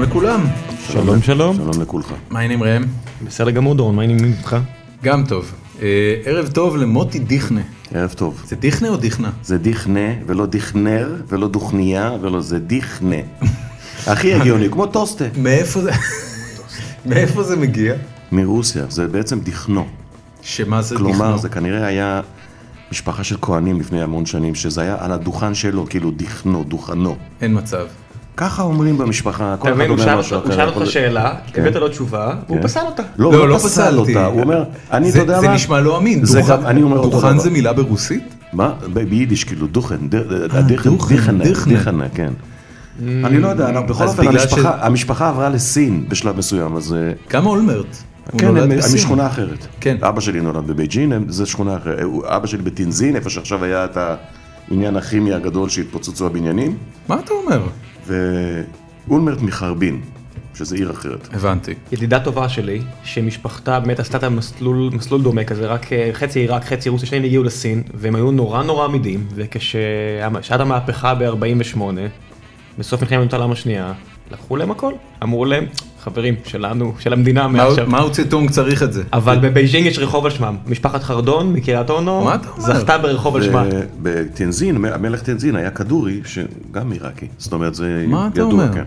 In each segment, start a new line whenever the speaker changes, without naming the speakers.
לכולם.
שלום שלום.
שלום לכולך.
מה העניינים ראם?
בסדר גמור דורון, מה העניינים איתך?
גם טוב. אה, ערב טוב למוטי דיכנה.
ערב טוב.
זה דיכנה או דיכנה?
זה דיכנה, ולא דיכנר, ולא דוכניה, ולא זה דיכנה. הכי הגיוני, כמו טוסטה.
מאיפה זה... מאיפה זה מגיע?
מרוסיה, זה בעצם דיכנו.
שמה זה דיכנו?
כלומר, זה כנראה היה משפחה של כהנים לפני המון שנים, שזה היה על הדוכן שלו, כאילו דיכנו, דוכנו.
אין מצב.
ככה אומרים במשפחה, כל
אתה
אחד
מבין, הוא
אומר
שאל
משהו
אותך- הוא
אחר.
שאל אותך שאלה,
כן.
הבאת לו תשובה, והוא
כן.
פסל אותה.
לא,
לא,
הוא
לא
לא פסל
פסלתי.
אותה, הוא אומר, אני, אתה
זה-
יודע מה?
זה נשמע לא אמין.
זה
דוכן-
גם- אני אומר אותו
דוכן
דבר.
זה מילה ברוסית?
מה? ב- ביידיש, כאילו, דוכן, ד- הדכן,
אה, דוכן,
דיכנה,
דיכנה.
דיכנה, כן. אני לא יודע, אנחנו- בכל
אז
אופן,
בגלל
המשפחה-
ש-
המשפחה עברה לסין בשלב מסוים, אז... אה,
גם אולמרט. הוא
כן,
נולד
הם הם
בסין.
משכונה אחרת.
כן.
אבא שלי נולד בבייג'ין, הם- זה שכונה אחרת. הוא- אבא שלי בטינזין, איפה שעכשיו היה את העניין הכימי הגדול שהתפוצצו הבניינים,
מה אתה אומר?
ואולמרט מחרבין, שזה עיר אחרת.
הבנתי.
ידידה טובה שלי, שמשפחתה באמת עשתה את המסלול מסלול דומה כזה, רק אה, חצי עיראק, חצי רוסיה, שניהם הגיעו לסין, והם היו נורא נורא עמידים, וכששעת המהפכה ב-48, בסוף מלחמת העולם השנייה, לקחו להם הכל, אמרו להם, חברים, שלנו, של המדינה מעכשיו.
מאו צטונג צריך את זה.
אבל בבייג'ינג יש רחוב על שמם, משפחת חרדון מקריית אונו,
מה אתה אומר?
זכתה ברחוב על שמה.
ו- בטינזין, המלך טינזין היה כדורי, שגם עיראקי. זאת אומרת, זה
מה אתה
ידוע,
אומר?
כן.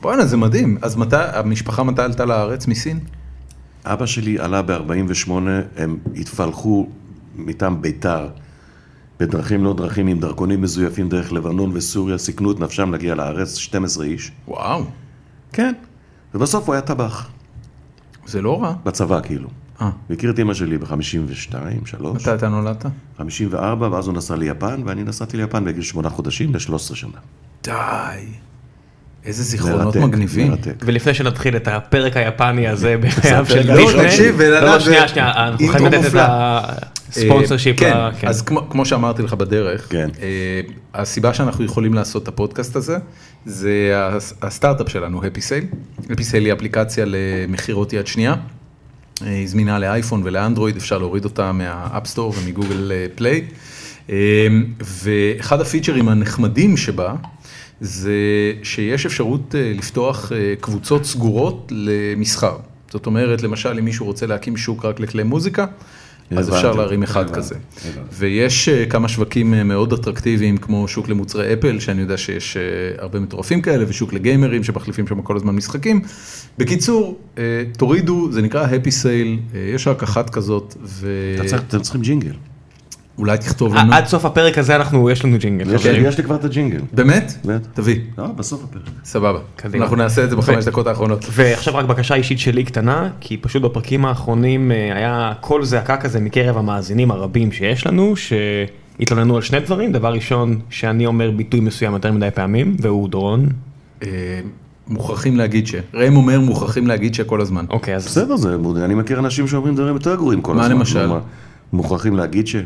בואנה, זה מדהים. אז מתי, המשפחה מתי עלתה לארץ מסין?
אבא שלי עלה ב-48, הם התפלחו מטעם בית"ר, בדרכים לא דרכים, עם דרכונים מזויפים דרך לבנון וסוריה, סיכנו את נפשם להגיע לארץ, 12 איש.
וואו,
כן. ובסוף הוא היה טבח,
זה לא רע.
בצבא כאילו.
אה,
הוא הכיר את אמא שלי ב-52, 3,
מתי אתה נולדת?
54, ואז הוא נסע ליפן, ואני נסעתי ליפן בגיל 8 חודשים ל-13 שנה.
די. איזה זיכרונות
מרתק,
מגניבים.
מרתק.
ולפני שנתחיל את הפרק היפני הזה בחייו של
לא,
דיכטר,
תקשיב, בן
לא,
אדם,
לא,
זה
שנייה, שנייה, אנחנו
אינטרו
חייבים לתת את
מופלא.
הספונסר שיפ,
כן, אז כמו, כמו שאמרתי לך בדרך,
כן.
אה, הסיבה שאנחנו יכולים לעשות את הפודקאסט הזה, זה הס- הסטארט-אפ שלנו, הפי סייל. הפי סייל היא אפליקציה למכירות יד שנייה. אה, היא זמינה לאייפון ולאנדרואיד, אפשר להוריד אותה מהאפסטור ומגוגל אה, פליי. אה, ואחד הפיצ'רים הנחמדים שבה, זה שיש אפשרות אה, לפתוח אה, קבוצות סגורות למסחר. זאת אומרת, למשל, אם מישהו רוצה להקים שוק רק לכלי מוזיקה, אז
הבנתי.
אפשר להרים אחד כזה. ויש אה, כמה שווקים אה, מאוד אטרקטיביים, כמו שוק למוצרי אפל, שאני יודע שיש אה, הרבה מטורפים כאלה, ושוק לגיימרים שמחליפים שם כל הזמן משחקים. בקיצור, אה, תורידו, זה נקרא Happy Sale, אה, יש רק אחת כזאת,
אתה צריך- אתם צריכים ג'ינגל.
כן, ואולי תכתוב לנו.
עד סוף הפרק הזה אנחנו, יש לנו
כן.
ג'ינגל.
יש
חברים.
לי- יש לי כבר את הג'ינגל.
באמת?
באמת.
תביא,
אה, בסוף הפרק.
סבבה.
קדימה.
אנחנו נעשה את זה בחמש דקות האחרונות.
ועכשיו רק בקשה אישית שלי קטנה, כי פשוט בפרקים האחרונים אה, היה קול זעקה כזה מקרב המאזינים הרבים שיש לנו, שהתלוננו על שני דברים, דבר ראשון, שאני אומר ביטוי מסוים יותר מדי פעמים, והוא דורון.
אה, מוכרחים להגיד ש... ראם אומר מוכרחים להגיד שכל הזמן.
אוקיי, אז
בסדר, זה, אני מכיר אנשים שאומרים דברים יותר גרועים כל
מה
הזמן.
למשל?
כלומר, מוכרחים להגיד ש...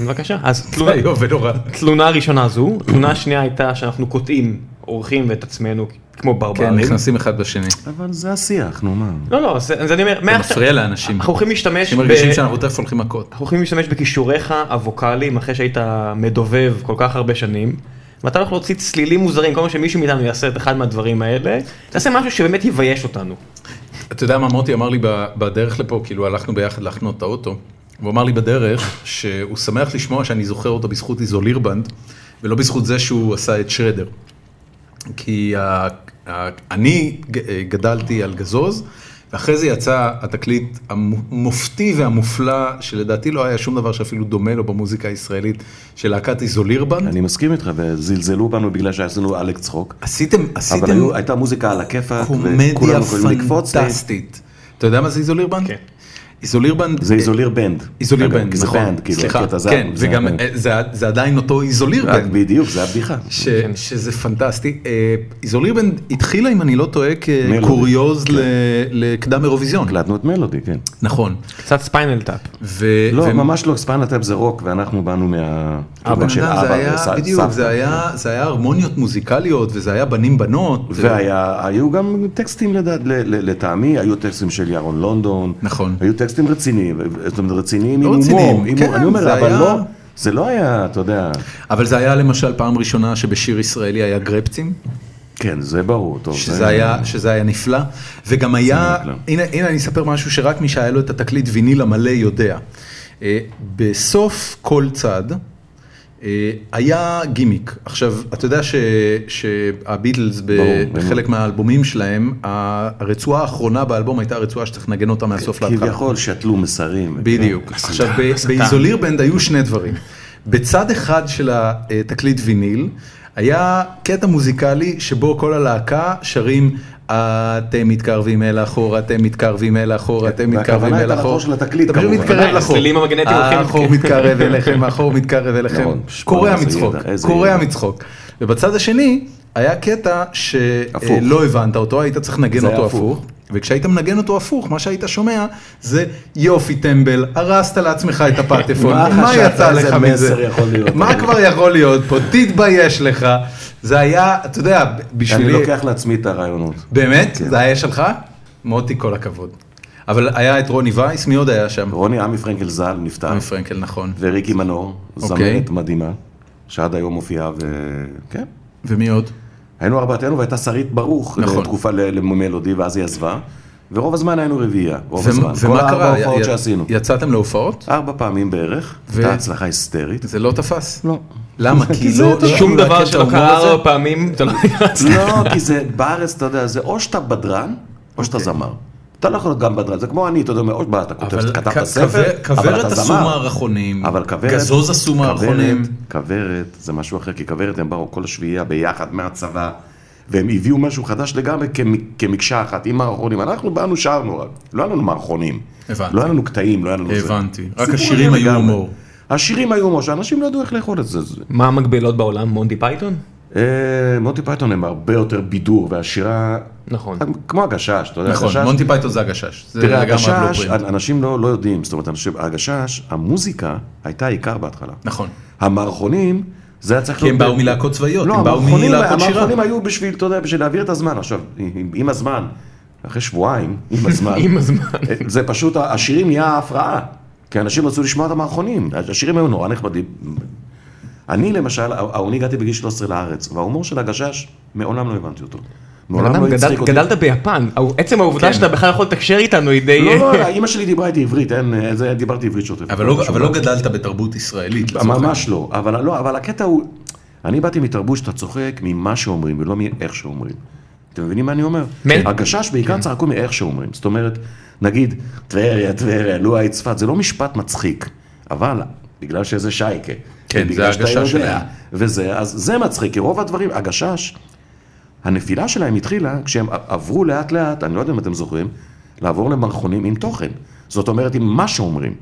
בבקשה, אז תלונה-
איום ונורא.
תלונה ראשונה זו, תלונה שנייה הייתה שאנחנו קוטעים אורחים ואת עצמנו כמו
כן,
ברברים.
נכנסים אחד בשני.
אבל זה השיח, נו מה.
לא, לא, אז אז אני אומר,
זה
מעכשיו-
מפריע לאנשים.
אנחנו הולכים להשתמש,
אנשים
ב-
מרגישים שאנחנו תכף הולכים מכות.
אנחנו הולכים להשתמש בכישוריך הווקאליים אחרי שהיית מדובב כל כך הרבה שנים. ואתה הולך להוציא צלילים מוזרים, כל מה שמישהו מאיתנו יעשה את אחד מהדברים האלה, תעשה משהו שבאמת יבייש אותנו.
אתה יודע מה מוטי אמר לי ב- בדרך לפה, כאילו הלכנו ביחד לחנות את האוטו, והוא אמר לי בדרך שהוא שמח לשמוע שאני זוכר אותו בזכות איזולירבנד, ולא בזכות זה שהוא עשה את שרדר. כי ה- ה- אני ג- גדלתי על גזוז, ואחרי זה יצא התקליט המופתי והמופלא, שלדעתי לא היה שום דבר שאפילו דומה לו במוזיקה הישראלית, של להקת איזולירבנד.
אני מסכים איתך, וזלזלו בנו בגלל שעשינו עלק צחוק.
עשיתם,
אבל
עשיתם
היו- הייתה מוזיקה על הכיפאק,
קומדיה
יכולים לקפוץ.
פנטסטית. אתה יודע מה זה איזולירבנד?
כן.
איזולירבנד...
זה איזוליר בנד.
איזוליר
אגב,
בנד,
כי זה
נכון,
בנד, כאילו,
סליחה,
הקטע זה-
כן,
זה-
וגם
כן.
אה, זה- אה, זה עדיין אותו איזוליר
רק
בנד,
בדיוק, זה הבדיחה.
ש- שזה פנטסטי. אה, איזוליר בנד התחילה, אם אני לא טועה,
מלודי. כן.
כקוריוז ל- לקדם אירוויזיון,
הקלטנו את מלודי, כן.
נכון.
קצת ספיינל טאפ.
ו-
לא,
ו-
ממש לא, ספנדטאפ זה רוק, ואנחנו באנו מה...
הבן
של
אדם, זה
אבא
היה,
וסבתא.
בדיוק, זה היה- זה היה הרמוניות מוזיקליות, וזה היה בנים בנות.
והיו גם טקסטים לדעת- ל- ל- לטעמי, היו טקסטים של ירון לונדון.
נכון.
היו טקסטים רציניים, זאת אומרת רציניים עם
לא
הומור.
רציניים,
עם-
כן,
אני
זה
אומר, אבל
היה-
לא, זה לא היה, אתה יודע,
אבל זה היה למשל פעם ראשונה שבשיר ישראלי היה גרפצים.
כן, זה ברור, טוב.
שזה
זה-
היה, שזה היה נפלא, וגם היה,
נפלא.
הנה, הנה אני אספר משהו שרק מי שהיה לו את התקליט ויניל המלא יודע. אה, בסוף כל צד אה, היה גימיק. עכשיו, אתה יודע ש, שהביטלס
ברור,
בחלק מהאלבומים שלהם, הרצועה האחרונה באלבום הייתה הרצועה שצריך לנגן אותה מהסוף להתחלה.
כביכול שתלו מסרים.
בדיוק. עכשיו, ב- באיזוליר בנד היו שני דברים. בצד אחד של התקליט ויניל, היה קטע מוזיקלי שבו כל הלהקה שרים, אתם מתקרבים אל החור, אתם מתקרבים אל החור, אתם
כן, והכוונה
מתקרבים
הייתה
אל החור.
לחור של התקליט,
אתה פשוט
כמובן.
מתקרב
אה,
ודאי,
לחור.
הצלילים המגנטיים הולכים-
החור מתקרב אליכם, החור מתקרב אליכם.
נכון,
קורע
איזה
מצחוק,
ידע, איזה
קורע
ידע.
מצחוק. ובצד השני, היה קטע
הפוך.
שלא הבנת אותו, היית צריך לנגן
זה
כן, אותו
היה
הפוך.
הפוך.
וכשהיית מנגן אותו הפוך, מה שהיית שומע זה יופי טמבל, הרסת לעצמך את הפטפון,
מה
מה
חשבת
יצא
איזה
לך
מסר
מזה?
יכול להיות?
מה כבר יכול להיות פה? תתבייש לך. זה היה, אתה יודע, בשבילי,
אני לוקח לעצמי את הרעיונות.
באמת?
כן.
זה היה שלך? מוטי, כל הכבוד. אבל היה את רוני וייס, מי עוד היה שם?
רוני עמי פרנקל ז"ל נפטר,
רמי פרנקל, נכון.
וריקי מנור,
אוקיי.
זמרת מדהימה, שעד היום מופיעה, כן. וכן.
ומי עוד?
היינו ארבעתנו והייתה שרית ברוך, אה,
נכון.
תקופה ל- למלודי, ואז היא עזבה, ורוב הזמן היינו רביעייה, רוב הזמן.
ו- ומה
כל
קרה?
ארבע הופעות
י-
שעשינו.
יצאתם להופעות?
ארבע פעמים בערך,
ו-
הייתה הצלחה היסטרית.
זה לא תפס?
לא.
למה? כי
זה
לא...
אותו-
לא
שום
ידעו
דבר
להקל את
שלא
ההומור
קרה
הזה?
ארבע פעמים, אתה לא נכנס.
לא, כי זה בארץ, אתה יודע, זה או שאתה בדרן, או שאתה זמר. אתה לא יכול להיות גם בדרן, זה כמו אני, אתה יודע, או שאתה
אוקיי. אבל
כותב, כתבת
כ-
ספר,
כבר-
אבל
כוורת
אתה
עשו
זמר.
מערכונים,
אבל כוורת,
גזוז עשו
כוורת-
מערכונים,
כוורת זה משהו אחר, כי כוורת הם באו כל השביעייה ביחד מהצבא, והם הביאו משהו חדש לגמרי כמ- כמקשה אחת, עם מערכונים. אנחנו באנו, שרנו רק, לא היה לנו מערכונים.
הבנתי.
לא היה לנו קטעים, לא היה לנו זה.
הבנתי. רק
סיפור
השירים
אחר
היו
לגמרי.
הומור.
השירים היו הומור, שאנשים לא ידעו איך לאכול את זה. זה-
מה המקבילות בעולם? מונטי פייתון?
אה, מוטי פייתון הם הרבה יותר בידור, והשירה...
נכון.
כמו הגשש, אתה יודע,
נכון,
הגשש-
מונטי פייתון זה הגשש, זה
תראה,
לגמרי
הגשש,
הבלופרינט,
אנשים לא, לא יודעים, זאת אומרת, אנשים, הגשש, המוזיקה הייתה העיקר בהתחלה.
נכון,
המערכונים, זה היה צריך
כי הם
להיות...
באו מלהקות צבאיות,
לא,
הם באו
המערכונים,
מלהקות שירה,
המערכונים היו בשביל, אתה יודע, בשביל להעביר את הזמן. עכשיו, עם, עם הזמן, אחרי שבועיים, עם הזמן, אה,
עם הזמן.
זה פשוט, השירים נהיה ההפרעה. כי אנשים רצו לשמוע את המערכונים, השירים היו נורא נחמדים. אני למשל, אני הגעתי בגיל 13 לארץ, וההומור של הגשש, מעולם לא הבנתי אותו. מעולם לא
אדם, גדל-
הצחיק אותי.
גדלת ביפן, הא- עצם
כן.
העובדה שאתה בכלל יכול לתקשר איתנו היא די...
לא, לא, לא, אימא שלי דיברה איתי עברית, אין, אה, זה, דיברתי עברית שוטפת.
אבל לא-
משהו.
אבל לא גדלת בתרבות ישראלית, לצורך העניין.
ממש לא, אבל לא, אבל הקטע הוא, אני באתי מתרבות שאתה צוחק ממה שאומרים ולא מאיך שאומרים. אתם מבינים מה אני אומר?
כן.
הגשש בעיקר צחקו מאיך שאומרים, זאת אומרת, נגיד, טבריה, טבריה, לו היית צפת, זה לא משפט מצחיק, אבל בגלל שזה שייקה.
כן,
ובגלל
זה
שאתה
הגשש
יודע,
שלהם.
וזה, אז זה מצחיק, כי רוב הדברים, הגשש, הנפילה שלהם התחילה כשהם עברו לאט לאט, אני לא יודע אם אתם זוכרים, לעבור למערכונים עם תוכן. זאת אומרת, עם מה שאומרים.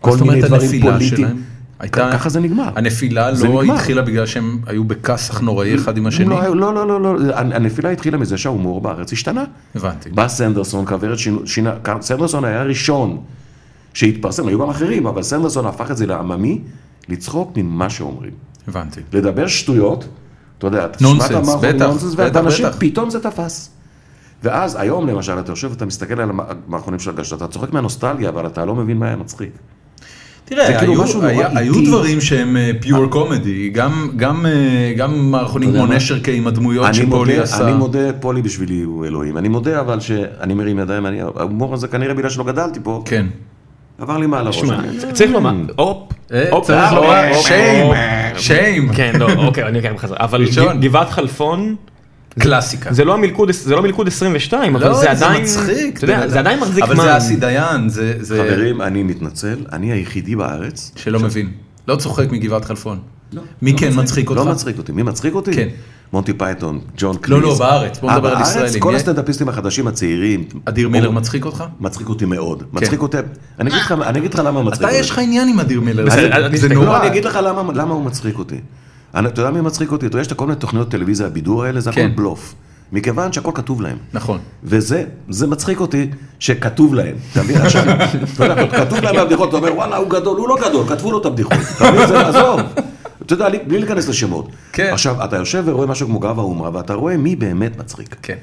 כל
זאת
מיני
אומרת,
דברים
הנפילה
פוליטיים.
שלהם הייתה-
ככה זה נגמר.
הנפילה
זה
לא
נגמר.
התחילה בגלל שהם היו בכסח נוראי אחד עם השני,
לא, לא, לא, לא, לא, הנ- הנפילה התחילה מזה שההומור בארץ השתנה.
הבנתי,
בא סנדרסון, כוורת שינו- שינה, כ- סנדרסון היה הראשון שהתפרסם, היו גם אחרים, אבל סנדרסון הפך את זה לעממי, לצחוק ממה שאומרים.
הבנתי,
לדבר שטויות, אתה יודע, אתה
נונסנס, בטח, בטח,
ואנשים,
בטח.
פתאום זה תפס. ואז היום למשל, אתה יושב ואתה מסתכל על המ- המערכונים של הגשת, אתה צוחק מהנוסטלגיה, אבל אתה לא מבין מה היה מצחיק.
תראה,
זה כאילו
היו-
משהו נורא
היה- היו
איטי. אה.
דברים שהם אה, פיור קומדי, גם מערכונים
אתה
כמו
יודע מה?
נשר עם הדמויות
אני
לא שפולי
מודה,
עשה,
אני מודה, פולי בשבילי הוא אלוהים. אני מודה אבל שאני מרים ידיים, אני- ההומור הזה כנראה בגלל שלא גדלתי פה,
כן,
עבר לי מעל הראש.
שמע,
אני-
צריך לומר, הופ,
אה,
הופ,
צריך
הופ,
לומר,
הופ,
שיים,
הופ.
שיים,
כן, לא, אוקיי, אני אקח בחזרה. אבל
ראשון.
ג- גבעת חלפון,
קלאסיקה.
זה לא המלכוד, זה לא מלכוד 22, אבל זה עדיין, אתה
בן
יודע,
אדם.
זה עדיין מחזיק מים.
אבל זה אסי דיין, זה... זה-
חברים, אני מתנצל, אני היחידי בארץ.
שלא מבין. לא צוחק מגבעת חלפון. מי כן מצחיק אותך?
לא מצחיק אותי. מי מצחיק אותי?
כן.
מונטי פייתון, ג'ון קריס.
לא, בארץ. בוא
אה,
נדבר על
בארץ,
ישראלים.
כל
מי-
הסטנדאפיסטים החדשים הצעירים.
אדיר מילר מצחיק אותך?
מצחיק אותי מאוד. מצחיק אותי. אני אגיד לך- אני אגיד לך למה לא מצחיק
אתה
אותי.
יש לך עניין עם אדיר מילר.
בסדר,
זה-
אני
זה
אסתכל.
לא,
נורא.
אני אגיד לך למה, למה הוא מצחיק אותי. אני, אתה יודע מי מצחיק אותי? אתה יודע, יש את כל מיני תוכניות טלוויזיה, הבידור האלה, זה
כן.
הכל בלוף. מכיוון שהכל כתוב להם.
נכון.
וזה זה מצחיק אותי שכתוב להם, אתה מבין? עכשיו, אתה יודע, כתוב להם הבדיחות, אתה אומר, וואלה, הוא גדול, הוא לא גדול, כתבו לו את הבדיחות, אתה מבין? זה עזוב. אתה יודע, בלי להיכנס לשמות.
כן.
עכשיו, אתה יושב ורואה משהו כמו גב האומה, ואתה רואה מי באמת מצחיק.
כן.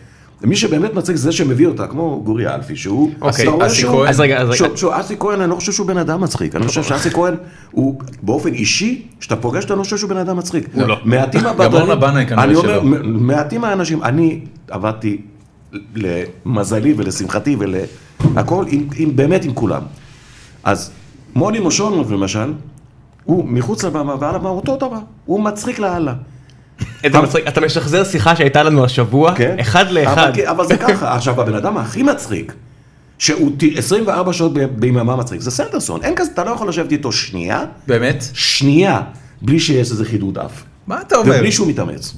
מי שבאמת מצחיק זה זה שמביא אותה, כמו גורי אלפי, שהוא...
אוקיי,
אתה רואה
אסי
שהוא-
כהן.
אז רגע, אז רגע.
שהוא- שהוא- אסי כהן, אני לא חושב שהוא בן אדם מצחיק. אני חושב שאסי כהן הוא באופן אישי, כשאתה פוגש אותו, אני לא חושב שהוא בן אדם מצחיק.
הוא לא.
מעטים
גם
הבדלנים-
אורנה בנאי כנראה
אני אומר,
שלא.
מ- מעטים האנשים, אני עבדתי למזלי ולשמחתי ולהכל, עם- עם- באמת עם כולם. אז מוני מושונוב למשל, הוא מחוץ לבמה ועל הבמה אותו דבר, הוא מצחיק לאללה.
אתה מצחיק- אתה משחזר שיחה שהייתה לנו השבוע,
כן?
אחד לאחד.
אבל, כן, אבל זה ככה, עכשיו הבן אדם הכי מצחיק, שהוא ת- 24 שעות ב- ביממה מצחיק, זה סנדרסון, אין כזה, אתה לא יכול לשבת איתו שנייה,
באמת?
שנייה, בלי שיש איזה חידוד אף.
מה אתה אומר?
ובלי שהוא מתאמץ.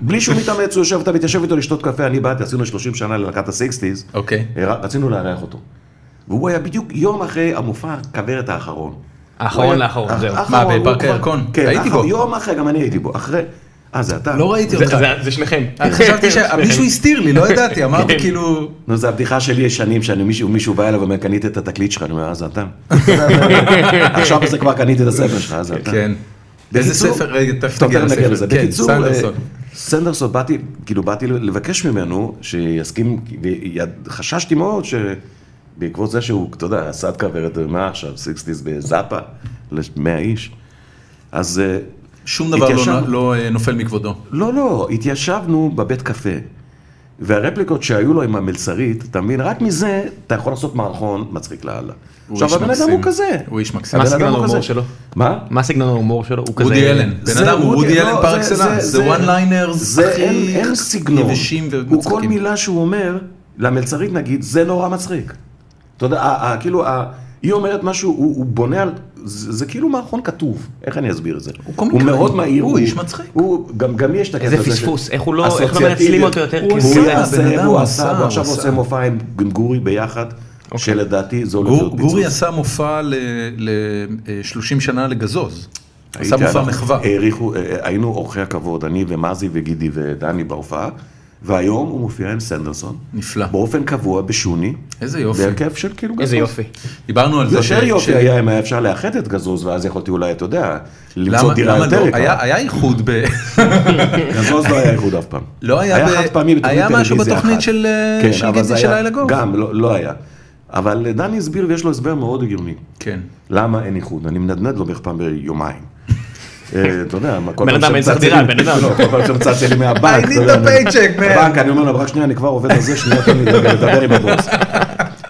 בלי שהוא מתאמץ, הוא יושב, אתה מתיישב איתו לשתות קפה, אני באתי, עשינו 30 שנה ללהקת הסיקסטיז,
אוקיי.
רצינו לארח אותו. והוא היה בדיוק יום אחרי המופע הכוורת האחרון.
האחרון
הוא היה-
לאחרון,
האח-
זהו.
האחרון,
מה,
הוא
בפארק
כבר-
הירקון?
כן,
הייתי
האחר-
בו.
יום אחרי, גם אני הייתי בו. אחרי, אה, זה אתה.
לא ראיתי
זה-
אותך.
זה- זה שניכם.
אני חשבתי שמישהו הסתיר לי, לא ידעתי, אמרתי
כן.
כאילו...
נו, זו הבדיחה שלי יש שנים, שאני מישהו, מישהו בא אליו ואומר, קנית את התקליט שלך, אני אומר, אה, זה אתה. עכשיו זה כבר קניתי את הספר שלך, אה, זה אתה.
כן. איזה
בקיצור-
ספר? רגע, תכף
טוב,
נגיע
תכף נגיע לזה.
לספר. כן,
בקיצור,
סנדרסון.
אה, סנדרסון, באתי, כאילו באתי לבקש ממנו שיסכים, ויד- חששתי מאוד שבעקבות זה שהוא, אתה יודע, עשה את כוורת, מה עכשיו, סיקסטיז בזאפה, ל-100 איש. אז אה,
שום דבר לא-
התיישבנו-
לא אה, נופל מכבודו.
לא, לא, התיישבנו בבית קפה. והרפליקות שהיו לו עם המלצרית, אתה מבין? רק מזה אתה יכול לעשות מערכון מצחיק לאללה.
הוא
עכשיו,
איש
הבן אדם
מקסים.
הוא כזה.
הוא איש מקסים.
הבן
מה
אדם
סגנון
הוא
ההומור
כזה.
שלו?
מה?
מה סגנון ההומור שלו? הוא כזה...
וודי אלן. כן. בן
זה
אדם הוא
וודי-
וודי
לא,
אלן פר
זה-
אקסלנס.
זה-
זה
זה-
וואן ליינרס
זה אין,
הכי
אין סגנון.
יבשים
הוא כל
ומצחיקים.
מילה שהוא אומר, למלצרית נגיד, זה נורא מצחיק. אתה יודע, ה- ה- כאילו, ה- היא אומרת משהו, הוא, הוא בונה על, זה, זה כאילו מערכון כתוב, איך אני אסביר את זה? הוא
קומיקאי.
מאוד מהיר,
הוא איש מצחיק.
הוא, גם, גם לי יש את הקטע
איזה
הזה
פספוס, איך הוא לא- איך לא
אסוציאטיביות.
מנצלים אותו יותר
הוא
כסרט.
עשה,
בן
זה,
אדם
הוא
עשה,
עשה,
הוא
הוא עכשיו
עשה.
עושה מופע עם גורי ביחד, שלדעתי זה הולך להיות
אוקיי. גור-
פיצוץ.
גורי עשה מופע ל-30 שנה לגזוז. עשה
הייתי,
מופע
אנחנו
מחווה.
העריכו, אה, היינו אורחי הכבוד, אני ומזי וגידי ודני בהופעה, והיום הוא מופיע עם סנדרסון.
נפלא.
באופן קבוע בשוני.
איזה יופי.
בהרכב של כאילו
איזה
גזוז.
יופי.
אוקיי, דיברנו על זה. ש-
יותר
ש-
יופי היה אם היה אפשר לאחד את גזוז, ואז יכולתי אולי, אתה יודע, למצוא
למה
דירה
למה
יותר
לא?
יקרה.
היה היה איחוד ב...
גזוז לא היה איחוד אף פעם.
לא היה ב-
היה חד פעמי בתוכנית
היה משהו
טלוויזיה
בתוכנית
אחת.
של, אה,
כן,
של
אבל
גידי
זה
של
היה-
לילה גוב.
גם, לא לא היה. אבל דני הסביר, ויש לו הסבר מאוד הגיוני.
כן.
למה אין איחוד? אני מנדנד לו בערך פעם ביומיים. אה, אתה יודע, מה, כל
בן
פעם
אדם אין צריך
שמצלצלים-
דירה, בן אדם.
לא, כל פעם שמצלצל לי מהבנק.
I need
אתה יודע,
the
אני-
paycheck, man.
הבנק, אני אומר לו, רק שנייה, אני כבר עובד על זה, שנייה, תן לי לדבר- לדבר עם הבוס.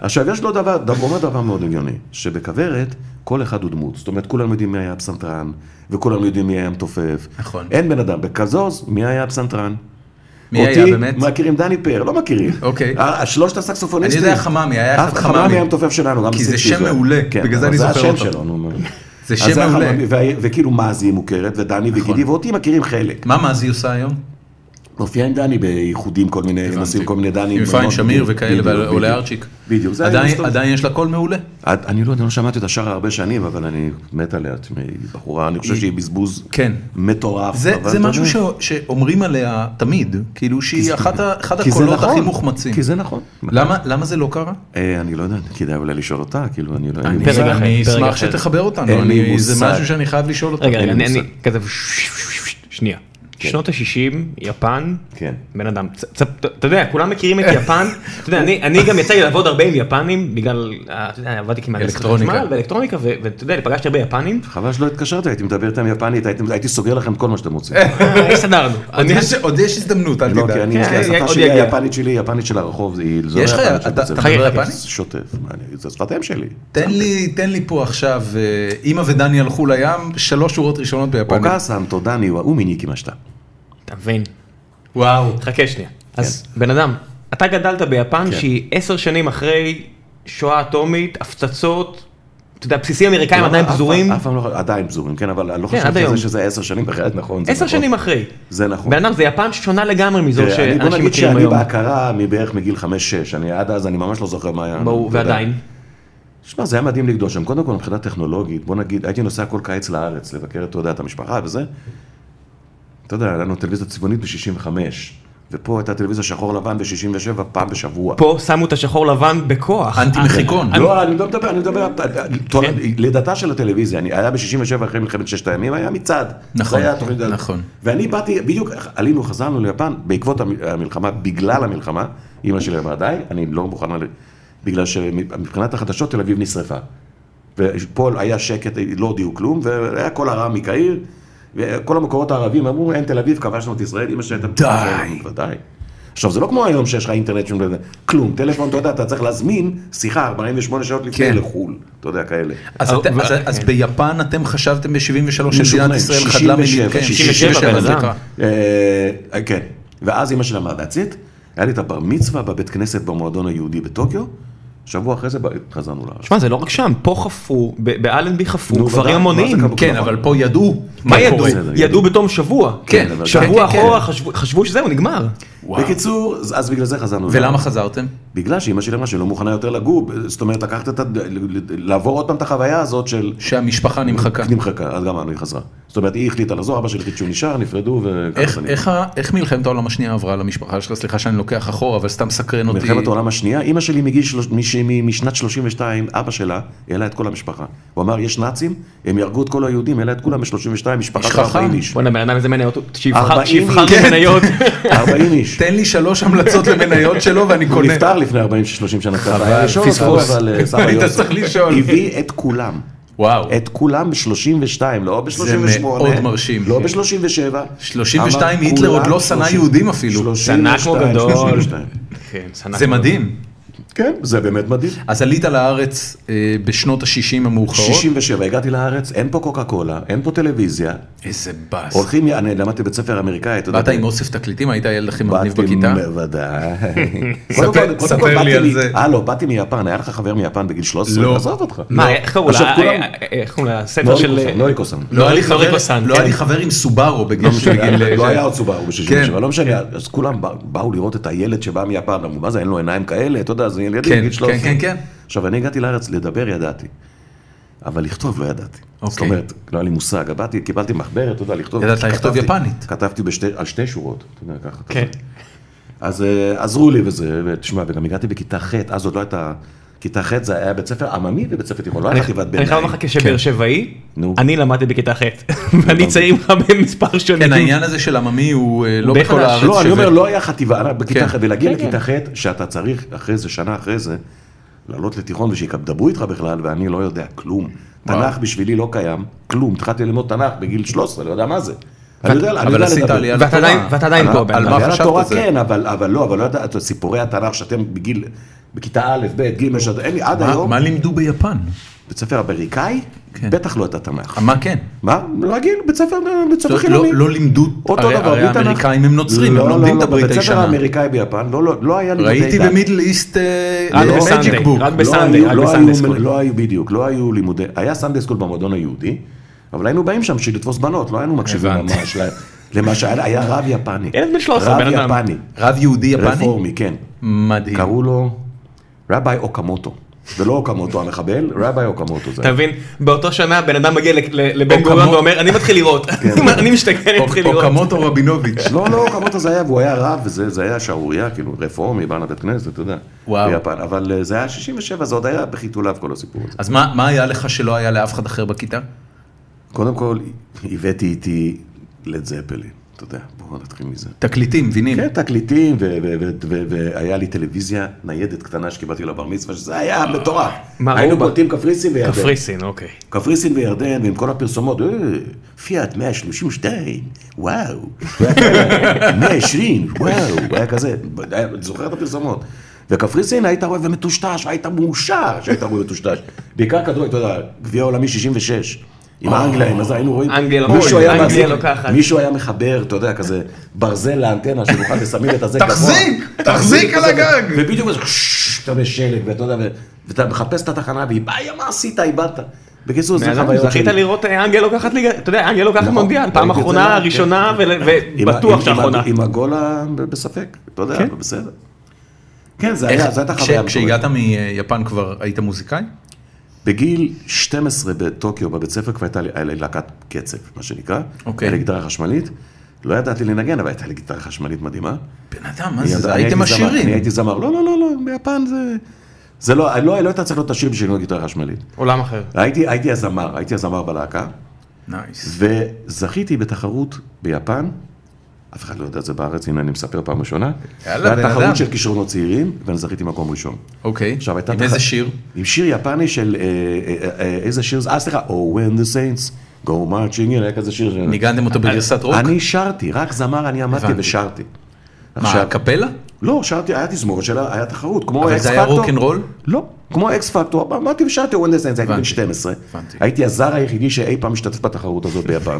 עכשיו, יש לו דבר, דבר- הוא אומר דבר מאוד הגיוני, שבכוורת כל אחד הוא דמות. זאת אומרת, כולם יודעים מי היה הפסנתרן, וכולם יודעים מי היה המתופף.
נכון.
אין בן אדם. בכזוז, מי היה הפסנתרן?
מי היה
אותי
באמת?
מכירים דני פאר, לא מכירים.
אוקיי.
ה- שלושת הסקסופוניסטים.
אני יודע חממי, היה
אף
אחד
חממי
חממי.
היה המתופף שלנו. גם
כי זה
סיקסטיז
שם
הוא היה.
מעולה,
כן,
בגלל זה
אבל
אני זוכר
זה השם
אותו.
שלו, נו. מה.
זה
אז
שם
היה
מעולה. נכון.
חממי, וה- וכאילו מזי מוכרת, ודני וגידי, ואותי מכירים חלק.
מה מזי עושה היום?
מופיע עם דני באיחודים כל מיני, מנסים כל מיני דנים.
עם אפרים
מאוד-
שמיר
בדיוק,
וכאלה,
בדיוק, בדיוק.
ועולה ארצ'יק.
בדיוק, זה היה
עדיין-
היסטוריה.
עדיין יש לה קול מעולה.
את- אני לא יודע, לא שמעתי אותה שרה הרבה שנים, אבל אני מת עליה, תשמעי, היא בחורה, אני חושב
היא-
שהיא בזבוז
כן.
מטורף.
זה,
אבל
זה
אתה
משהו
יודע.
ש, שאומרים עליה תמיד, כאילו שהיא אחת, ה- אחד
כי זה
הקולות
נכון.
הכי מוחמצים.
כי זה נכון.
למה, למה זה לא קרה?
אה, אני לא יודע, כדאי אולי לשאול אותה, כאילו, אני לא... אין לי
אני,
מושג.
פרק אחר,
אני
פרק
אשמח
אחר.
שתחבר אותנו,
אין לי
אני, זה
מושג.
משהו שאני חייב לשאול אותך.
רגע, רגע,
אין לי
אני אני-
מושג.
כזה... שנייה.
כן.
שנות ה-60, יפן,
כן.
בן אדם, צ- צ- אתה- אתה יודע, כולם מכירים את יפן, אתה יודע, אני- אני גם יצא לי לעבוד הרבה עם יפנים, בגלל, אה, אתה יודע, עבדתי כמעט
אלקטרוניקה.
ואלקטרוניקה, ו- ואתה יודע, אני פגשתי הרבה יפנים,
חבל שלא התקשרת, הייתי מדבר איתם יפנית, הייתי- הייתי סוגר לכם כל מה שאתם רוצים.
אה, הסתדרנו.
עוד
אני-
יש- עוד יש הזדמנות, אל
לא, כי
תדאג.
אני, יש לי
כן,
השפה
עוד
שלי,
יגיע.
היפנית שלי, היפנית של הרחוב, זה היא- זה לא
יש לך-
היפנית
אתה-
של
אתה
בית
מדבר
ספר.
יפנית?
שוטף, מה אני- זה שפת אם שלי.
תן לי, תן לי פה עכשיו, אה, אימא ודני הלכו לים, שלוש שורות ראשונות ביפנית.
אוקאסן, תודני, הוא מיניק עם השתה.
אתה מבין?
וואו.
חכה שנייה. אז בן אדם, אתה גדלת ביפן
כן.
שהיא עשר שנים אחרי שואה אטומית, הפצצות, אתה יודע, בסיסים אמריקאים עדיין
לא, אף-
פזורים,
אף פעם לא, עדיין פזורים, כן, אבל אני לא
כן,
חושב
עד היום.
שזה שזה עשר שנים, בהחלט נכון. זה
עשר
נכון.
שנים אחרי.
זה נכון.
בן אדם, זה יפן שונה לגמרי מזו
תראה, אני- בוא
שאנשים
נגיד
מכירים
שאני
היום.
בהכרה מבערך מגיל 5-6, אני עד אז, אני ממש לא זוכר מה היה.
ברור,
אתה יודע.
ועדיין.
שמע, זה היה מדהים לגדול שם. קודם כל, מבחינה טכנולוגית, בוא נגיד, הייתי נוסע כל קיץ לארץ לבקר, אתה יודע, את המשפחה וזה. אתה יודע, היה לנו טלוויזיה צבעונית ב-65. ופה הייתה טלוויזיה שחור לבן ב-67 פעם בשבוע.
פה שמו את השחור לבן בכוח.
אנטי מחיקון.
לא, אני לא מדבר, אני מדבר,
כן.
תור- לידתה של הטלוויזיה, אני- היה ב-67 אחרי מלחמת ששת הימים, היה מצעד.
נכון,
זה היה התוכנית הזאת.
נכון.
ואני באתי, בדיוק עלינו, חזרנו ליפן, בעקבות המ- המלחמה, בגלל המלחמה, אימא שלי אמרה, די, אני לא מוכנה, ל- בגלל שמבחינת החדשות תל אביב נשרפה. ופה היה שקט, לא הודיעו כלום, והיה כל הרע מקהיר, וכל המקורות הערבים אמרו, אין תל אביב, כבשנו את ישראל, אימא שלי הייתה...
די.
ודאי. עכשיו, זה לא כמו היום שיש לך אינטרנט, שם- כלום, טלפון, אתה יודע, אתה צריך להזמין שיחה 48 שעות לפני
כן.
לחו"ל, אתה יודע, כאלה.
אז
אה,
אתם-
ו-
אז- אז
כן.
ביפן אתם חשבתם ב-73
משוכנעים,
שמדינת ישראל חדלה
67,
מלהתקיים. כן,
67,
67,
בן אדם.
סליחה.
אה, כן. ואז אימא שלה אמרה, that's it, היה לי את הבר מצווה בבית כנסת במועדון היהודי בטוקיו, שבוע אחרי זה ב- חזרנו לארץ.
שמע, זה לא רק שם, פה חפרו, ב- באלנבי
נו,
חפרו
ודאי,
גברים
מה זה
המוניים.
כמובן?
כן, אבל פה ידעו מה
מה ידעו?
קורה.
בסדר, ידעו.
ידעו בתום שבוע.
כן,
כן,
שבוע
כן, כן,
אחורה
כן.
חשבו- חשבו שזהו, נגמר.
וואו.
בקיצור, אז אז בגלל זה חזרנו.
ולמה
לארץ.
חזרתם?
בגלל שאימא שלי אמרה שהיא לא מוכנה יותר לגור, זאת אומרת, לקחת את ה... לעבור עוד פעם את החוויה הזאת של...
שהמשפחה נמחקה.
נמחקה, אז גם אני חזרה. זאת אומרת, היא החליטה לחזור, אבא שלי החליט שהוא נשאר, נפרדו וככה
איך-
זה נגמר.
איך ה- איך מלחמת העולם השנייה עברה למשפחה שלך? סליחה שאני לוקח אחורה, אבל סתם סקרן אותי.
מלחמת העולם השנייה, אימא שלי מגיל, שלוש- מש- מ- משנת 32, אבא שלה העלה את כל המשפחה. הוא אמר, יש נאצים, הם יהרגו את כל היהודים, העלה את כולם ב-32, משפחה
איש
של 40
חכם.
איש.
בואנה, בן אדם איזה מניות, שיבחר
ארבעים,
שיבחר
כן.
מניות.
40 איש.
תן לי שלוש המלצות למניות שלו ואני
הוא
קונה.
נפטר לפני 40-30 שנה. חבל,
פספוס. היית
היית
צריך לשאול.
אה, הביא את כולם.
וואו.
את כולם ב-32, לא ב-38.
מאוד מרשים,
לא
כן.
ב-37.
32, היטלר עוד לא שנא יהודים אפילו.
שנא כמו גדול.
32.
כן, צנח.
זה מדהים.
כן, זה באמת מדהים.
אז עלית לארץ אה, בשנות ה-60 המאוחרות.
67, הגעתי לארץ, אין פה קוקה קולה, אין פה טלוויזיה,
איזה באס.
הולכים, אני למדתי בבית ספר אמריקאי, אתה יודע.
באת עם אוסף תקליטים? היית הילד הכי מגניב
באתי אה,
בכיתה? לא
בוודאי.
ספר-
קודם כל- קודם כל
ספר לי
באתי
על
מ-
זה.
אה, לא, באתי מיפן, היה לך חבר מיפן בגיל 13?
לא.
עזוב אותך.
מה, איך קראו
עכשיו
לה?
כולם- לא
אה, אה, איך קראו לה? הספר
נוריקו-סן,
של...
נוריקו-סן.
לא היה לי
נוריקו
חבר-
סן,
לא
כן.
היה לי חבר עם סובארו בגיל
לא משנה,
בגיל-
לא היה עוד סובארו ב-67,
אה, כן.
לא משנה, אז כולם בא- באו לראות את הילד שבא מיפן, אמרו, מה זה, אין לו עיניים כאלה, אתה יודע, זה ילד
כן,
בגיל 13.
כן, כן, כן.
עכשיו, אני הגעתי לארץ, לדבר ידעתי, אבל לכתוב לא ידעתי. זאת
אוקיי.
אומרת, לא היה לי מושג, באתי, קיבלתי מחברת, אתה יודע, לכתוב.
ידעת לכתוב
כתבתי-
יפנית.
כתבתי בשתי- על שתי שורות, אתה יודע, ככה.
כן.
כזה. אז אה, עזרו לי וזה, ותשמע, וגם הגעתי בכיתה ח', אז עוד לא הייתה... כיתה ח' זה היה בית ספר עממי ובית ספר תיכון, לא
אני
היה חטיבת
אני
ביניים.
חייב לומר לך
כן.
כשבאר שבעי,
נו.
אני למדתי בכיתה ח' ואני צעיר ממך במספר
לא, כן,
שנים.
העניין הזה של עממי הוא אה, לא
די
בכל
חדש.
הארץ
לא, אני
שווה.
אומר, לא היה חטיבה, אלא בכיתה
כן.
ח', ולהגיע
כן,
לכיתה ח', שאתה צריך אחרי זה, שנה אחרי זה, לעלות לתיכון ושידברו איתך בכלל, ואני לא יודע כלום.
וואו.
תנ"ך בשבילי לא קיים, כלום. התחלתי ללמוד תנ"ך בגיל 13, לא יודע מה זה. אני יודע, אני
אבל
יודע
עשית
לדבר.
עלייה
ואתה
לתורה.
עדיין- ואתה עדיין
על-
פה, בן
על
אדם.
מה
עלייה
חשבת
לתורה
זה?
כן, אבל, אבל לא, אבל לא יודעת, סיפורי התנ"ך שאתם בגיל, בכיתה א', ב', ג', שאתה- אין לי עד
מה-
היום,
מה לימדו ביפן?
בית ספר אמריקאי,
כן.
בטח לא את התנ"ך.
מה כן?
מה? לא רגיל, בית ספר, בית ספר
לא-
חילוני.
לא- לא לימדו,
אותו
הרי-
דבר,
הרי
בלי תנ"ך.
האמריקאים הם נוצרים,
לא,
הם
לא,
לומדים את
לא,
הברית
בבית ספר
הישנה.
האמריקאי ביפן, לא, לא, לא היה לימודי
ראיתי
דת.
במידל איסט אה,
רק
אה,
בסנדיי,
Magic Book.
רק
לא
בסנדיי,
היו-
רק
לא
בסנדיי
היו-
סקול.
לא היו, בדיוק, לא היו לימודי, היה סנדיי סקול במועדון היהודי, אבל היינו באים שם בשביל לתפוס בנות, לא היינו מקשיבים
הבנתי.
ממש ל- למה שהיה, היה רב יפני.
ילד בן 13, בן אדם.
רב יפני,
רב יהודי יפני?
רפורמי, כן.
מדהים.
קראו לו רבי אוקמוטו, זה לא אוקמוטו המחבל, רבי אוקמוטו זה.
אתה מבין? באותו שנה בן אדם מגיע ל- ל- לבן
או
גוריון
כמו-
ואומר, אני מתחיל לראות. אני משתגע, אני מתחיל
או
לראות.
קמוטו רבינוביץ'.
לא, לא, כמות זה היה, והוא היה רב, וזה זה היה שערורייה, כאילו, רפורמי, בא לבית כנסת, אתה יודע.
וואו.
ביפן, אבל אה, זה היה 67, זה עוד היה בחיתוליו כל הסיפור הזה.
אז מה מה היה לך שלא היה לאף אחד אחר בכיתה?
קודם כל, הבאתי איתי לד זפלין, אתה יודע, בואו נתחיל מזה.
תקליטים, וינים.
כן, תקליטים, ו- ו- ו- ו- והיה לי טלוויזיה ניידת קטנה שקיבלתי לבר מצווה, שזה היה מטורף.
מה,
היינו
רובה?
בולטים קפריסין וירדן.
קפריסין, אוקיי.
קפריסין וירדן, ועם כל הפרסומות, "אה, פיאט 132, וואו, 120, וואו, היה כזה, היה- זוכר את הפרסומות. וקפריסין היית רואה ומטושטש, היית מאושר שהיית רואה מטושטש. בעיקר כדורגל, אתה יודע, גביע עולמי 66. עם אנגליה, עם הזה, היינו רואים,
אנגליה לוקחת,
מישהו היה
אנגליה
מחזיק-
לוקחת.
מישהו היה מחבר, אתה יודע, כזה ברזל לאנטנה, שנוכל לסמים את הזה
תחזיק, תחזיק על הגג.
ובדיוק כזה, "ש- אתה בשלג, ואתה יודע, ו- ואתה מחפש את התחנה, והיא באה, מה עשית, איבדת. בקיצור, זה
בן אדם,
חוויות
זכית
שלי.
לראות אה, אנגליה לוקחת ליגה, אתה יודע, אנגליה לוקחת
נכון.
מונדיאל, פעם
ראיתי את זה
אחרונה,
לה, כן.
ראשונה, ול-
עם ה- עם-
ובטוח
עם
שאחרונה.
ה- עם הגול ה- ב- בספק, אתה יודע, אבל בסדר. כן, זה היה,
איך-
זו הייתה
כש-
חוויה. מטורפת.
כשהגעת מיפן כבר היית מוזיקאי?
בגיל 12 בטוקיו, בבית ספר, כבר הייתה לי היה לי להקת קצב, מה שנקרא.
אוקיי.
היה לי גיטרה חשמלית, לא ידעתי לנגן, אבל הייתה לי גיטרה חשמלית מדהימה.
בן אדם, מה
אני
זה,
ידע-
זה?
אני
הייתם
הייתי זמר, אני
עשירים.
הייתי זמר, לא, לא, לא, לא, ביפן זה... זה לא, לא, לא הייתה צריך להיות עשיר בשביל לנגן גיטרה חשמלית.
עולם אחר.
הייתי, הייתי הזמר, הייתי הזמר בלהקה,
נייס.
וזכיתי בתחרות ביפן, אף אחד לא יודע את זה בארץ, הנה אני מספר פעם ראשונה.
יאללה, בן
הייתה
אדם.
תחרות של כישרונות צעירים, ואני זכיתי מקום ראשון.
אוקיי.
עכשיו הייתה
עם
תחרות-
איזה שיר?
עם שיר יפני של, אה, אה, אה, איזה שיר זה? אה, סליחה, Oh when the saints go marching in, היה כזה שיר. ש-
ניגנתם אותו בגרסת רוק?
אה, אני שרתי, רק זמר אני עמדתי
הבנתי.
ושרתי.
מה, קפלה?
לא, שרתי, היה תזמורת שלה, היה תחרות, כמו
אבל
אקס
זה היה
פקטור.
רוקנרול?
לא, כמו אקס פקטור, אמרתי ושרתי וונדס סיינס, הייתי בן
הבנתי.
12.
הבנתי.
הייתי הזר היחידי שאי פעם השתתף בתחרות הזאת ביפן.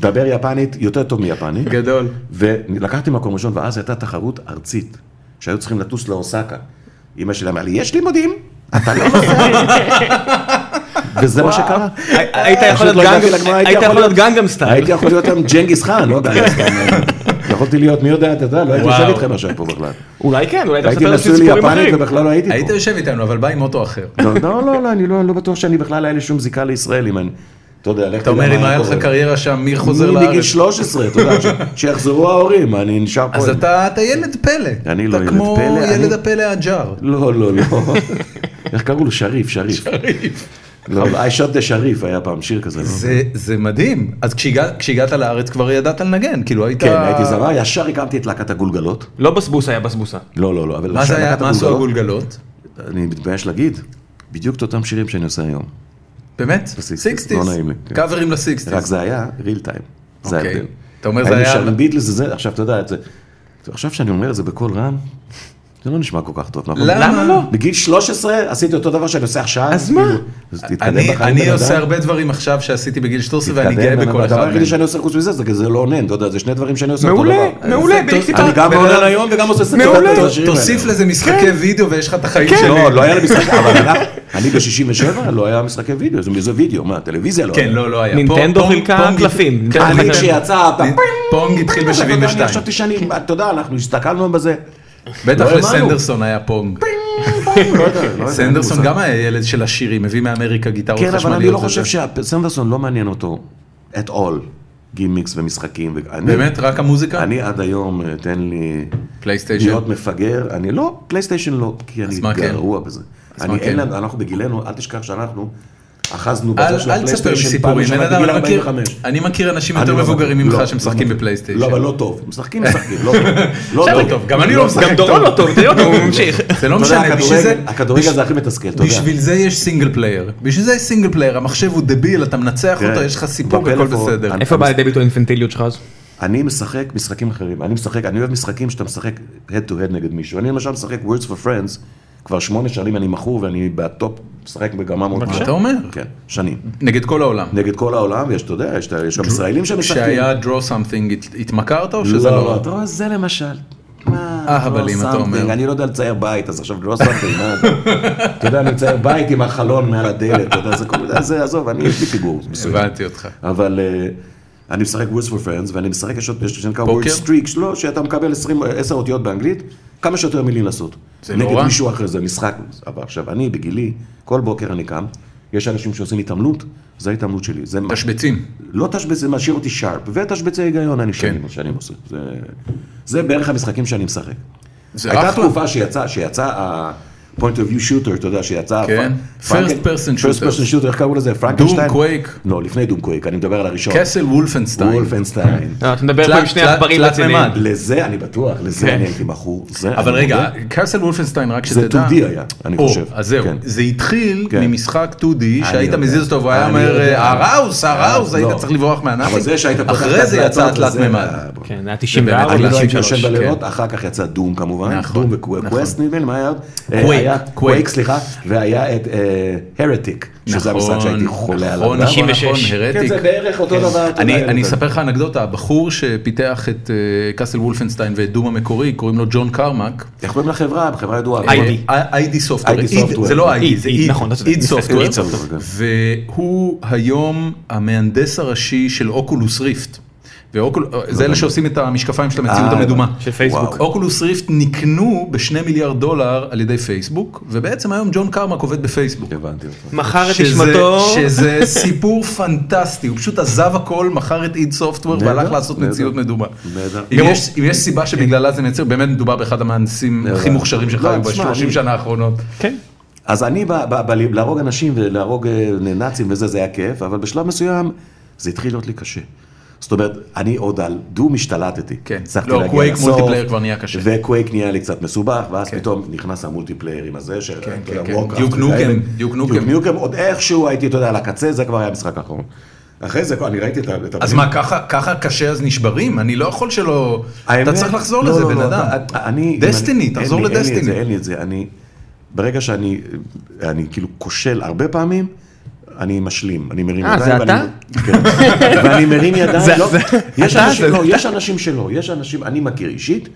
דבר יפנית יותר טוב מיפנית.
גדול.
ולקחתי מקום ראשון, ואז הייתה תחרות ארצית, שהיו צריכים לטוס לאוסקה. אמא שלי אמרה לי, יש לימודים, אתה לא נוסע. וזה מה שקרה.
היית יכול להיות
פשוט לא
גנגם-
הגעתי לגמר,
היית
הייתי יכול
יכול להיות גנגם סטייל.
הייתי יכול להיות גם ג'נגיס חאן, לא יודע. יכולתי להיות, מי יודע, אתה יודע, לא הייתי
וואו.
יושב איתכם עכשיו פה בכלל.
אולי כן, אולי אתה
הייתי
מספר לנו
נשוי
סיפורים
ליפנית
אחרים.
ובכלל לא הייתי פה.
היית יושב איתנו, אבל בא עם אוטו אחר.
לא, לא, לא, לא, אני לא לא בטוח שאני בכלל היה לי שום זיקה לישראל, אם אני, אתה יודע, לך
אתה אומר, אם היה לך קריירה שם, מי חוזר
מגיל
לארץ?
13, אתה יודע, ש- שיחזרו ההורים, מה, אני נשאר פה.
אז
עם-
אתה אתה ילד פלא.
אני לא ילד
אתה כמו
פלא, אני-
ילד הפלא הג'אר.
לא, לא, לא. איך קראו לו? שריף, שריף. לא, I shot the שריף היה פעם שיר כזה. לא?
זה- זה מדהים. אז כשהגע- כשהגעת לארץ כבר ידעת לנגן, כאילו היית...
כן, הייתי זמר, ישר הקמתי את להקת הגולגלות.
לא בסבוסה היה בסבוסה.
לא, לא, לא, אבל...
מה זה היה,
להקת
מה עשו הגולגלות?
אני מתבייש להגיד, בדיוק את אותם שירים שאני עושה היום.
באמת?
ב-sixties, לא נעים לי, כן.
קאברים
רק
לסיקסטיז.
זה היה real time. זה
אוקיי.
ההבדל.
אתה אומר, זה היה-
היינו שרים ביטלס וזה, עכשיו אתה יודע, את זה... עכשיו שאני אומר את זה בקול רם, זה לא נשמע כל כך טוב. נכון?
למה לא?
בגיל 13 עשיתי אותו דבר שאני עושה עכשיו.
אז מה?
כאילו, אז תתקדם
אני-
בחיים, בן
אני
אדם.
עושה הרבה דברים עכשיו שעשיתי בגיל 13 ואני
תתקדם,
גאה
בן אדם.
בכל אחד
הדבר
מהם.
היחידי שאני עושה חוץ מזה זה כזה לא אונן, אתה יודע, זה שני דברים שאני עושה אותו דבר.
מעולה, מעולה,
זה-
בדיוק
אני
סיפרתי.
אני גם
בן
מעונן
אדם-
היום וגם עושה סרטון.
מעולה.
את השירים האלה. כן.
תוסיף לזה משחקי וידאו ויש לך את החיים שלי.
לא, לא היה לי משחק, אבל אנחנו- אני ב-67 לא היה משחקי וידאו, זה- זה וידאו, מה, טלוויזיה לא
כן,
היה.
לא, לא היה.
נינטנדו
פונג-
חילקה
פונג-
קלפים.
כן,
אני
נינטנדו.
כשיצא, אתה-
נינ- פונג התחיל
אתה יודע, אני
ב-72.
חשבתי שאני, אתה יודע, אנחנו הסתכלנו בזה.
בטח
לא האמנו.
לסנדרסון היה פונג.
לא יודע, לא יודע, אין לי
סנדרסון
מושג.
גם היה ילד של השירים, הביא מאמריקה גיטרות
כן,
חשמליות.
אבל אני לא
וזה.
חושב שסנדרסון לא מעניין אותו, at all, גימיקס ומשחקים. ואני-
באמת? רק המוזיקה?
אני עד היום, אה, תן לי...
פלייסטיישן?
להיות מפגר, אני לא, פלייסטיישן לא, כי אני
מה כן?
גרוע בזה.
אז
אני
מה
אין
כן?
לנו, אנחנו בגילנו, אל תשכח שאנחנו אחזנו
אל
בזה של
אל תספר לי
הפלייסטיישן פעם
סיפורים, בן
ראשונה
אדם,
בגיל
אני מכיר-
45.
אני מכיר אנשים
אני
יותר
לא
מבוגרים
מכיר.
ממך
לא,
שמשחקים
לא,
בפלייסטיישן.
לא, אבל לא טוב. משחקים, משחקים, לא טוב.
בסדר, טוב, גם אני לא משחק
גם דורון לא טוב, תראה אותו, הוא ממשיך.
זה לא
אתה יודע,
משנה, בשביל זה...
הכדורגל- הכדורגל זה הכי מתסכל, אתה יודע.
בשביל זה יש סינגל פלייר, בשביל זה יש סינגל פלייר, המחשב הוא דביל, אתה מנצח
תראה,
אותו, יש לך סיפור, הכל
בפלאפון,
בסדר.
כן. אני-
איפה בא לידי ביטוי האינפנטיליות שלך אז?
אני משחק משחקים אחרים. אני משחק, אני אוהב משחקים שאתה משחק head to head נגד מישהו. אני למשל משחק words for friends, כבר שמונה שנים אני מכור ואני בטופ, משחק בגרמה מאוד
מה
גבוהה.
אתה אומר?
כן, שנים.
נגד כל העולם.
נגד כל העולם, ויש, אתה יודע, יש יש גם ישראלים שמשחקים.
כשהיה draw something הת- התמכרת או שזה
לא,
לא?
לא, אתה רואה, זה למשל. מה,
אה, אבל
draw
אם אתה
something,
אומר.
אני לא יודע לצייר בית, אז עכשיו לא סמפינג, מה אתה? אתה יודע, אני מצייר בית עם החלון מעל הדלת, אתה יודע, זה כל מיני, זה, עזוב, אני, יש לי פיגור. מסוים.
הבנתי אותך.
אבל אה, אני משחק words for friends, ואני משחק, יש עוד, יש לי שנקרא word
פוקר?
streaks, לא, שאתה מקבל 20, 10 אותיות באנגלית, כמה שיותר מילים לעשות.
זה לא רע.
נגד מישהו אחר, זה משחק. אבל עכשיו, אני בגילי, כל בוקר אני קם, יש אנשים שעושים התעמלות, זו ההתעמלות שלי. זה מה-
תשבצים.
לא תשבץ, זה משאיר אותי שרפ, ותשבצי היגיון
כן.
אני שנים, שאני עושה. זה, זה בערך המשחקים שאני משחק.
זה
הייתה
אחלה.
תקופה שיצא, שיצא ה-point of view shooter, אתה יודע, שיצא...
כן. First
ה- פרנקן-
person
first
shooter.
person shooter, איך קראו לזה? פרנקנשטיין?
Quake. כן.
לא, לפני דום קווייק, אני מדבר על הראשון.
קסל וולפנשטיין.
וולפנסטיין.
אה, אתה מדבר פה עם
תלת-
שני
תלת-
עכברים
תלת
רציניים.
ממד.
לזה אני בטוח, לזה אני הייתי מכור. זה
כן. אבל
אני
רגע,
מודה.
קרסל וולפנשטיין, רק
אוקיי. זה
שתדע.
2D היה, אני
או,
חושב.
אז זהו,
כן.
זה התחיל
כן.
ממשחק 2D, שהיית
יודע.
מזיז אותו, והוא היה
אני
אומר,
יודע.
הראוס, הראוס,
לא.
היית צריך לברוח מהנאצים.
אבל זה שהיית פותח את
אחרי זה יצא
הדלתות,
התלת
זה
מימד.
היה-
כן, היה
באמת
94,
אני
אני לא הייתי
93.
יושב בלילות,
כן.
אחר כך יצא דום כמובן,
נכון,
דום
נכון.
וקווסט נדמה לי, מה היה עוד?
Quake, Quake.
קווייק, סליחה, והיה את הרטיק, שזה המשחק שהייתי חולה עליו.
נכון,
נכון?
נכון, נכון,
96.
הרטיק.
כן, זה בערך אותו דבר. אתה
אני
יודע,
אני
אתה-
אספר לך אנקדוטה, הבחור שפיתח את אה, קאסל וולפנשטיין ואת דום המקורי, קוראים לו ג'ון קרמק.
איך קוראים לחברה? החברה ידועה.
אה,
ID.
איי-די סופטוור,
ID Software.
זה לא איי-די,
איד,
זה
איד,
איד,
נכון, אתה צודק.
איד סופטוור,
איד Software, כן.
והוא היום המהנדס הראשי של אוקולוס ריפט. ואוקול- זה אלה שעושים את המשקפיים של המציאות
אה,
המדומה.
לא של פייסבוק.
וואו.
אוקולוס ריפט נקנו בשני מיליארד דולר על ידי פייסבוק, ובעצם היום ג'ון קרמק עובד בפייסבוק.
הבנתי אותך.
מכר את
שזה-
נשמתו.
שזה סיפור פנטסטי, הוא פשוט עזב הכל, מכר את איד סופטוור
נהדר,
והלך לעשות
נהדר.
מציאות מדומה.
נהדר.
אם
גם
יש- אם יש סיבה שבגללה זה נעצר, באמת מדובר באחד המהנדסים
נהדר.
הכי מוכשרים
לא,
שחיו
תשמע,
ב-30
אני-
שנה האחרונות.
כן.
אז אני, ב, ב, ב, להרוג אנשים ולהרוג אה, נאצים וזה, זה היה כיף, אבל בשלב מסוים זה התחיל להיות לי קשה. זאת אומרת, אני עוד על דום השתלטתי.
כן.
הצלחתי
לא,
להגיע
Quake
לסוף,
מולטיפלייר כבר נהיה קשה.
וקווייק נהיה לי קצת מסובך, ואז
כן.
פתאום נכנס המולטיפלייר עם הזה של...
כן,
אתה
כן,
יודע,
כן.
Warcraft
דיוק נוקם,
וכאלה.
דיוק נוקם.
דיוק נוקם, עוד איכשהו הייתי, אתה יודע, על הקצה, זה כבר היה המשחק האחרון. אחרי זה, כבר אני ראיתי את ה... את
אז
ה-
מה, ככה- ככה קשה אז נשברים? אני לא יכול שלא... אתה
האמת-
צריך לחזור
לא,
לזה,
לא,
בן
לא,
אדם.
אתה- אני... אם אני-
דסטיני, תחזור
אין לי- אין לי את זה,
לדסטיני.
אין לי את זה, אני... ברגע שאני אני כאילו כושל הרבה פעמים, אני משלים, אני מרים
אה,
ידיים.
זה
ואני- כן. ואני מרים ידיים, לא, יש אנשים- לא, יש אנשים שלא, יש אנשים, אני מכיר אישית,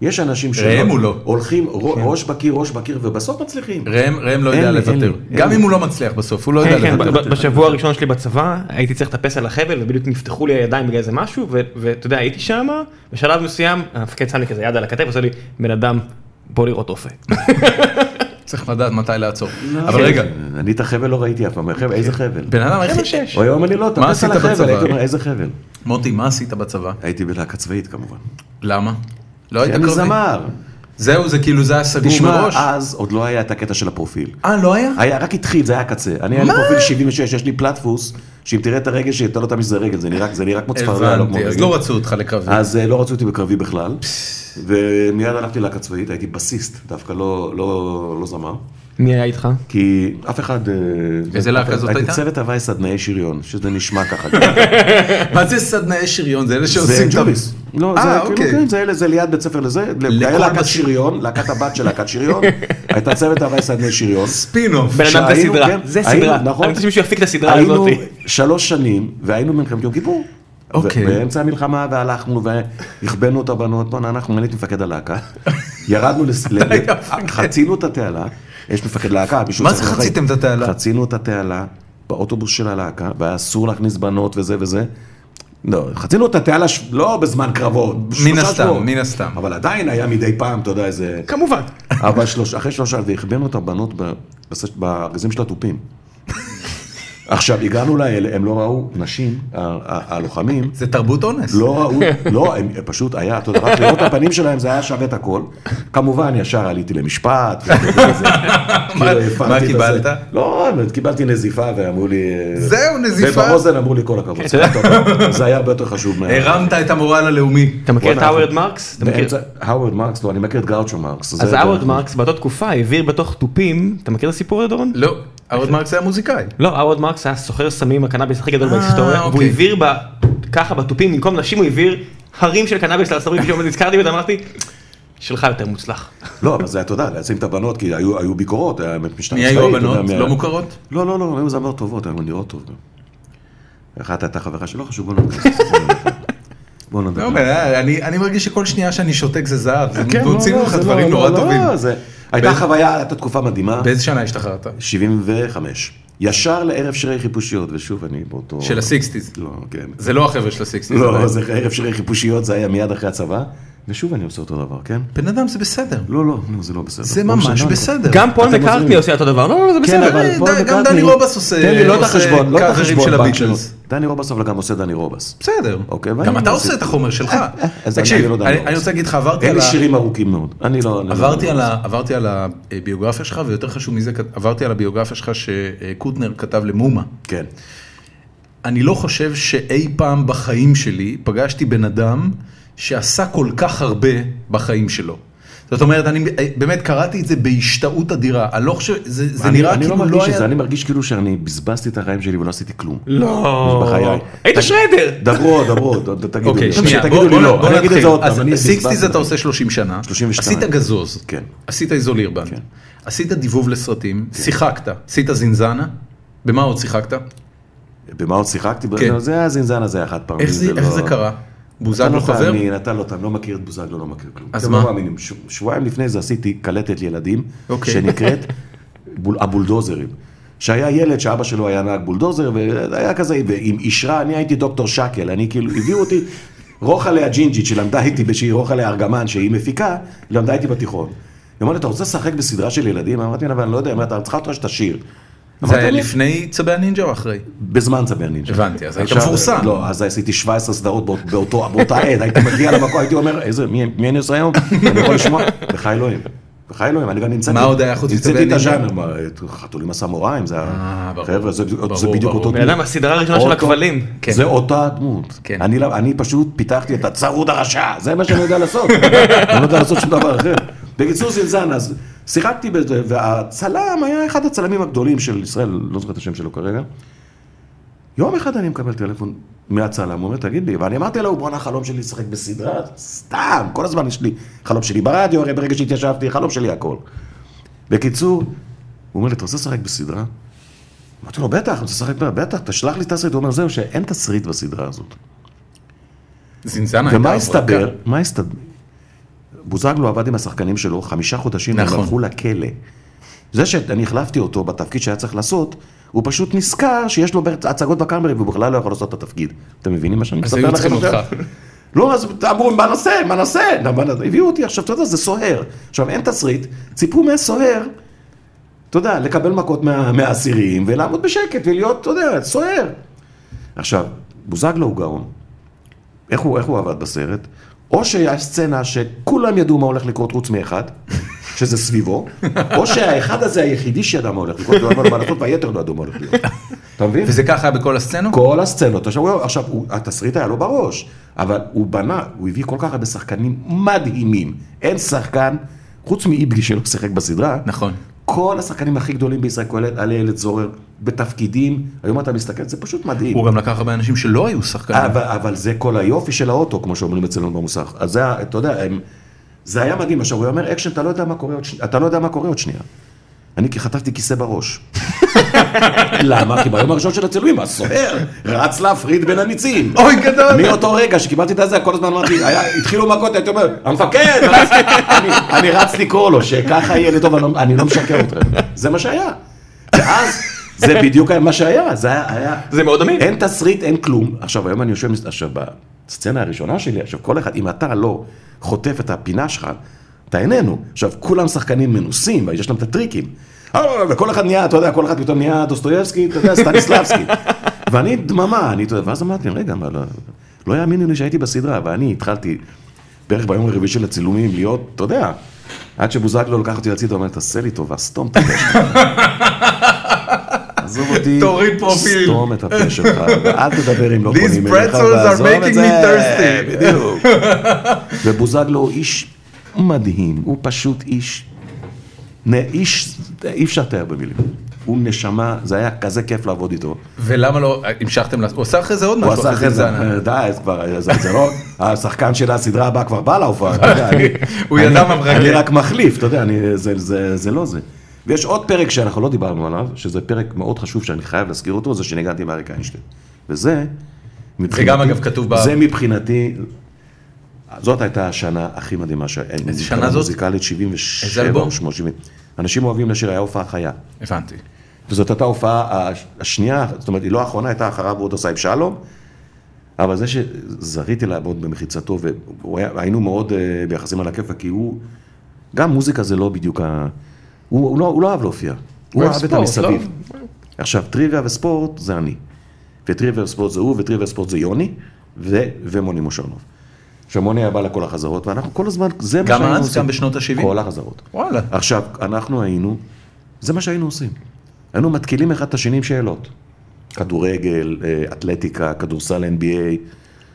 יש אנשים שלא.
ראם הוא לא.
הולכים רו- ראש בקיר, ראש בקיר, ובסוף מצליחים.
ראם ראם לא
אין
יודע
לי, אין
לוותר.
לי, אין
גם
לי.
אם הוא לא מצליח בסוף, הוא לא יודע
כן, כן,
לוותר.
ב- ב- בשבוע הראשון שלי בצבא הייתי צריך לטפס על החבל ובדיוק נפתחו לי הידיים בגלל איזה משהו ו- ואתה יודע הייתי שם בשלב מסוים המפקד שם לי כזה יד על הכתף עושה לי בן אדם בוא לראות רופא.
צריך לדעת מתי לעצור.
לא, כן.
אבל רגע, כן.
אני את החבל לא ראיתי אף פעם, חבל, איזה חבל?
בן אדם
חבר'ה
היחיד...
שש.
הוא היה אומר לי, לא, תפס
עשית
על החבל,
בצבא?
הייתי אומר, איזה חבל?
מוטי, מה עשית בצבא?
הייתי בלהקה צבאית כמובן.
למה? לא היית
אני
קרבי.
זמר.
זהו, זה כאילו, זה היה סגור
כן, תשמע,
מראש.
אז עוד לא היה את הקטע של הפרופיל.
אה, לא היה?
היה, רק התחיל, זה היה הקצה. אני היה לי פרופיל 76, יש לי פלטפוס, שאם תראה את הרגל שלי, אתה לא תאמין שזה רגל, זה נראה- זה נראה כמו צפרדע, לא כמו
הבנתי, אז
רגל.
לא רצו אותך לקרבי.
אז אה, לא רצו אותי בקרבי בכלל, ומיד הלכתי להקה צבאית, הייתי בסיסט, דווקא לא- לא לא זמר,
מי היה איתך?
כי אף אחד... אה,
איזה להקה זאת
הייתי
הייתה?
צוות הוואי סדנאי שריון, שזה נשמע ככה.
מה זה סדנאי שריון? זה אלה
זה
שעושים את ה-
ג'וליס. לא, זה
אה,
כאילו,
אוקיי.
כן, זה אלה- זה ליד בית ספר לזה, היה להקת
בס-
שריון, להקת הבת של להקת שריון, הייתה צוות הוואי סדנאי שריון.
ספינוף.
בן אדם זה
שהיינו,
סדרה.
כן,
זה
היינו,
סדרה.
נכון.
אני רוצה שמישהו יפיק את הסדרה
היינו
הזאת.
שלוש שנים, והיינו במלחמת יום כיפור.
אוקיי.
ו- באמצע המלחמה, והלכנו, והחבאנו את הבנות, בואנה, אנחנו, אני הייתי מפקד הלהקה, ירדנו, לס- ל- ל- חצינו את התעלה, יש מפקד להקה, מישהו
מה
צריך
זה
אחראי.
חציתם את התעלה?
חצינו את התעלה, באוטובוס של הלהקה, והיה אסור להכניס בנות וזה וזה. לא, חצינו את התעלה, ש- לא בזמן קרבות, שלושה
הסתם,
שבועות.
מן הסתם.
אבל עדיין היה מדי פעם, אתה יודע, איזה...
כמובן.
אבל שלוש, אחרי שלושה, והחבאנו את הבנות ב- בס- בארגזים של התופים. עכשיו, הגענו לאלה, הם לא ראו, נשים, ה- ה- הלוחמים,
זה תרבות אונס.
לא ראו, לא, הם פשוט היה, אתה יודע, רק לראות את הפנים שלהם זה היה שווה את הכל. כמובן, ישר עליתי למשפט, ואתה יודע, זה- כאילו, הפרתי
מה
את הזה.
קיבלת?
לא, אבל קיבלתי נזיפה ואמרו לי...
זהו, נזיפה?
ובאוזן אמרו לי כל הכבוד, זה היה טוב, זה היה הרבה יותר חשוב מה...
כן. הרמת את המורל הלאומי.
אתה מכיר את
בואנה,
האוורד מרקס? אתה מכיר?
נכון. באמצע- האוורד מרקס, לא, אני מכיר את גאוצ'ו מרקס.
אז
זה-
האוורד מרקס באותה תקופה העביר בתוך תופים אתה מכיר את הסיפור הזה דורון?
לא, אהוד מרקס היה מוזיקאי.
לא, האוורד מרקס היה סוחר סמים הקנאביס הכי גדול
אה,
בהיסטוריה, והוא
אוקיי.
העביר ב- ככה בתופים, במקום נשים הוא העביר הרים של קנאביס לארצות הברית, פתאום נזכרתי בזה, אמרתי, שלך יותר מוצלח.
לא, אבל זה, אתה יודע, לשים את הבנות, כי היו, היו ביקורות, היה באמת משטרה
מי
צבאית.
היו
אתה יודע,
הבנות?
מה-
לא מוכרות?
לא, לא, לא, היו זמרות טובות, היו נראות טוב גם. אחת הייתה חברה שלא חשוב, בוא נדבר. בוא נדבר.
לא, אבל, אה, אני אני מרגיש שכל שנייה שאני שותק זה זהב. זה
כן, לא,
מוציאים
לא,
לך
זה לא,
דברים
לא,
נורא
לא,
טובים.
לא, זה- הייתה
באיזה-
חוויה, הייתה תקופה מדהימה,
באיזה שנה השתחררת?
75. ישר לערב שירי חיפושיות, ושוב, אני באותו...
של הסיקסטיז.
לא, כן.
זה לא החבר'ה של הסיקסטיז.
לא,
עדיין.
זה ערב שירי חיפושיות, זה היה מיד אחרי הצבא, ושוב אני עושה אותו דבר, כן?
בן אדם זה בסדר.
לא, לא, לא, זה לא בסדר.
זה
לא משנה,
ממש
לא-
בסדר.
גם פול
אתם
מקארטני
עוזרים.
עושה אותו דבר, לא, לא, זה
כן,
בסדר.
אבל
אה,
פול
ד- גם
מקארטני-
דני רובס עושה-
תן לי לא את
עושה
החשבון, לא את
קאברים
החשבון
של
בנק
הביטלס.
שלו. דני רובס אבל גם עושה דני רובס.
בסדר.
אוקיי, ואני
גם אתה
מנסה-
עושה את החומר שלך.
אז אני- אני
תקשיב,
לא יודע
אני
מה
אני רוצה להגיד לך, עברתי
אין
על
לי
ה-
שירים ארוכים מאוד, אני לא... אני לא-
עברתי על ה- עברתי על הביוגרפיה שלך, ויותר חשוב מזה, כת- עברתי על הביוגרפיה שלך שקוטנר כתב למומה.
כן.
אני לא חושב שאי פעם בחיים שלי פגשתי בן אדם שעשה כל כך הרבה בחיים שלו. זאת אומרת, אני באמת קראתי את זה בהשתאות אדירה. אני לא חושב, זה, זה
אני-
נראה
אני
כאילו
לא מרגיש
היה...
את זה, אני מרגיש כאילו שאני בזבזתי את החיים שלי ולא עשיתי כלום.
לא.
בחיי.
היית
תגיד-
שרדר.
דברו, דברו, ת- ת- תגידו לי.
אוקיי, שנייה,
תגידו
בוא-
לי
בוא-
לא,
בוא
אני אגיד את זה
נתחיל.
עוד פעם,
אז
אני
סיקסטיז
בזבזתי.
אתה עושה 30 שנה,
32.
עשית גזוז,
כן.
עשית איזולירבן,
כן.
עשית דיבוב לסרטים, שיחקת, עשית זינזנה, במה עוד שיחקת?
במה עוד שיחקתי?
כן.
לא, זה הזינזן הזה החד פעמי.
איך זה- איך
לא-
זה קרה?
אתה
בוזגלו
לא
חבר?
תאמין, אתה לא תאמין, לא מכיר את בוזגלו, לא מכיר כלום.
אז
אתם
מה?
לא מאמינים, ש- שבועיים לפני זה עשיתי קלטת ילדים,
אוקיי.
שנקראת בול- הבולדוזרים. שהיה ילד שאבא שלו היה נהג בולדוזר, והיה כזה, ועם אישרה, אני הייתי דוקטור שקל, אני כאילו, הביאו אותי, רוחלה הג'ינג'ית שלמדה איתי, שהיא רוחלה ארגמן, שהיא מפיקה, למדה איתי בתיכון. היא אמרת לי, אתה רוצה לשחק בסדרה של ילדים? אמרתי לה, אבל אני לא יודע, היא אומרת, "אני צריכה אותך שתשיר.
זה
אמרתי
היה
לי,
לפני צבי הנינג'ה או אחרי?
בזמן צבי הנינג'ה.
הבנתי, אז היית
עכשיו,
מפורסם.
לא, אז עשיתי 17 סדרות באות- באותו- באותה עת, הייתי מגיע למקום, הייתי אומר, איזה, מי מי אני עושה היום? אני יכול לשמוע, בחיי אלוהים. בחיי אלוהים, אני גם נמצאתי.
מה עוד היה חוץ מצבי
נמצאתי את
הנינג'ה?
הז'אנר, מה, את חתולים הסמוראים, זה
אה,
ה...
ברור.
חבר'ה, זה בדיוק- זה
ברור,
בדיוק
ברור.
אותו
בן אדם, הסדרה הראשונה של
אותו-
הכבלים.
כן.
זה אותה דמות.
כן.
אני, לא- אני פשוט פיתחתי את הצרוד הרשע, זה מה שאני יודע לעשות. אני לא יודע לעשות שום דבר אחר. בקיצור זלזן, אז שיחקתי בזה, והצלם היה אחד הצלמים הגדולים של ישראל, לא זוכר את השם שלו כרגע. יום אחד אני מקבל טלפון מהצלם, הוא אומר, תגיד לי, ואני אמרתי לו, בואנה, החלום שלי לשחק בסדרה, סתם, כל הזמן יש לי, חלום שלי ברדיו, הרי ברגע שהתיישבתי, חלום שלי הכל. בקיצור, הוא אומר לי, אתה רוצה לשחק בסדרה? אמרתי לו, בטח, אני רוצה לשחק, בסדרה, בטח, תשלח לי תסריט, הוא אומר, זהו, שאין תסריט בסדרה הזאת.
זינזנה
ומה
עבודה.
הסתבר? מה הסתבר? בוזגלו עבד עם השחקנים שלו חמישה חודשים,
נכון.
הם הלכו לכלא. זה שאני החלפתי אותו בתפקיד שהיה צריך לעשות, הוא פשוט נזכר שיש לו ברצ- הצגות בקאמרי והוא בכלל לא יכול לעשות את התפקיד. אתם מבינים מה שאני
אז
מספר
היו
לכם
צריכים
עכשיו?
אותך.
לא, אז אמרו, מה נעשה? מה נעשה? מה נעשה?" הביאו אותי, עכשיו, אתה יודע, זה סוהר. עכשיו, אין תסריט, ציפו מהסוהר, אתה יודע, לקבל מכות מה- מהאסירים, ולעמוד בשקט, ולהיות, אתה יודע, סוהר. עכשיו, בוזגלו הוא גאון. איך הוא, איך הוא עבד בסרט? או שיש סצנה שכולם ידעו מה הולך לקרות חוץ מאחד, שזה סביבו, או שהאחד הזה היחידי שידע מה הולך לקרות, הוא אמר לו מה לעשות, והיתר לא ידעו מה הולך לקרות. אתה מבין?
וזה ככה בכל הסצנות?
כל הסצנות. עכשיו, הוא- עכשיו הוא, התסריט היה לו בראש, אבל הוא בנה, הוא הביא כל כך הרבה שחקנים מדהימים. אין שחקן, חוץ מאיבגי שלא שיחק בסדרה,
נכון.
כל השחקנים הכי גדולים בישראל, כולל עלי ילד זורר, בתפקידים, היום אתה מסתכל, זה פשוט מדהים.
הוא גם לקח הרבה אנשים שלא היו שחקנים.
אבל, אבל זה כל היופי של האוטו, כמו שאומרים אצלנו במוסך. אז זה, ה- אתה יודע, הם, זה היה מדהים. עכשיו, הוא אומר, אקשן, אתה לא יודע מה קורה עוד, שני- אתה לא יודע מה קורה עוד שנייה. אני כי חטפתי כיסא בראש. למה? כי ביום הראשון של הצילומים, הסוהר רץ להפריד בין הניצים.
אוי, גדול.
מאותו רגע שקיבלתי את הזה, כל הזמן אמרתי, היה- התחילו מכות, הייתי אומר, המפקד, רצתי." אני- אני רץ לקרוא לו, שככה יהיה לי טוב, אני לא- אני לא משקר אתכם. זה מה שהיה. ואז, זה בדיוק מה שהיה, זה היה- היה...
זה מאוד אמין.
אין תסריט, אין כלום. עכשיו, היום אני יושב, מס- עכשיו, בסצנה הראשונה שלי, עכשיו, כל אחד, אם אתה לא חוטף את הפינה שלך, אתה איננו. עכשיו, כולם שחקנים מנוסים, ויש להם את הטריקים. אה, וכל אחד נהיה, אתה יודע, כל אחד פתאום נהיה דוסטויבסקי, אתה יודע, סטניסלבסקי. ואני דממה, אני, אתה יודע, ואז אמרתי, רגע, מה, לא, לא יאמינו לי שהייתי בסדרה, ואני התחלתי בערך ביום הרביעי של הצילומים להיות, אתה יודע, עד שבוזגלו לקח אותי הצידה, הוא אומר, תעשה לי טובה, סתום את הפה שלך. עזוב אותי,
תוריד פרופיל.
סתום את הפה שלך, ואל תדבר אם לא
These
פונים
pretzels
אליך,
are
ועזוב
making
את
me
זה,
thirsty.
בדיוק. ובוזגלו הוא איש מדהים, הוא פשוט איש, נ- איש, אי אפשר לתאר במילים. הוא נשמה, זה היה כזה כיף לעבוד איתו.
ולמה לא המשכתם לעשות? הוא עשה אחרי זה עוד משהו.
הוא עשה אחרי זה, אה,
זינזנה.
די, אז כבר, זה זה לא, השחקן של הסדרה הבאה כבר בא להופעה, אתה יודע, אני-
הוא ידע
אני-
מה מרגש.
אני רק מחליף, אתה יודע, אני- זה- זה זה לא זה. ויש עוד פרק שאנחנו לא דיברנו עליו, שזה פרק מאוד חשוב שאני חייב להזכיר אותו, זה שניגנתי עם אריק איינשטיין. וזה, מבחינתי-
גם, אגב, כתוב ב-
זה מבחינתי, זאת הייתה השנה הכי מדהימה שהייתה.
איזה שנה זאת?
מוזיקלית 77
אלבום?
או 80. אנשים אוהבים לשיר, היה הופעה חיה.
הבנתי.
וזאת הייתה ההופעה הש- השנייה, זאת אומרת, היא לא האחרונה, הייתה אחריו עוד עושה עם שלום, אבל זה שזריתי לעמוד במחיצתו, והיינו מאוד אה, ביחסים על הכיפה, כי הוא, גם מוזיקה זה לא בדיוק ה... הוא, הוא, לא, הוא לא אהב להופיע, הוא
אוהב
אהב את
ספורט,
המסביב. עכשיו, טריוויה וספורט זה אני, וטריוויה וספורט זה הוא, וטריוויה וספורט זה יוני, ו, ומוני מושרנוב. עכשיו, מוני היה בא לכל החזרות, ואנחנו כל הזמן, זה מה
גם
שהיינו
אז?
עושים.
גם בשנות ה-שבעים?
כל החזרות.
וואלה.
עכשיו, אנחנו היינו, זה מה שהיינו עושים. היינו מתקילים אחד את השני עם שאלות. כדורגל, אה, אתלטיקה, כדורסל NBA.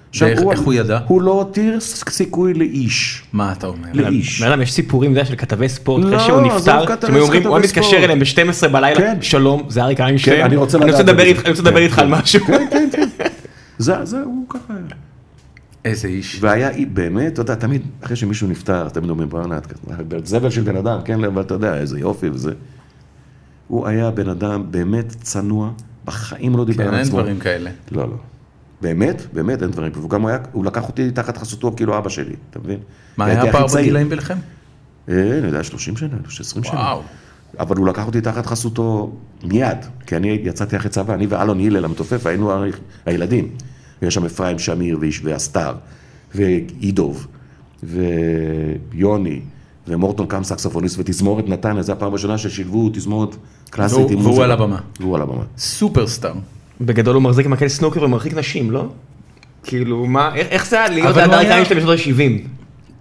עכשיו,
ואיך- איך הוא ידע?
הוא לא הותיר ס- סיכוי לאיש.
מה אתה אומר?
לאיש.
בן אדם, יש סיפורים, אתה יודע, של כתבי ספורט,
לא,
אחרי שהוא
עזוב
נפטר,
כתבי-
שהם היו אומרים, הוא היה
כתבי
מתקשר
ספורט."
אליהם ב-12 בלילה,
כן.
שלום, זה אריק איינשטיין,
כן, אני רוצה
אני
לדעת את
לדבר
זה.
איתך- אני רוצה לדבר
כן,
איתך על משהו.
זה, זה, הוא ככה היה.
איזה איש.
והיה, אי- באמת, אתה יודע, תמיד, אחרי שמישהו נפטר, תמיד אומרים, בואנה, את כזה, זבל של בן אדם, כן, אבל אתה יודע, איזה יופי וזה. הוא היה בן אדם באמת צנוע, בחיים לא דיבר
כן,
על
אין
עצמו.
דברים כאלה.
לא, לא. באמת, באמת אין דברים. והוא גם היה, הוא לקח אותי תחת חסותו כאילו אבא שלי, אתה מבין?
מה
הייתי
היה
הכי
הפער
צעיר.
בגילאים ביניכם?
אה, אני יודע, 30 שנה, אני חושב, 20 שנה.
וואו.
אבל הוא לקח אותי תחת חסותו מיד, כי אני יצאתי אחרי צבא, אני ואלון הלל המתופף, היינו ה- הילדים. ויש שם אפרים שמיר ואיש- והסטאר, ואידוב, ויוני, ומורטון קם סקספוניסט ותזמורת נתניה, זו הפעם הראשונה ששילבו תזמורת קלאסית
והוא-
עם
והוא
מוזיקה.
על הבמה.
והוא על הבמה.
סופרסטאר.
בגדול הוא מחזיק מקל סנוקר ומרחיק נשים, לא? כאילו, מה, איך- איך זה היה להיות
אבל הוא
האדם
היה-
העיקרי שלהם בשנות ה-70?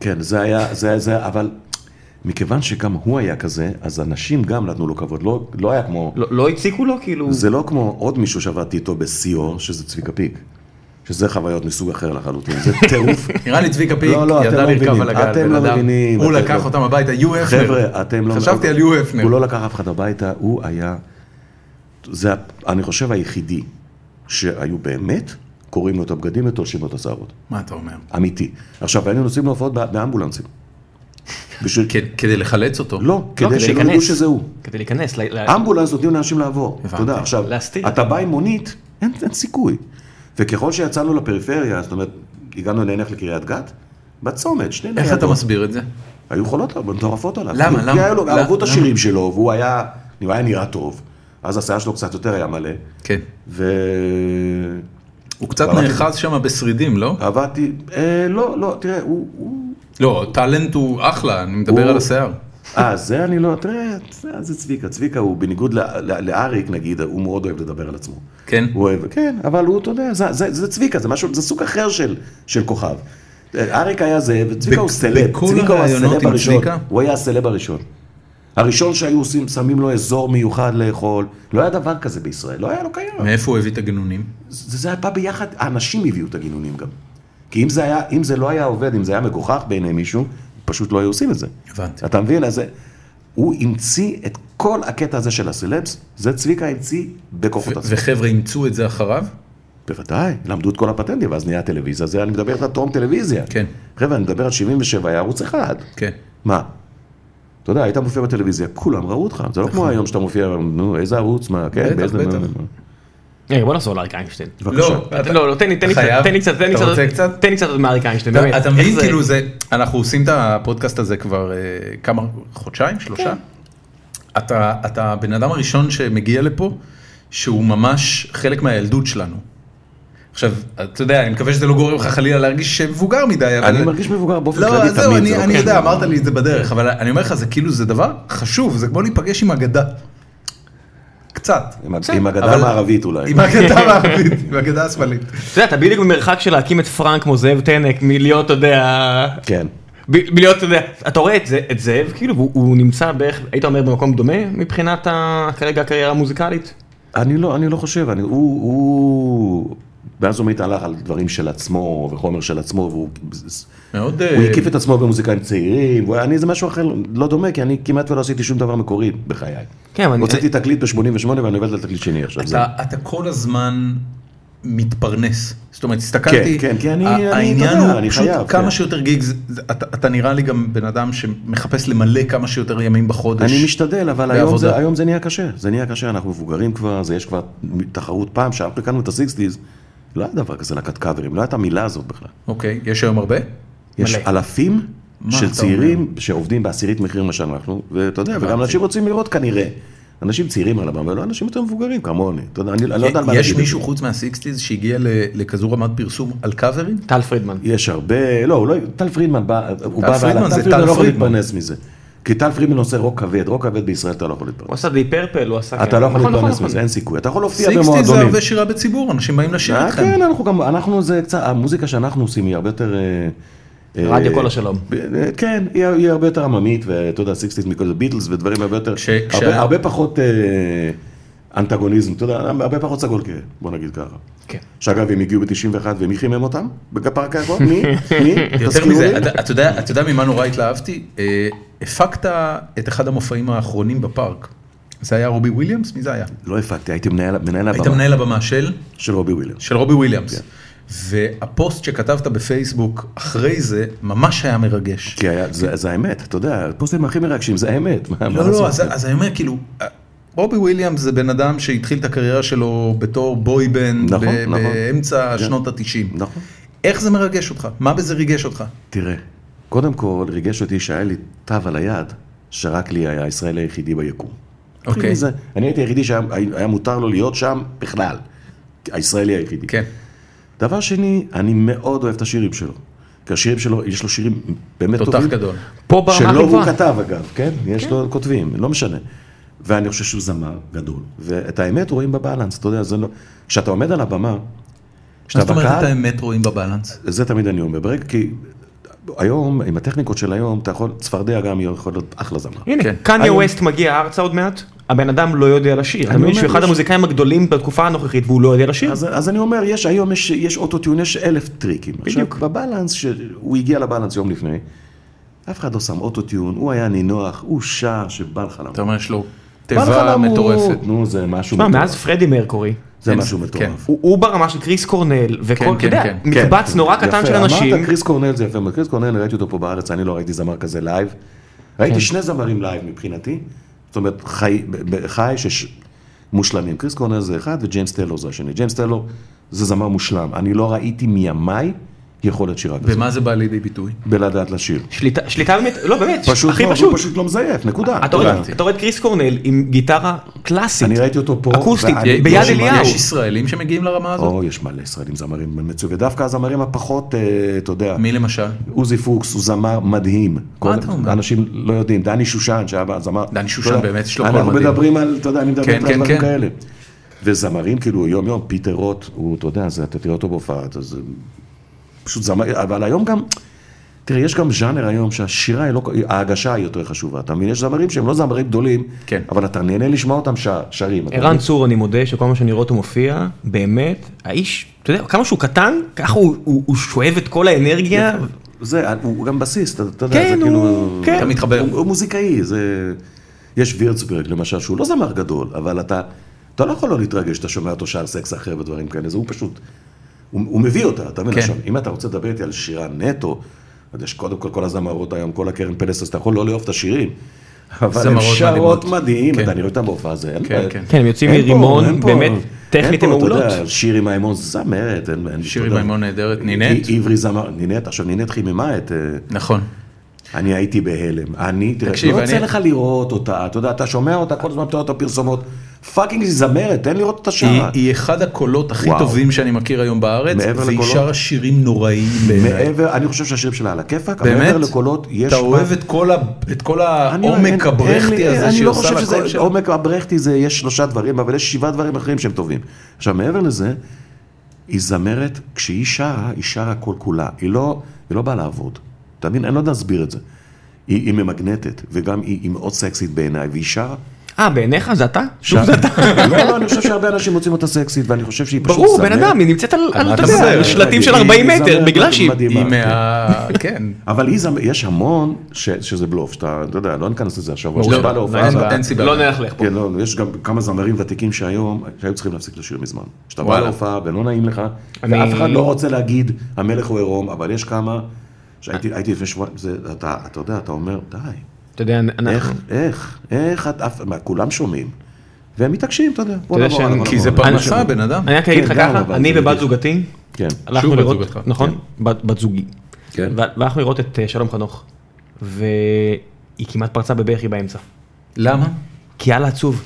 כן, זה היה, זה היה, זה היה, אבל מכיוון שגם הוא היה כזה, אז הנשים גם נתנו לו כבוד, לא, לא היה כמו,
לא לא הציקו לו, כאילו...
זה לא כמו עוד מישהו שעבדתי איתו בשיאו, שזה צביקה פיק, שזה חוויות מסוג אחר לחלוטין, זה טירוף.
נראה לי צביקה פיק
לא, לא, אתם
ידע
לא
לרכב
מבינים.
על הגל,
אתם
בן
לא
אדם.
מבינים,
הוא
אתם
לקח
לא.
אותם הביתה, יו אפנר.
חבר'ה, אתם לא...
חשבתי על יו אפנר.
הוא לא לקח אף אחד הביתה, הוא היה... זה, ה- אני חושב, היחידי שהיו באמת, קוראים לו את הבגדים ותולשים לו את השערות.
מה אתה אומר?
אמיתי. עכשיו, היינו נוסעים להופעות בא- באמבולנסים. בשביל...
כ- כדי לחלץ אותו.
לא, כדי
כדי
שלא
להיכנס.
ידעו שזה הוא.
כדי להיכנס, ל-
כן.
ל-
אמבולנס נותנים לאנשים לעבור, אתה יודע, עכשיו,
להסתיר.
אתה בא עם מונית, אין, אין סיכוי. וככל שיצאנו לפריפריה, זאת אומרת, הגענו נניח לקריית גת, בצומת, שני
איך אתה
ניידות,
מסביר את זה?
היו חולות עליו, מטורפות עליו.
למה?
כי
למה?
היה לו,
למה?
אהבו את
למה?
השירים שלו, והוא היה, הוא היה נראה טוב, אז השיער שלו קצת יותר היה מלא,
כן.
ועבדתי,
הוא קצת
אבל-
נאחז שם בשרידים, לא?
אה, לא, לא, תראה, הוא... הוא-
לא, טאלנט הוא אחלה, אני מדבר
הוא-
על השיער.
אה, זה אני לא, תראה, זה- זה צביקה, צביקה הוא בניגוד ל- ל- לאריק נגיד, הוא מאוד אוהב לדבר על עצמו.
כן.
הוא אוהב, כן, אבל הוא, אתה יודע, זה, זה, זה צביקה, זה משהו, זה סוג אחר של, של כוכב. אריק היה זה, וצביקה
בכ-
הוא סלב,
בכל
צביקה הוא
הראיונות
הסלב
עם
הראשון.
צביקה?
הוא היה הסלב הראשון. הראשון שהיו עושים, שמים לו אזור מיוחד לאכול, לא היה דבר כזה בישראל, לא היה לו קיים.
מאיפה הוא הביא את הגנונים?
זה, זה היה בא ביחד, האנשים הביאו את הגינונים גם. כי אם זה, היה, אם זה לא היה עובד, אם זה היה מגוחך בעיני מישהו, פשוט לא היו עושים את זה.
הבנתי.
אתה מבין? אז זה- הוא המציא את כל הקטע הזה של הסלבס, זה צביקה המציא בכוחות
ו-
עצמו.
וחבר'ה אימצו את זה אחריו?
בוודאי, למדו את כל הפטנטים, ואז נהיה טלוויזיה, זה אני מדבר על טרום טלוויזיה.
כן.
חבר'ה, אני מדבר על 77, היה ערוץ אחד.
כן.
מה? אתה יודע, היית מופיע בטלוויזיה, כולם ראו אותך, זה לא כמו היום שאתה מופיע, נו, איזה ערוץ, מה, כן,
נכון. בטח,
באיזה...
בטח.
רגע, בוא נחזור לאריק איינשטיין.
בבקשה.
לא, אתה-
לא, לא, תן לי, תן לי קצת,
חייב?
תן לי קצת, תן לי
אתה
קצת,
רוצה קצת?
תן לי קצת עוד מאריק איינשטיין, באמת.
אתה אתה
איך
מבין,
זה-
כאילו זה, אנחנו עושים את הפודקאסט הזה כבר אה, כמה, חודשיים, שלושה? אתה אתה הבן אדם הראשון שמגיע לפה, שהוא ממש חלק מהילדות שלנו. עכשיו, אתה יודע, אני מקווה שזה לא גורם לך חלילה להרגיש מבוגר מדי, אבל...
אני מרגיש מבוגר באופן כללי
לא,
תמיד.
אז זהו,
זה
אני
לא
אני
קשור.
יודע, אמרת לי את זה בדרך, אבל אני אומר לך, זה כאילו, זה דבר חשוב, זה כמו להיפגש עם אגדה. קצת.
עם ה-
בסדר,
עם אגדה
אבל-
מערבית אולי.
עם אגדה מערבית, עם אגדה השמאלית.
אתה יודע, אתה בדיוק במרחק של להקים את פרנק כמו זאב טנק, מלהיות, אתה יודע...
כן.
ב- מלהיות, אתה יודע, אתה רואה את זה- את זאב, כאילו, והוא הוא נמצא בערך, היית אומר, במקום דומה מבחינת ה- כרגע הקריירה המוזיקלית?
אני לא, אני לא חושב, אני, הוא, הוא, ואז הוא מת הלך על דברים של עצמו וחומר של עצמו, והוא
מאוד...
הוא
אה,
הקיף את עצמו במוזיקאים צעירים, והוא- אני זה משהו אחר, לא דומה, כי אני כמעט ולא עשיתי שום דבר מקורי בחיי.
כן, אבל אני-
הוצאתי תקליט ב-88 ואני עובד על תקליט שני עכשיו. זה-
אתה, אתה כל הזמן מתפרנס. זאת אומרת, הסתכלתי,
כן, כן, כי אני-
ה-
אני, אתה
העניין
יודע,
הוא
אני
פשוט
חייב,
כמה
כן.
שיותר גיגס, זה- אתה, אתה נראה לי גם בן אדם שמחפש למלא כמה שיותר ימים בחודש.
אני משתדל, אבל היום
בעבודה.
זה, היום זה נהיה קשה. זה נהיה קשה, אנחנו מבוגרים כבר, זה יש כבר תחרות פעם, שאנחנו הקמנו את הסיקסטיז, לא היה דבר כזה להקת קאברים, לא הייתה המילה הזאת בכלל.
אוקיי, יש היום הרבה?
יש
מלא.
אלפים
מה
של
אתה
צעירים שעובדים בעשירית מחיר מה שאנחנו, ואתה יודע, וגם אנשים רוצים לראות כנראה. אנשים צעירים על הבמה, ולא אנשים יותר מבוגרים כמוני. אתה יודע, אני אני לא יודע על מה
יש
להגיד את
מישהו
זה.
חוץ מהסיקסטיז שהגיע ל- לכזו רמת פרסום על קאברים?
טל פרידמן.
יש הרבה, לא, הוא לא, טל פרידמן בא, הוא בא,
פרידמן
ועלה-
זה
טל
טל
פרידמן לא יכול
פרידמן.
להתפרנס מזה. כי טל פרידמן עושה רוק כבד, רוק כבד בישראל אתה לא יכול
הוא
להתפרנס.
עשה די פרפל, הוא עשה...
אתה לא יכול
נכון, נכון,
להתפרנס
נכון.
מזה, אין סיכוי. אתה יכול להופיע
סיקסטיז זה
במועדונים.
הרבה שירה בציבור, אנשים באים לשיר
אה,
איתכם.
כן, אנחנו גם, אנחנו זה קצת, המוזיקה שאנחנו עושים היא הרבה יותר... אה, אה,
רדיו כל השלום.
ב- אה, כן, היא- היא הרבה יותר עממית, ואתה יודע, סיקסטיס מכל זה ביטלס ודברים הרבה יותר,
כש-
הרבה-
כשה-
הרבה פחות אה, אנטגוניזם, אתה יודע, הרבה פחות סגול כהה, בוא נגיד ככה.
כן.
שאגב, הם הגיעו ב-91 ומי חימם אותם? בפארק הירקון? מי? מי?
יותר
תזכירו לי.
מזה, אתה- אתה יודע- אתה יודע ממה נורא התלהבתי? אה, הפקת את אחד המופעים האחרונים בפארק. זה היה רובי וויליאמס? מי זה היה?
לא הפקתי, הייתי מנהל מנהל
היית
הבמה
מנהל הבמה של?
של רובי וויליאמס.
של רובי
כן.
וויליאמס. והפוסט שכתבת בפייסבוק אחרי זה ממש היה מרגש.
כי היה- זה זה האמת, אתה יודע, הפוסטים הכי מרגשים, זה האמת. מה- מה
לא,
לעשות?
לא, אז אז אני אומר, כאילו, רובי וויליאמס זה בן אדם שהתחיל את הקריירה שלו בתור בוי בנד
נכון,
ב-
נכון.
באמצע
כן.
שנות התשעים.
נכון.
איך זה מרגש אותך? מה בזה ריגש אותך?
תראה, קודם כל ריגש אותי שהיה לי תו על היד, שרק לי היה הישראלי היחידי ביקום.
אוקיי.
נתחיל מזה. אני הייתי היחידי שהיה היה מותר לו להיות שם בכלל. הישראלי היחידי.
כן.
דבר שני, אני מאוד אוהב את השירים שלו. כי השירים שלו, יש לו שירים באמת
תותח
טובים.
גדול.
פה ברמה
שלא הוא
הקרובה.
כתב אגב, כן? יש לו כותבים, לא משנה. ואני חושב שהוא זמר גדול. ואת האמת רואים בבלנס, אתה יודע, זה לא... כשאתה עומד על הבמה,
מה
כשאתה
זאת אומרת את
בקהל,
האמת רואים בבלנס?
זה תמיד אני אומר, ברגע, כי היום, עם הטכניקות של היום, אתה יכול, צפרדע גם יכול להיות אחלה זמר.
הנה,
כן.
קניה
אני-
ווסט מגיע ארצה עוד מעט, הבן אדם לא יודע לשיר. אתה מבין
אומר,
שהוא אחד
יש-
המוזיקאים הגדולים בתקופה הנוכחית והוא לא יודע לשיר?
אז, אז אני אומר, יש, היום יש, יש אוטוטיון, יש אלף טריקים.
בדיוק.
עכשיו, בבלנס, שהוא הגיע לבלנס יום לפני, אף אחד לא שם אוטוטיון, הוא היה נינוח, הוא שר שבא לך למות.
אתה אומר יש לו
בא לך
תיבה
למות.
מטורפת.
נו, זה משהו
תשמע,
מטורף.
מאז פרדי מרקורי,
זה
אין-
משהו
כן.
מטורף.
הוא הוא ברמה של קריס קורנל,
כן,
וכל, אתה
כן,
יודע,
כן.
מקבץ נורא קטן
יפה,
של אנשים.
אמרת קריס קורנל זה יפה מאוד, קריס קורנל ראיתי אותו פה בארץ, אני לא ראיתי זמר כזה לייב.
כן.
ראיתי שני זמרים לייב מבחינתי, זאת אומרת חי, ב- ב- חי שש... מושלמים. קריס קורנל זה אחד וג'יימס טיילור זה השני. ג'יימס טיילור זה זמר מושלם, אני לא ראיתי מימיי יכולת שירה כזאת.
במה זה בא לידי ביטוי?
בלדעת לשיר.
שליטה, שליטה באמת, לא באמת,
פשוט
הכי
לא,
פשוט.
הוא פשוט לא מזייף, נקודה.
אתה רואה-
יודע.
אתה רואה את קריס קורנל עם גיטרה קלאסית.
אני ראיתי אותו פה,
אקוסטית,
ואני-
ביד
יש-
אליהו.
יש ישראלים שמגיעים לרמה הזאת?
או, יש מלא ישראלים זמרים מצוינים, ודווקא הזמרים הפחות, אה, אתה יודע.
מי למשל?
עוזי פוקס הוא זמר מדהים. כל-
אתה אומר?
אנשים לא יודעים, דני שושן שהיה זמר.
דני שושן באמת, יש לו קול
אנחנו
מדהים.
מדברים על, אתה יודע, אני מדבר
כן,
איתך
כן,
על דברים
כן.
כאלה. וזמרים כאילו יום יום, פיטר רוט, הוא, אתה יודע, זה- אתה תראה אותו בהופעה, אתה- זה פשוט זמר, אבל היום גם, תראה, יש גם ז'אנר היום שהשירה היא לא, ההגשה היא יותר חשובה, אתה מבין? יש זמרים שהם לא זמרים גדולים,
כן.
אבל אתה נהנה לשמוע אותם שר- שרים. אתה
ערן
מבין?
צור, אני מודה שכל מה שאני רואה אותו מופיע, באמת, האיש, אתה יודע, כמה שהוא קטן, ככה הוא- הוא הוא שואב את כל האנרגיה.
זה, הוא גם בסיסט, אתה יודע,
כן, הוא-
זה כאילו...
כן. אתה
מתחבר.
הוא, הוא מוזיקאי, זה... יש וירצברג למשל, שהוא לא זמר גדול, אבל אתה, אתה לא יכול לא להתרגש שאתה שומע אותו שר סקס אחר ודברים כאלה, זה הוא פשוט... הוא, הוא מביא אותה, אתה מבין?
כן.
עכשיו, אם אתה רוצה לדבר איתי על שירה נטו, אז יש קודם כל כל הזמרות היום, כל הקרן פלס, אז אתה יכול לא לאהוב את השירים. אבל הן
זמרות מדהימות.
שרות מדהים,
כן.
אתה נראה אותן בהופעה הזה. אין-
כן, כן.
כן, הם יוצאים
אין פה-
מרימון,
אין פה-
באמת,
אין
טכנית
פה,
הן
אתה יודע,
מעולות.
שיר עם האמון זמרת, אין... אין-
שיר
אתה
עם
יודע,
האמון נהדרת, נינט?
עברי זמר, נינט, עכשיו נינט חיממה את... אה,
נכון.
אני הייתי בהלם. אני, תראה,
תקשיב,
לא יוצא
אני-
לך לראות אותה, אתה יודע, אתה שומע אותה, כל הזמן אתה רואה את הפרסומות. פאקינג היא זמרת, תן לראות אותה
היא-
שרה.
היא אחד הקולות הכי
וואו.
טובים שאני מכיר היום בארץ,
מעבר
והיא
לקולות?
שרה שירים נוראיים בעיניי.
מעבר, אני חושב שהשירים שלה על הכיפאק, אבל
באמת?
מעבר לקולות, יש...
אתה
בה-
אוהב את כל ה- את כל
אני לא- אין-
העומק הברכטי
אין-
הזה
אני
שהיא
לא
עושה
חושב
לקול
שזה,
שלה?
עומק הברכטי זה, יש שלושה דברים, אבל יש שבעה דברים אחרים שהם טובים. עכשיו, מעבר לזה, היא זמרת, כשהיא שרה, היא שרה כל כולה. היא לא, היא לא באה לעבוד. אתה מבין? אני לא יודע להסביר את זה. היא, היא ממגנטת, וגם היא, היא מאוד סקסית בעיניי, והיא שרה
אה, בעיניך זה אתה? שוב
שוב
זה אתה.
לא, לא, אני חושב שהרבה אנשים מוצאים אותה סקסית, ואני חושב שהיא פשוט
ברור,
זמרת.
בן אדם, היא נמצאת על, על, אתה
אתה
יודע,
מדבר?
על שלטים של
היא-
40
היא
מטר,
זמרת
בגלל שהיא...
מדהימה.
היא מה... כן.
אבל היא זמרת, יש המון ש- שזה בלוף, שאתה, אתה יודע, לא ניכנס לזה עכשיו, אבל כשאתה בא להופעה,
אין-
אתה-
אין סיבה.
לא נלכלך פה.
כן, לא, יש גם כמה זמרים ותיקים שהיום, שהיו צריכים להפסיק לשיר מזמן. כשאתה בא
וואלה.
להופעה ולא נעים לך,
אני-
ואף אחד לא רוצה להגיד, המלך הוא עירום, אבל יש כמה, שהייתי הייתי לפני שבועיים, זה- אתה אתה יודע, אתה אומר, די.
אתה יודע,
איך,
אנחנו...
נכון.
איך, איך, את אף- מה, כולם שומעים, והם מתעקשים, אתה יודע, בוא
יודע
נעבור
שהם-
הלאה, בוא
כי
נעבור
זה
הלאה.
פרנסה, בן אדם.
אני רק אגיד לך
כן, גם,
ככה,
אבל
אני
זה
ובת
בדיוק.
זוגתי,
כן.
הלכנו
שוב בת
לראות,
זוגתך.
נכון? בת בת זוגי.
כן.
והלכנו לראות את אה, שלום חנוך, והיא כמעט פרצה בבכי באמצע.
למה?
כי היה לה עצוב.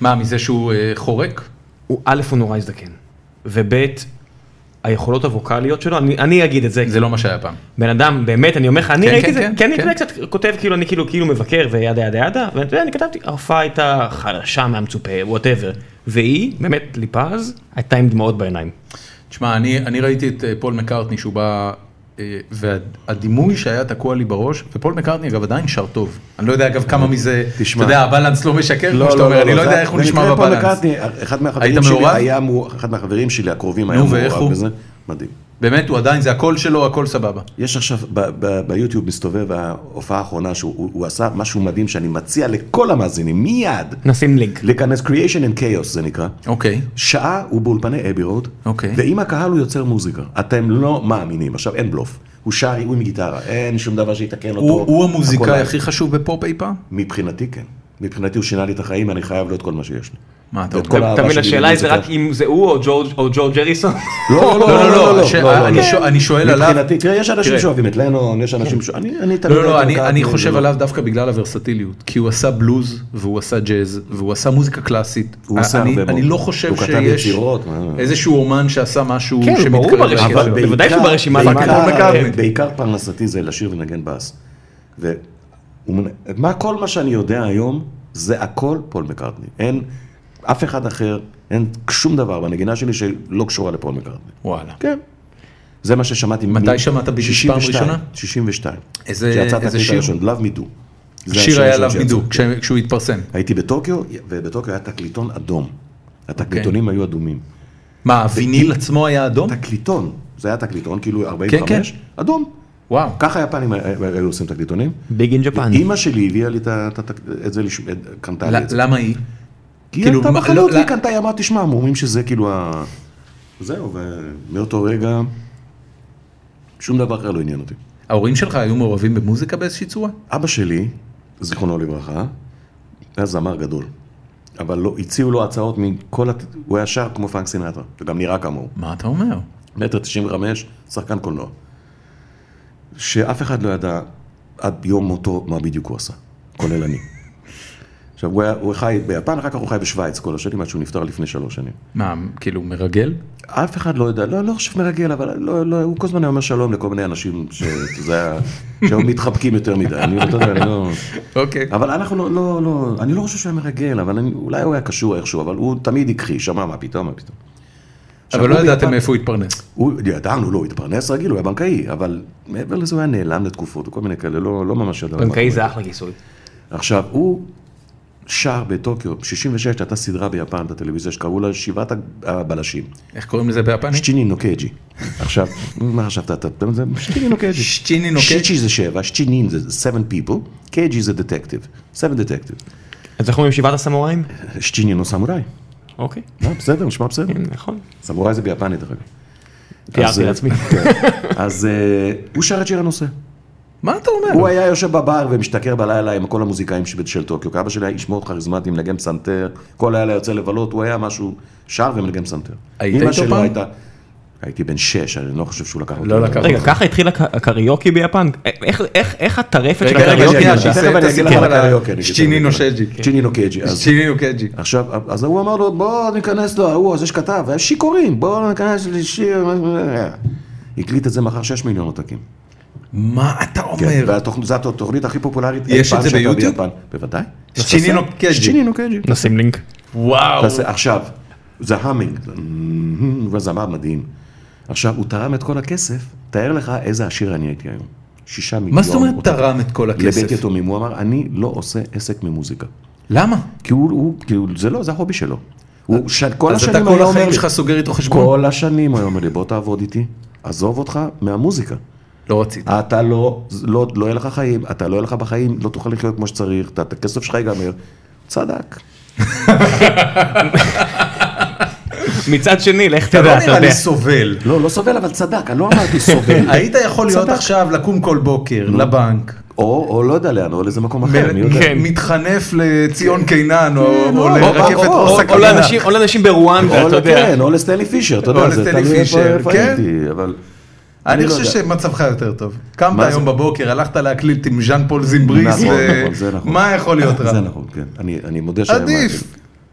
מה, מזה שהוא אה, חורק?
הוא א', הוא נורא הזדקן, וב', היכולות הווקאליות שלו, אני, אני אגיד את זה,
זה לא מה שהיה פעם.
בן אדם באמת אני אומר לך אני
כן,
ראיתי
כן,
את זה
כן,
כן אני
כן.
אתה יודע, קצת כותב כאילו אני כאילו כאילו מבקר וידה ידה ידה ואתה יודע אני כתבתי ההופעה הייתה חלשה מהמצופה וואטאבר והיא באמת ליפז הייתה עם דמעות בעיניים.
תשמע, אני, אני ראיתי את אה, פול מקארטני שהוא בא, אה, והדימוי שהיה תקוע לי בראש, ופול מקארטני אגב עדיין שר טוב. אני לא יודע אגב כמה מזה,
תשמע.
אתה יודע, הבלנס לא משקר, כמו שאתה אומר, אני לא יודע איך הוא נשמע בבלנס.
אחד מהחברים
היית
שלי
מעורב?
היה, מו- אחד מהחברים שלי הקרובים היה
נו, ואיך הוא?
מעורב בזה, מדהים.
באמת, הוא עדיין, זה הקול שלו, הכל סבבה.
יש עכשיו, ב- ב- ביוטיוב מסתובב ההופעה האחרונה שהוא הוא- הוא עשה משהו מדהים שאני מציע לכל המאזינים, מיד,
נשים לינק.
להיכנס creation and chaos זה נקרא.
אוקיי.
שעה הוא באולפני אבי רוד,
אוקיי.
ועם הקהל הוא יוצר מוזיקה. אתם לא מאמינים, עכשיו אין בלוף. הוא שר, הוא עם גיטרה, אין שום דבר שיתקן אותו.
הוא, הוא המוזיקאי
הכל-
הכי חשוב בפופ אי פעם?
מבחינתי כן. מבחינתי הוא שינה לי את החיים, אני חייב לו את כל מה שיש לי.
מה אתה אוקיי.
ואת
אומר?
כל האהבה
תמיד
שלי
השאלה היא זה
למוזיקה.
רק אם זה הוא או ג'ורג' או ג'ורג' אריסון.
לא, לא,
לא,
לא,
לא,
לא,
ש-
לא, לא,
אני
לא.
שואל- אני שואל עליו-
מבחינתי, תראה, יש אנשים
תראה.
שאוהבים את לנון, יש אנשים ש... אני אני תמיד...
לא, לא,
הייתי
אני-
לוקח,
אני
אה,
חושב
לא.
עליו דווקא בגלל הוורסטיליות, כי הוא עשה בלוז, והוא עשה ג'אז, והוא עשה מוזיקה קלאסית.
הוא עשה
אני-
הרבה מאוד.
אני לא חושב
הוא כתב
שיש
יצירות, מה-
איזשהו אומן שעשה משהו
כן, הוא ברור
שמתקרב
ברשימה,
לשיר
אבל
שלו.
ב- בוודאי שהוא ברשימה
עם
בעיקר- אה,
פול מקארטני.
בעיקר פרנסתי זה לשיר ולנגן בס. ומה כל מה שאני יודע היום, זה הכל פול מקארטני. אין אף אחד אחר, אין שום דבר בנגינה שלי שלא קשורה לפול מקארטני.
וואלה.
כן. זה מה ששמעתי.
מתי
מ-
שמעת ביטלס פעם
62,
ראשונה?
62.
איזה-
שיצא
איזה
התקליט
שיר?
הראשון, Love Me Do. זה
השיר היה
הראשון
עליו
שיצא.
בידו, כשהוא התפרסם.
הייתי בטוקיו, ובטוקיו היה תקליטון אדום.
אוקיי.
התקליטונים היו אדומים.
מה, הוויניל עצמו היה אדום?
תקליטון, זה היה תקליטון, כאילו 45,
אוקיי. כן.
אדום.
וואו.
ככה היפנים היו עושים תקליטונים.
ביג אין ג'פן.
אימא שלי הביאה לי את ה- את ה- את זה, לש- את- קנתה לי
ל-
את זה.
למה היא?
כי
לא, כאילו,
הייתה
מה-
בחנות,
לא-
היא
לא-
קנתה, היא אמרה, תשמע, הם אומרים שזה כאילו ה... זהו, ומאותו רגע, שום דבר אחר לא עניין אותי.
ההורים שלך היו מעורבים במוזיקה באיזושהי צורה?
אבא שלי, זיכרונו לברכה, היה זמר גדול. אבל לא, הציעו לו הצעות מכל, הת- הוא היה שר כמו פרנק סינטרה, וגם נראה כמוהו.
מה אתה אומר?
מטר תשעים וחמש, שחקן קולנוע. שאף אחד לא ידע עד יום מותו מה בדיוק הוא עשה, כולל אני. עכשיו, הוא, היה, הוא חי ביפן, אחר כך הוא חי בשוויץ כל השנים, עד שהוא נפטר לפני שלוש שנים.
מה, כאילו מרגל?
אף אחד לא יודע, לא, לא חושב מרגל, אבל לא, לא, הוא כל הזמן היה אומר שלום לכל מיני אנשים שזה היה, שהיו מתחבקים יותר מדי, אני לא יודע, אני לא...
אוקיי.
אבל אנחנו לא, לא, לא, אני לא חושב שהוא היה מרגל, אבל אני, אולי הוא היה קשור איכשהו, אבל הוא תמיד הכחיש, אמר מה פתאום, מה פתאום.
אבל
עכשיו,
לא
הוא
ידעתם
ביפן-
מאיפה הוא התפרנס.
הוא, ידענו, לא, הוא התפרנס רגיל, הוא היה בנקאי, אבל מעבר לזה הוא היה נעלם לתקופות, וכל מיני כאלה, לא, לא ממש ידענו. מה
בנקאי
קורה.
אוקיי, זה אחלה כיסוי.
עכשיו, הוא שר בטוקיו, 66 הייתה סדרה ביפן, בטלוויזיה, שקראו לה שבעת הבלשים.
איך קוראים לזה ביפנית?
שצ'יני נוקג'י. עכשיו, מה חשבת, אתה אתה- זה שצ'יני נוקג'י.
שצ'יני נוקג'י.
שצ'י זה שבע, שצ'ינין זה 7 people, קג'י זה דטקטיב, 7 דטקטיב.
אז אנחנו עם שבעת הסמוראים?
שצ'ינין הוא לא סמוראי.
אוקיי.
אה, בסדר, נשמע בסדר.
נכון.
סמוראי זה ביפנית, דרך אגב. אז,
תיארתי
אה,
לעצמי.
אז אה, הוא שר את שיר הנושא.
מה אתה
הוא
אומר?
היה יושב בבר ומשתכר בלילה עם כל המוזיקאים של- של טוקיו, כי אבא שלי היה איש מאוד כריזמטי, מנגן פסנתר, כל הלילה יוצא לבלות, הוא היה משהו, שר ומנגן פסנתר.
היית
אמא
איתו
שלו
פעם?
הייתה, הייתי בן שש, אני לא חושב שהוא לקח אותי.
לא לקח
רגע, ככה התחיל הק- הקריוקי ביפן? אה, איך- איך- איך הטרפת של
רגע, רגע,
הקריוקי?
שנייה,
תכף
תסיים
אני
את
אגיד
הסיפור
לך על
על
הקריוקי, אני אגיד לך.
שצ'יני נושג'י.
צ'יני נוקג'י. אז-
שצ'יני נוקג'י.
עכשיו, אז הוא אמר לו, בוא ניכנס לו, הוא הזה שכתב, היה שיכורים, בוא ניכנס לשיר. הקליט את זה מחר 6 מיליון עותקים.
מה אתה
כן,
אומר?
והתוכנית, זו התוכנית הכי פופולרית. אי
יש
פעם
את זה
שהייתה
ביוטיוב?
ביפן. בוודאי.
שצ'יני
תעשה-
נוקג'י.
שצ'יני נוקג'י.
נשים לינק.
וואו.
תעשה- עכשיו, זה המינג, וזמר מדהים. עכשיו, הוא תרם את כל הכסף, תאר לך איזה עשיר אני הייתי היום. שישה מיליון.
מה זאת אומרת
אותם.
תרם את כל
לבית
הכסף?
יתומים, הוא אמר, אני לא עושה עסק ממוזיקה.
למה?
כי הוא, הוא, כי הוא, זה לא, זה החובי שלו. הוא, ש... כל
אז אתה
השנים
כל
היה אומר
החיים
לי,
שלך סוגר איתו חשבון?
כל השנים הוא היה אומר לי, בוא תעבוד איתי, עזוב אותך מהמוזיקה.
לא רצית.
אתה לא, לא, לא יהיה לך חיים, אתה לא יהיה לך בחיים, לא תוכל לחיות כמו שצריך, אתה- את הכסף שלך ייגמר. צדק.
מצד שני, לך
אתה
תדע,
לא
אתה
נראה
יודע.
לי סובל.
לא, לא סובל, אבל צדק, אני לא אמרתי סובל.
היית יכול להיות
צדק.
עכשיו לקום כל בוקר לבנק,
או, או לא יודע לאן, או לאיזה מקום אחר, אני יודע. כן,
כן.
מתחנף לציון קינן או או
או-
לרקפת
או-
ראש
או-
או
הכוונה.
לאנשים- או לאנשים ברואנדה,
או
אתה יודע.
לקרן, או לסטנלי פישר, אתה
או
יודע, זה
לסטנלי
תלוי איפה
פישר,
איפה
כן.
הייתי, אבל...
אני
לא
חושב
יודע.
שמצבך יותר טוב. קמת
מה
היום
זה?
בבוקר, הלכת להקליט עם ז'אן פול זימבריס,
נכון,
ו-
נכון, זה נכון.
מה יכול להיות רע?
זה נכון, כן. אני אני מודה שהיה
עדיף.
מעניין.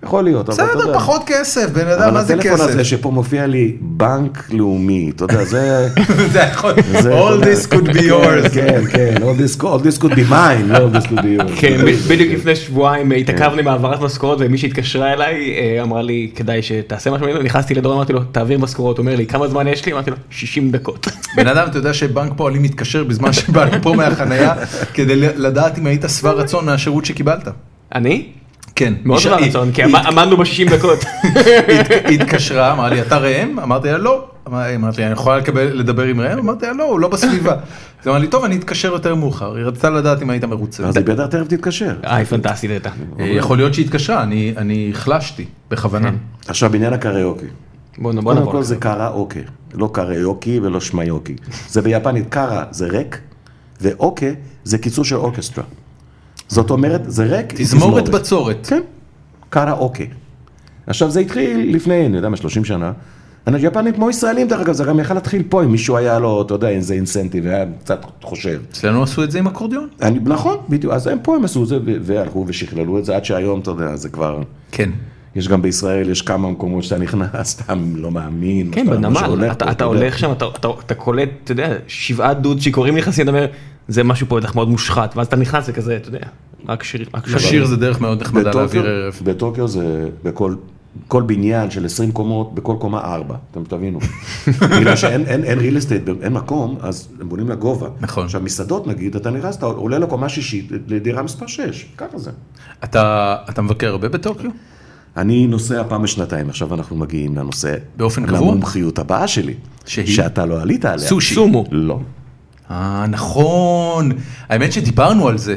יכול להיות, אבל אתה
בסדר,
יודע.
פחות כסף, בן אדם,
אבל
מה זה
הטלפון הזה
כסף?
שפה מופיע לי בנק לאומי, אתה יודע, זה...
זה יכול,
זה, אתה
all
יודע.
this could be yours.
כן, כן, all this- all this could be mine, לא all this could be yours.
כן, ב- בדיוק לפני שבועיים אה, התעכבנו בהעברת משכורות ומי שהתקשרה אליי אה, אמרה לי כדאי שתעשה משהו, מעניין." נכנסתי לדור אמרתי לו תעביר משכורות, הוא אומר לי כמה זמן יש לי? אמרתי לו 60 דקות.
בן אדם, אתה יודע שבנק פועלים מתקשר בזמן שבנק פה מהחנייה, כדי לדעת אם היית שבע רצון מהשירות שקיבלת.
אני?
כן.
מאוד
אישה-
רע
היא-
רצון, כי
היא-
עמד- עמדנו ב-60 דקות.
הת- התקשרה, אמרה לי, אתה ראם? אמרתי לה, לא. אמר- אמרתי, אני יכולה לקבל- לדבר עם ראם? אמרתי לה, לא, הוא לא בסביבה. אז אמרה לי, טוב, אני אתקשר יותר מאוחר. היא רצתה לדעת אם היית מרוצה.
אז היא בטח תכף תתקשר.
איי, פנטסטית הייתה.
אה, יכול להיות שהיא התקשרה, אני- אני החלשתי
כן.
בכוונה.
עכשיו בעניין הקריוקי.
בוא נ- בוא
קודם
נעבור.
כל זה קראוקה, לא קריוקי ולא שמיוקי. זה ביפנית קרא זה ריק, ואוקה זה קיצור של אורקסטרה. זאת אומרת, זה ריק. עם
תזמורת בצורת.
כן, קראוקה. עכשיו זה התחיל לפני, אני יודע מה, 30 שנה. יפנים כמו ישראלים דרך אגב, זה גם יכל להתחיל פה אם מישהו היה לו, אתה יודע, איזה אינסנטיב, היה קצת חושב.
אצלנו עשו את זה עם אקורדיון.
אני, נכון, בדיוק, אז הם פה הם עשו את זה ו- והלכו ושכללו את זה עד שהיום, אתה יודע, זה כבר...
כן.
יש גם בישראל, יש כמה מקומות שאתה נכנס, אתה לא מאמין.
כן,
אתה לא יודע מה
בנמל,
שהולך פה,
אתה, אתה
יודע.
הולך שם, אתה, אתה, אתה קולט, אתה יודע, שבעה דוד שיכורים נכנסים, אתה אומר, זה משהו פה בטח מאוד מושחת, ואז אתה נכנס וכזה, אתה יודע, רק שיר, רק
השיר זה דרך מאוד נחמדה
בטוקיו,
להעביר ערב.
בטוקיו זה בכל... כל בניין של 20 קומות, בכל קומה 4, אתם תבינו. בגלל שאין אין, אין real estate, אין מקום, אז הם בונים לגובה.
נכון.
עכשיו, מסעדות נגיד, אתה נכנס, אתה עולה לקומה שישית, לדירה מספר 6, ככה זה.
אתה אתה מבקר הרבה בטוקיו?
אני נוסע פעם בשנתיים, עכשיו אנחנו מגיעים לנושא...
באופן קבוע?
למומחיות הבאה שלי.
שהיא?
שאתה לא עלית עליה.
סושי.
סומו.
לא.
אה, נכון. האמת שדיברנו על זה.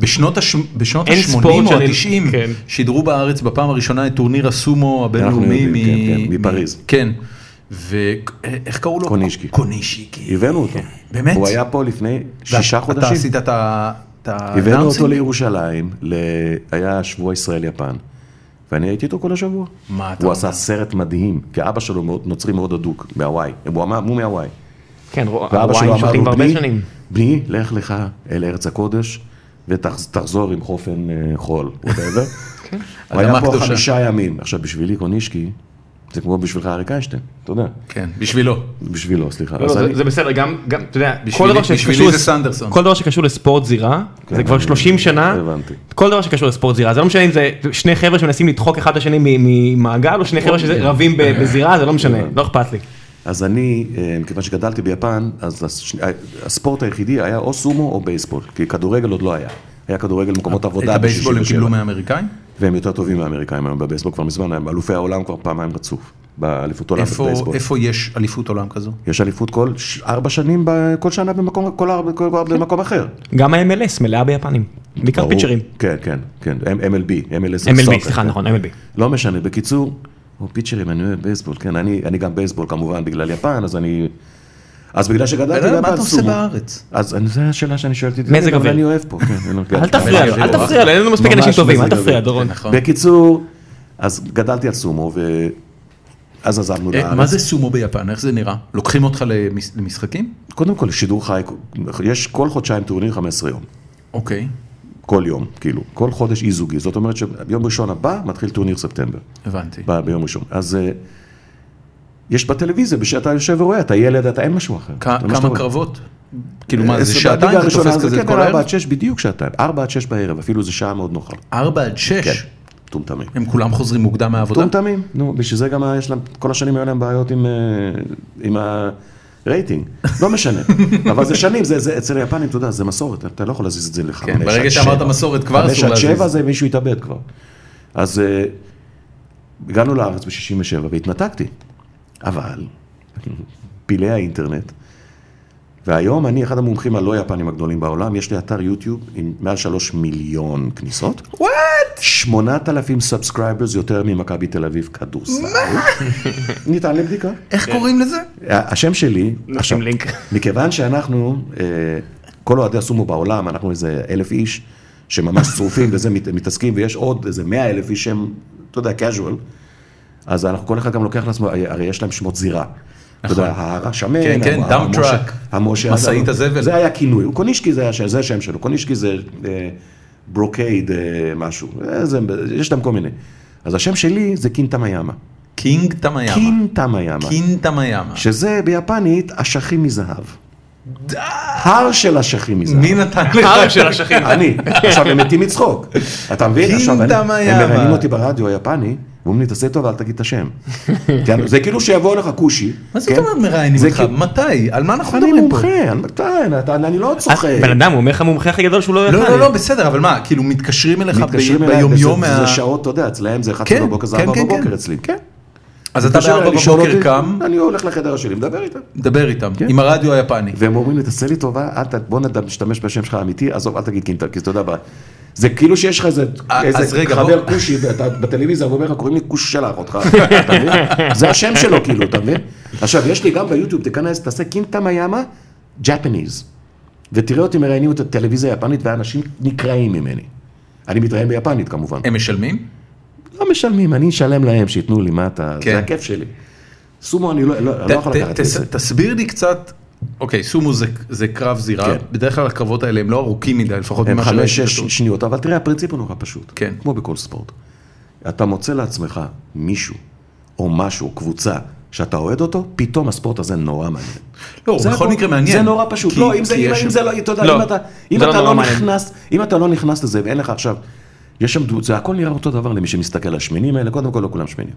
בשנות ה-80
אין ספורט
או
שאני-
ה-90
כן.
שידרו בארץ בפעם הראשונה את טורניר הסומו הבינלאומי
אנחנו יודעים,
מ-
כן, כן, מפריז.
כן. ואיך קראו לו?
קונישקי.
קונישקי.
הבאנו אותו.
כן. באמת?
הוא היה פה לפני שישה
ואת- אתה
חודשים.
עשית את ה... את ה-
הבאנו אותו
announcing?
לירושלים, ל... היה שבוע ישראל-יפן, ואני הייתי איתו כל השבוע.
מה אתה אומר?
הוא עשה סרט מדהים, כי אבא שלו מאוד, נוצרי מאוד הדוק, מהוואי. הוא אמר, הוא מהוואי.
כן, רוא-
ואבא
הוואי
שלו אמר
שותים
לו,
כבר הרבה
בני,
שנים.
בני, לך לך אל ארץ הקודש, ותחזור עם חופן אה, חול, whatever.
כן.
הוא
אדמה
היה פה
קדושה.
חמישה ימים. עכשיו, בשבילי קונישקי, זה כמו בשבילך אריק איינשטיין, אתה יודע.
כן, בשבילו.
בשבילו, סליחה.
לא,
אז
לא,
אני-
זה- זה בסדר, גם, גם, אתה יודע, כל
בשבילי-
דבר שקשור
בשבילי זה
לס-
סנדרסון.
כל דבר שקשור לספורט זירה, זה כבר
אני-
30 שנה,
הבנתי.
כל דבר שקשור לספורט זירה, זה לא משנה אם זה שני חבר'ה שמנסים לדחוק אחד את השני מ- ממעגל, או שני חבר'ה שרבים ב- בזירה, זה לא משנה, לא אכפת לי.
אז אני, אה, מכיוון שגדלתי ביפן, אז הש- הספורט היחידי היה או סומו או בייסבול, כי כדורגל עוד לא היה. היה כדורגל במקומות
את
עבודה
הבייסבול הם
ב-67.
קיבלו מהאמריקאים?
והם יותר טובים מהאמריקאים היום בבייסבול כבר מזמן, הם אלופי העולם כבר פעמיים רצוף, באליפות עולם
איפה-
בבייסבול.
איפה יש אליפות עולם כזו?
יש אליפות כל ש- ארבע שנים, ב- כל שנה במקום, כל ארבע, כל ארבע במקום אחר.
גם ה-MLS מלאה ביפנים, בעיקר
ברור.
פיצ'רים.
כן, כן, כן, הם- MLB, MLS. זה
MLB,
סוקר,
סליחה,
כן.
נכון, MLB.
לא משנה, בקיצור, או פיצ'רים, אני אוהב בייסבול, כן, אני אני גם בייסבול כמובן בגלל יפן, אז אני... אז בגלל שגדלתי
אה, מה
ביפן
אתה עושה
סומו.
בארץ?
אז אני- זו השאלה שאני שואלת את
מזג
אבל
אוויר.
אני אוהב פה, כן, אני לא-
אל
כן.
תפריע לו, אל תפריע לו, אין לנו מספיק
ממש לא
אנשים טובים, אל
מזג
תפריע,
אוויר.
דורון.
נכון.
בקיצור, אז גדלתי על סומו, ואז עזבנו
אה, מה
לארץ.
זה סומו ביפן? איך זה נראה? לוקחים אותך למש- למשחקים?
קודם כל, שידור חי, יש כל חודשיים טורניר 15 יום.
אוקיי,
כל יום, כאילו, כל חודש אי זוגי, זאת אומרת שביום ראשון הבא מתחיל טורניר ספטמבר,
הבנתי.
ב- ביום ראשון. אז אה, יש בטלוויזיה, שאתה יושב ורואה, אתה ילד, אתה אין משהו אחר.
כ-
זה מה שאתה
כמה
רואה.
קרבות? כאילו מה, זה
אז
שעתיים?
בליגה
אתה
הראשונה
תופס
זה
כזה את
כן,
כל
ארבע
הערב?
עד שש, בדיוק שעתיים, ארבע עד שש בערב, אפילו זו שעה מאוד נוחה.
ארבע עד
כן,
שש?
מטומטמים.
הם כולם חוזרים מוקדם מהעבודה?
מטומטמים, נו, בשביל זה גם יש להם, כל השנים היו להם בעיות עם, אה, עם הרייטינג, לא משנה, אבל זה שנים, זה, זה אצל היפנים, אתה יודע, זה מסורת, אתה לא יכול להזיז את זה לך.
כן, ברגע שאמרת מסורת, כבר אסור
חמש
להזיז.
עד שבע זה מישהו התאבד כבר. אז אה, הגענו לארץ ב-67 והתנתקתי, אבל פילי האינטרנט, והיום אני אחד המומחים הלא יפנים הגדולים בעולם, יש לי אתר יוטיוב עם מעל שלוש מיליון כניסות.
וואט?
8,000 סאבסקרייברס יותר ממכבי תל אביב כדורסל. ניתן לבדיקה.
איך קוראים לזה?
ה- השם
לא.
שלי, עכשיו,
לינק.
מכיוון שאנחנו, אה, כל אוהדי הסומו בעולם, אנחנו איזה אלף איש, שממש שרופים וזה מת- מתעסקים, ויש עוד איזה מאה אלף איש שהם, אתה יודע, casual, אז אנחנו, כל אחד גם לוקח לעצמו, אה, הרי יש להם שמות זירה. אתה יודע, ההרה שמן,
כן, כן,
המ-
dump
המשה-
truck,
המשה,
משאית הזבל.
זה היה כינוי, הוא קונישקי זה היה ש- זה השם שלו, קונישקי זה אה, ברוקייד אה, משהו, אה, זה- יש להם כל מיני. אז השם שלי זה קינטמיאמה.
קינג טמיאמה.
קינטמיאמה.
קינג טמיאמה.
שזה ביפנית אשכים מזהב. הר של אשכים מזהב.
מי נתן
הר
לך?
של השכן.
אני. עכשיו הם מתים מצחוק. אתה מבין? עכשיו אני-
קינטמיאמה.
הם מראיינים אותי ברדיו היפני, ואומרים לי, תעשה טוב, אל תגיד את השם. כן, זה כאילו שיבוא לך כושי.
מה זאת
כן?
אומרת מראיינים
זה
אותך?
כאילו-
מתי? על מה אנחנו
אני
מדברים פה?
מומחה, אני- אתה- אתה- אני לא צוחק.
בן אדם, הוא אומר לך מומחה הכי גדול שהוא לא
לא,
יפני.
לא, לא, בסדר, אבל מה, כאילו מתקשרים אליך
מתקשרים
ב-
אליי,
ביומיום
וזה-
מה...
זה שעות, אתה יודע, אצלהם זה 1
כן,
בבוקר, זה
כן,
4
כן, כן.
בבוקר אצלי. כן.
אז אתה
מתקשר
בארבע
אליי, לשאול
בבוקר
אותי, כן.
קם,
אני הולך לחדר שלי, מדבר איתם.
דבר איתם, עם הרדיו היפני.
והם אומרים לי, תעשה לי טובה, אל ת... בוא נד- נשתמש בשם שלך האמיתי, עזוב, אל תגיד קינטר, כי אתה יודע, ב- זה כאילו שיש לך איזה,
אה,
איזה
אז רגע,
חבר
בוא-
כושי ואתה בטלוויזיה, הוא אומר לך, קוראים לי כוש שלח אותך, אתה מבין? זה השם שלו, כאילו, אתה מבין? עכשיו, יש לי גם ביוטיוב, תיכנס, תעשה קינטה מיאמה, ג'פניז, ותראה אותי מראיינים את הטלוויזיה היפנית, ואנשים נקרעים ממני. אני מתראיין ביפנית, כמובן.
הם משלמים?
לא משלמים, אני אשלם להם, שייתנו לי, מה אתה...
כן.
זה הכיף שלי. סומו, אני לא- לא לא יכול
ת-
לקחת
ת-
את זה.
תסביר לי קצת, אוקיי, סומו זה- זה קרב זירה,
כן.
בדרך כלל הקרבות האלה הם לא ארוכים מדי, לפחות
הם
ממה
חמש,
שראיתי
שש
כתוב.
שניות, אבל תראה, הפרינציפ הוא נורא פשוט.
כן.
כמו בכל ספורט. אתה מוצא לעצמך מישהו, או משהו, קבוצה, שאתה אוהד אותו, פתאום הספורט הזה נורא מעניין.
לא, הוא
זה
בכל
הכל.
מקרה מעניין.
זה נורא פשוט.
כי-
לא, אם זה,
כי
אם,
יש
אם
שם-
זה לא, אתה יודע,
לא,
אם אתה, אם
זה לא
אתה לא
נורא מעניין.
נכנס, אם אתה לא נכנס לזה ואין לך עכשיו, יש שם, דו- זה הכל נראה אותו דבר למי שמסתכל על השמנים האלה, קודם כל לא כולם שמנים.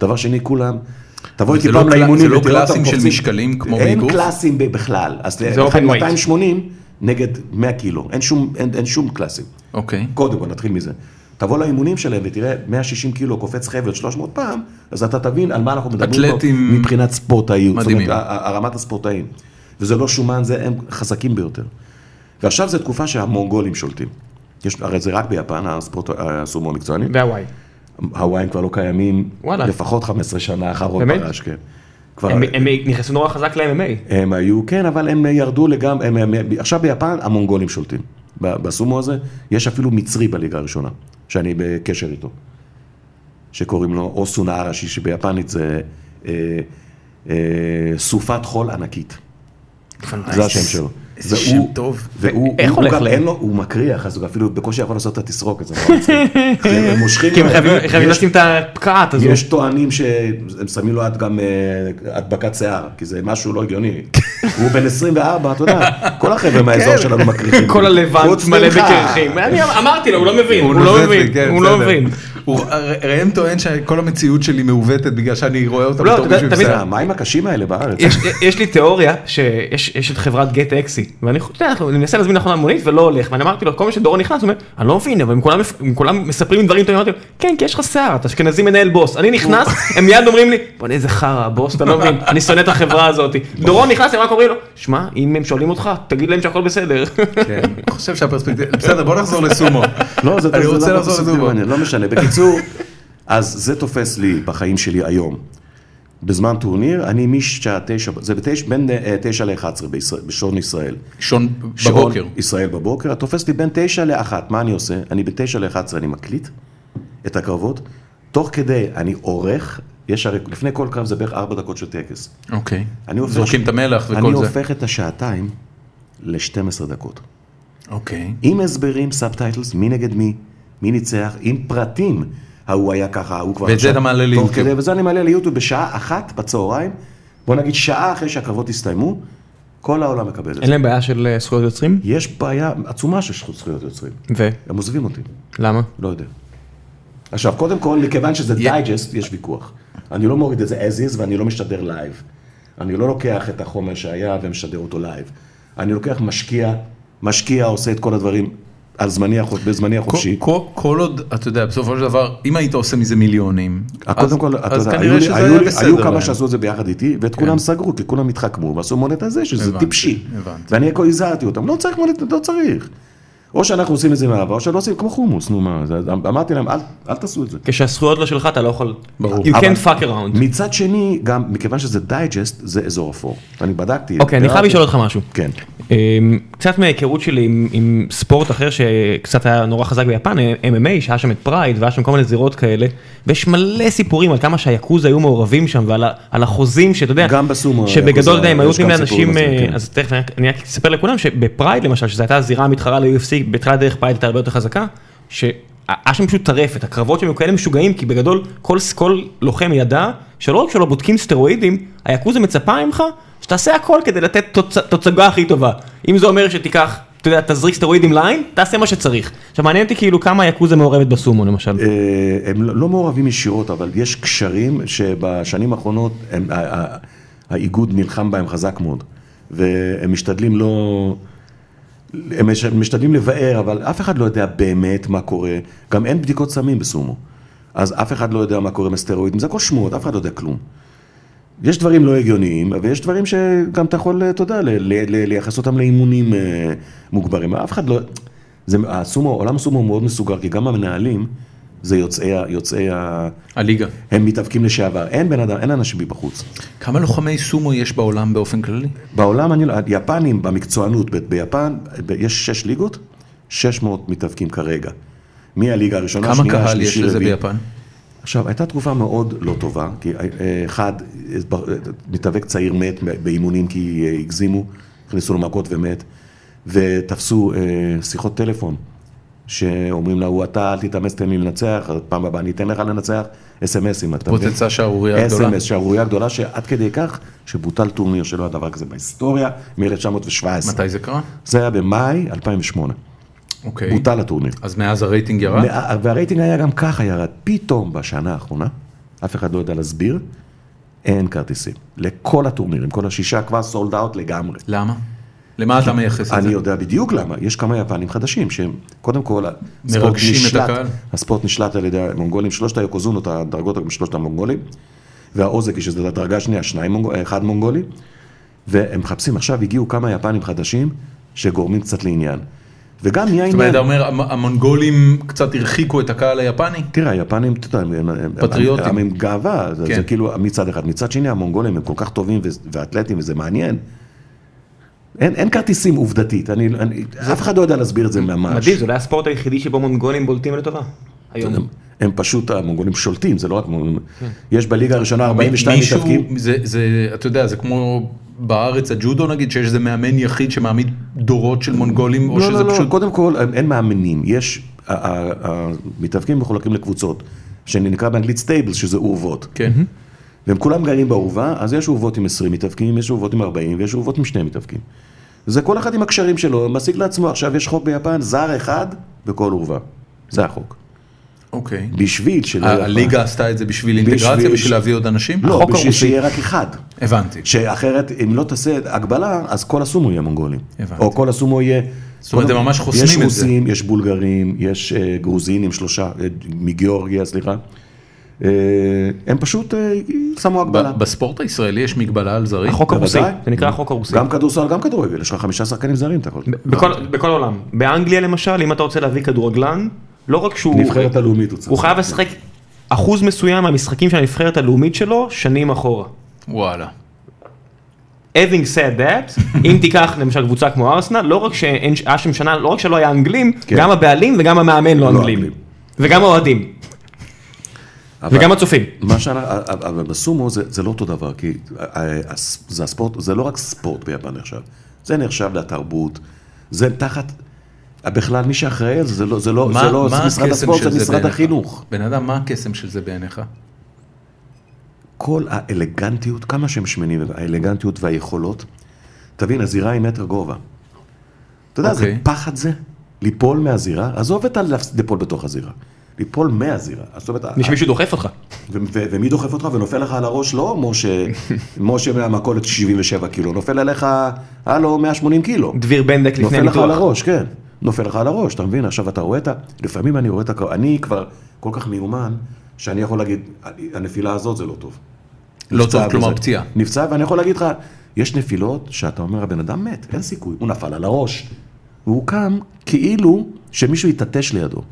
דבר שני, כולם, תבוא
אבל
איתי
זה לא
פעם
קלא-
לאימונים
זה לא
ותראה אותם
קלאסים של
קופצים.
משקלים כמו
אין
באגרוף?
קלאסים ב- בכלל. אז לכן
open weight.
280 נגד 100 קילו, אין שום, אין, אין שום קלאסים.
אוקיי.
קודם כל, נתחיל מזה. תבוא לאימונים שלהם ותראה 160 קילו קופץ חבל 300 פעם, אז אתה תבין על מה אנחנו מדברים פה
אתלטים
מבחינת ספורטאיות.
מדהימים.
זאת אומרת, ה- ה- הרמת הספורטאים. וזה לא שומן, זה הם חזקים ביותר. ועכשיו זו תקופה שהמונגולים שולטים. יש, הרי זה רק ביפן, הספורט, הסומו המקצועני.
והוואי.
הוואיים כבר לא קיימים,
וואלה.
לפחות 15 שנה אחרון
באמת?
פרש, כן. כבר,
הם הם נכנסו נורא חזק ל-MMA.
הם היו, כן, אבל הם ירדו לגמרי, הם, הם, עכשיו ביפן המונגולים שולטים. ב- בסומו הזה, יש אפילו מצרי בליגה הראשונה, שאני בקשר איתו, שקוראים לו אוסונה ארשי, שביפנית זה אה, אה, סופת חול ענקית. זה השם שלו.
איזה
והוא-
שם טוב.
והוא,
איך
הוא
הולך
גם
להם?
אין לו, הוא מקריח, אז הוא אפילו בקושי יכול לעשות את התסרוק הזה. נורא מצחיק. הם מושכים,
כי הם חייבים-
אה, יש-
חייבים לשים את הפקעת הזו.
יש טוענים שהם שמים לו עד גם אה, הדבקת שיער, כי זה משהו לא הגיוני. הוא בן 24, אתה יודע, כל החבר'ה מהאזור שלנו מקריחים.
כל הלבנט
חוץ
מלא
ממך.
בקרחים. אני אמרתי לו, הוא לא מבין, הוא לא
נוזף לי,
מבין,
כן,
הוא לא
בסדר.
מבין.
הוא- הר- ראם טוען שכל המציאות שלי מעוותת בגלל שאני רואה אותה
לא,
בתור
אתה-
מישהו עם
תמיד-
שיער.
זה המים אה, הקשים האלה בארץ.
יש, יש לי תיאוריה שיש יש את חברת גט אקסי ואני חושב, אנחנו ננסה להזמין לאחרונה מונית ולא הולך ואני אמרתי לו כל מה שדורון נכנס הוא אומר אני לא מבין אבל אם כולם, אם כולם מספרים לי דברים טובים אמרתי לו כן כי יש לך שיער אתה אשכנזי מנהל בוס אני נכנס הם מיד אומרים לי בוא'נה איזה חרא הבוס אתה לא מבין אני שונא את החברה הזאת דורון נכנס הם רק אומרים לו שמע אם הם שואלים אותך תגיד להם שהכל בסדר.
כן, אני חושב שהפרספקטיבה, בסדר בוא נחזור לסומו.
לא, זה
אני
זה
רוצה
דבר
לחזור
פסיכי
לסומו.
מעניין, לא משנה. בקיצור, אז זה תופס לי בחיים שלי היום. בזמן טורניר, אני משעה תשע, זה בתשע, בין אה, תשע ל-11 בשעון ישראל.
שון
שעון
בבוקר.
ישראל בבוקר, את תופסת לי בין תשע לאחת, מה אני עושה? אני בתשע לאחת עשרה, אני מקליט את הקרבות, תוך כדי אני עורך, יש הרי, לפני כל קרב זה בערך ארבע דקות של טקס.
אוקיי.
אני הופך-
זורקים את המלח
אני
וכל זה.
הופך את השעתיים ל-12 דקות.
אוקיי.
עם הסברים, סאבטייטלס, מי נגד מי, מי ניצח, עם פרטים, ההוא היה ככה, ההוא כבר...
ואת זה
עכשיו.
אתה מעלה
תוך
ליוטיוב.
כדי, וזה אני מעלה ליוטיוב בשעה אחת בצהריים, בוא נגיד שעה אחרי שהקרבות הסתיימו, כל העולם מקבל את זה.
להם בעיה של אה, זכויות יוצרים?
יש בעיה עצומה של זכות- זכויות יוצרים. הם עוזבים אותי,
ולמה?
לא יודע. עכשיו, קודם כל, מכיוון שזה דייג'סט, יש ויכוח. אני לא מוריד את זה as is ואני לא משדר לייב. אני לא לוקח את החומר שהיה ומשדר אותו לייב. אני לוקח משקיע, משקיע עושה את כל הדברים על זמני החופ- בזמני החופשי.
כל- כל עוד, אתה יודע, בסופו של דבר, אם היית עושה מזה מיליונים, אז-
אה, קודם כל, אתה
אז
יודע,
כנראה
היו לי-
שזה
היו
היה
לי-
בסדר
היו כמה
להם.
שעשו את זה ביחד איתי, ואת כולם סגרו, כי כולם התחכמו, ועשו מונטיזיישן,
הבנתי,
שזה טיפשי.
הבנתי.
ואני הכל הזהרתי אותם, לא צריך מונטיזיישן, לא צריך. או שאנחנו עושים את זה מהעבר, או שלא עושים כמו חומוס, נו מה, זה- אמ- אמרתי להם, "אל- אל תעשו את זה.
כשהזכויות לא שלך אתה לא יכול.
ברור.
You
אבל-
can't fuck around.
מצד שני, גם מכיוון שזה דייג'סט, זה אזור אפור. אני בדקתי.
אוקיי אני חייב
ביררתי.
לשאול אותך משהו.
כן.
אמ, קצת מההיכרות שלי עם, עם ספורט אחר שקצת היה נורא חזק ביפן, אה, MMA, שהיה שם את פרייד והיה שם כל מיני זירות כאלה, ויש מלא סיפורים על כמה שהיאקוז היו מעורבים שם ועל ה- על החוזים שאתה יודע,
גם בסומו
שבגדול
היאקוזה,
אתה יודע, הם היו
יש
נותנים
גם סיפורים
לאנשים,
על זה,
אה,
כן.
אז תכף אני רק- אני רק אספר לכולם שבפרייד למשל, שזו הייתה הזירה המתחרה ל-UFC, בתחילת דרך פרייד הייתה הרבה יותר חזקה, ש... היה שם פשוט טרפת, הקרבות שם היו כאלה משוגעים, כי בגדול כל, כל לוחם ידע שלא רק שלא בודקים סטרואידים, היאקוזה מצפה ממך שתעשה הכל כדי לתת תוצ... תוצגה הכי טובה. אם זה אומר שתיקח, אתה יודע, תזריק סטרואידים לעין, תעשה מה שצריך. עכשיו מעניין אותי כאילו כמה היאקוזה מעורבת בסומו למשל.
אה, הם לא לא מעורבים ישירות, אבל יש קשרים שבשנים האחרונות הם- ה- ה- האיגוד נלחם בהם חזק מאוד. והם משתדלים לא... הם מש- משתדלים לבאר, אבל אף אחד לא יודע באמת מה קורה. גם אין בדיקות סמים בסומו. אז אף אחד לא יודע מה קורה עם הסטרואידים, זה הכל שמועות, אף אחד לא יודע כלום. יש דברים לא הגיוניים, אבל יש דברים שגם אתה יכול, אה, אתה יודע, ל- ל- ל- לייחס אותם לאימונים אה, מוגברים. אף אחד לא... זה, הסומו, עולם הסומו מאוד מסוגר, כי גם המנהלים זה יוצאי, ה- יוצאי ה...
הליגה.
הם מתאבקים לשעבר. אין בן אדם, אין אנשים מבחוץ.
כמה לוחמי סומו יש בעולם באופן כללי?
בעולם, אני, לא- יפנים במקצוענות, ב- ביפן ב- יש שש ליגות, 600 מתאבקים כרגע. מהליגה הראשונה,
כמה
שנייה,
קהל יש
שלישי,
לזה
רביעי.
ביפן?
עכשיו, הייתה תקופה מאוד לא טובה, כי אה, אחד, אה, בר- אה, מתאבק צעיר מת באימונים כי אה, הגזימו, הכניסו לו מכות ומת, ותפסו אה, שיחות טלפון, שאומרים להוא, אתה אל תתאמץ, תן לי לנצח, פעם הבאה אני אתן לך לנצח, אס.אם.אסים, אתה מבין?
פוצצה שערורייה גדולה.
אס.אם.אס, שערורייה גדולה, שעד כדי כך שבוטל טורניר שלא היה דבר כזה בהיסטוריה, מ-1917.
מתי זה קרה?
זה היה במאי 2008,
אוקיי.
בוטל הטורניר.
אז מאז הרייטינג ירד?
מה- והרייטינג היה גם ככה ירד, פתאום בשנה האחרונה, אף אחד לא יודע להסביר, אין כרטיסים. לכל הטורנירים, כל השישה כבר סולד אאוט לגמרי.
למה? למה אתה מייחס את
אני
זה?
יודע בדיוק למה, יש כמה יפנים חדשים שהם, קודם כל, הספורט
מרגשים את
נשלט-
הקהל.
הספורט נשלט על ידי המונגולים, שלושת היוקוזונות, הדרגות הם שלושת המונגולים, והאוזקי, שזו הדרגה השנייה, שניים, מונג- אחד מונגולי, והם מחפשים, עכשיו הגיעו כמה יפנים חדשים שגורמים קצת לעניין. וגם נהיה
זאת אומרת,
עניין,
אתה אומר, המ- המונגולים קצת הרחיקו את הקהל היפני?
תראה, היפנים, אתה יודע, הם- הם- הם-
פטריוטים.
הם עם גאווה, זה-
כן.
זה כאילו מצד אחד. מצד שני, המונגולים הם כל כך טובים ו- ואתלטים, וזה מעניין. אין, אין כרטיסים עובדתית, אני, אני, אף אחד לא יודע להסביר את זה ממש.
מדהים, זה לא- אולי הספורט היחידי שבו מונגולים בולטים לטובה. היום.
הם, הם פשוט, המונגולים שולטים, זה לא רק מונגולים. יש בליגה הראשונה 42
מישהו-
מתאבקים.
זה, זה, אתה יודע, זה כמו בארץ הג'ודו נגיד, שיש איזה מאמן יחיד שמעמיד דורות של מונגולים, או
לא,
שזה
לא, לא,
פשוט...
קודם כל, הם- אין מאמנים, יש, ה- ה- ה- המתאבקים מחולקים לקבוצות, שנקרא באנגלית סטייבלס, שזה אורוות.
כן.
והם כולם גרים באורווה, אז יש אורוות עם 20 מתאבקים, יש אורוות עם 40 ויש אורוות עם שני מתאבקים. זה כל אחד עם הקשרים שלו, משיג לעצמו, עכשיו יש חוק ביפן, זר אחד בכל אורווה. זה החוק.
אוקיי.
בשביל שלא...
ה- הליגה עשתה את זה בשביל אינטגרציה,
לא, בשביל-
בשביל להביא עוד אנשים?
לא,
החוק
בשביל
הרוסי.
שיהיה רק אחד.
הבנתי.
שאחרת, אם לא תעשה הגבלה, אז כל הסומו יהיה מונגולים.
הבנתי.
או כל הסומו יהיה...
זאת אומרת, הם ממש חוסמים את
יש
זה.
רוסים, יש בולגרים, יש אה, גרוזינים, שלושה, אה, מגיאורגיה, סליחה. אה, הם פשוט אה, שמו הגבלה.
ב- בספורט הישראלי יש מגבלה על זרים?
לא,
החוק הרוסי,
בוודאי.
זה נקרא החוק הרוסי.
גם כדורסל, גם כדורגל, יש לך חמישה שחקנים זרים, אתה יכול.
בכל- בכל העולם. באנגליה למשל, אם אתה רוצה להביא כדורגלן, לא רק שהוא...
נבחרת הלאומית הוא צריך.
הוא חייב לשחק אחוז מסוים מהמשחקים של הנבחרת הלאומית שלו שנים אחורה.
לא.
וואלה.
Having said that, אם תיקח למשל קבוצה כמו ארסנל, לא רק שאין, היה שם שנה, לא רק שלא היה אנגלים,
כן.
גם הבעלים וגם המאמן לא
לא
אנגלים.
אנגלים.
וגם האוהדים,
אבל-
וגם הצופים.
מה שאנחנו, אבל בסומו זה, זה לא אותו דבר, כי ה- ה- הס- זה הספורט, זה לא רק ספורט ביפן נחשב, זה נחשב לתרבות, זה תחת, בכלל מי שאחראי על זה, זה לא, זה לא,
מה-
זה לא
מה
משרד
הקסם
הספורט,
של
זה משרד
בעיניך?
החינוך.
בן אדם, מה הקסם של זה בעיניך?
כל האלגנטיות, כמה שהם שמנים, האלגנטיות והיכולות, תבין, הזירה היא מטר גובה. אתה יודע, זה
אוקיי.
פחד זה, ליפול מהזירה, עזוב את הלפ- ליפול בתוך הזירה, ליפול מהזירה, עזוב את ה...
מישהו דוחף אותך.
ו- ו- ומי דוחף אותך ונופל לך על הראש? לא משה, משה מהמכולת 77 קילו, נופל עליך, הלו, 180 קילו.
דביר בנדק לפני
נופל לך על
הניתוח.
הראש, כן. נופל לך על הראש, אתה מבין? עכשיו אתה רואה את ה... לפעמים אני רואה את הקרב, אני כבר כל כך מיומן, שאני יכול להגיד, הנפילה הזאת זה לא טוב.
לא
נפצע
טוב, כלומר
וזה-
פציעה.
נפצע, ואני יכול להגיד לך, יש נפילות שאתה אומר, הבן אדם מת, אין סיכוי, הוא נפל על הראש. והוא קם כאילו שמישהו יתעטש לידו.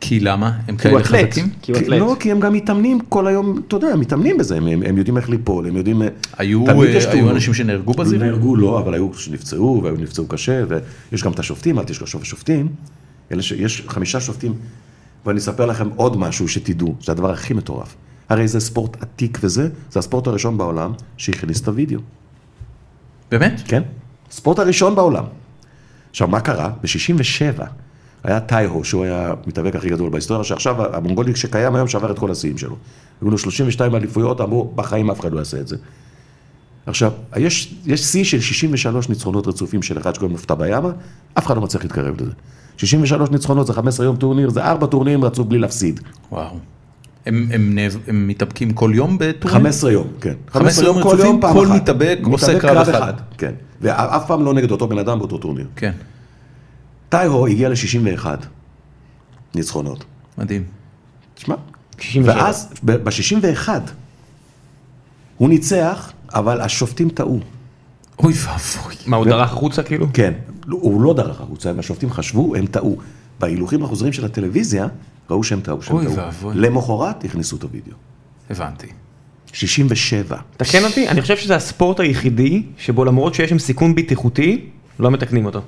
כי למה? הם
הוא
כאלה
אתלט,
חזקים?
כי הוא
כי-
אתלט.
כן, לא, כי הם גם מתאמנים כל היום, אתה יודע, הם מתאמנים בזה, הם, הם, הם יודעים איך ליפול, הם יודעים... אה,
היו
תמיד
אה,
יש
היו
תאונות.
אנשים שנהרגו בזירה?
נהרגו לא, אבל היו שנפצעו, והיו נפצעו קשה, ויש גם את השופטים, אל תשכח שוב השופטים, אלה שיש חמישה שופטים, ואני אספר לכם עוד משהו שתדעו, זה הדבר הכי מטורף. הרי זה ספורט עתיק וזה, זה הספורט הראשון בעולם שהכניס את הוידאו,
באמת?
כן? ספורט הראשון בעולם. עכשיו, מה קרה? ב-67 היה טייהו, שהוא היה המתאבק הכי גדול בהיסטוריה, שעכשיו המונגולי שקיים היום שבר את כל השיאים שלו. היו לו 32 אליפויות, אמרו, בחיים אף אחד לא יעשה את זה. עכשיו, יש, יש שיא של 63 ניצחונות רצופים של אחד שקוראים נפתה בימה, אף אחד לא מצליח להתקרב לזה. 63 ניצחונות זה 15 יום טורניר, זה 4 טורנירים רצו בלי להפסיד.
וואו. הם, הם, נאב- הם מתאבקים כל יום בטורניר?
15 יום, כן.
15 יום
כל
רצופים,
פעם
כל
אחת.
מתאבק עושה קרב אחד.
כן, ואף פעם לא נגד אותו בן אדם באותו טורניר.
כן,
טיירו הגיע ל-61 ניצחונות.
מדהים.
תשמע,
67.
ואז ב-61 הוא ניצח, אבל השופטים טעו.
אוי ואבוי.
מה, הוא דרך החוצה כאילו?
כן, לא, הוא לא דרך החוצה, השופטים חשבו, הם טעו. בהילוכים החוזרים של הטלוויזיה, ראו שהם טעו, שהם
אוי
טעו.
ואבוי.
למחרת הכניסו את הוידאו.
הבנתי.
67.
תקן אותי, אני חושב שזה הספורט היחידי שבו למרות שיש שם סיכון בטיחותי, לא מתקנים אותו.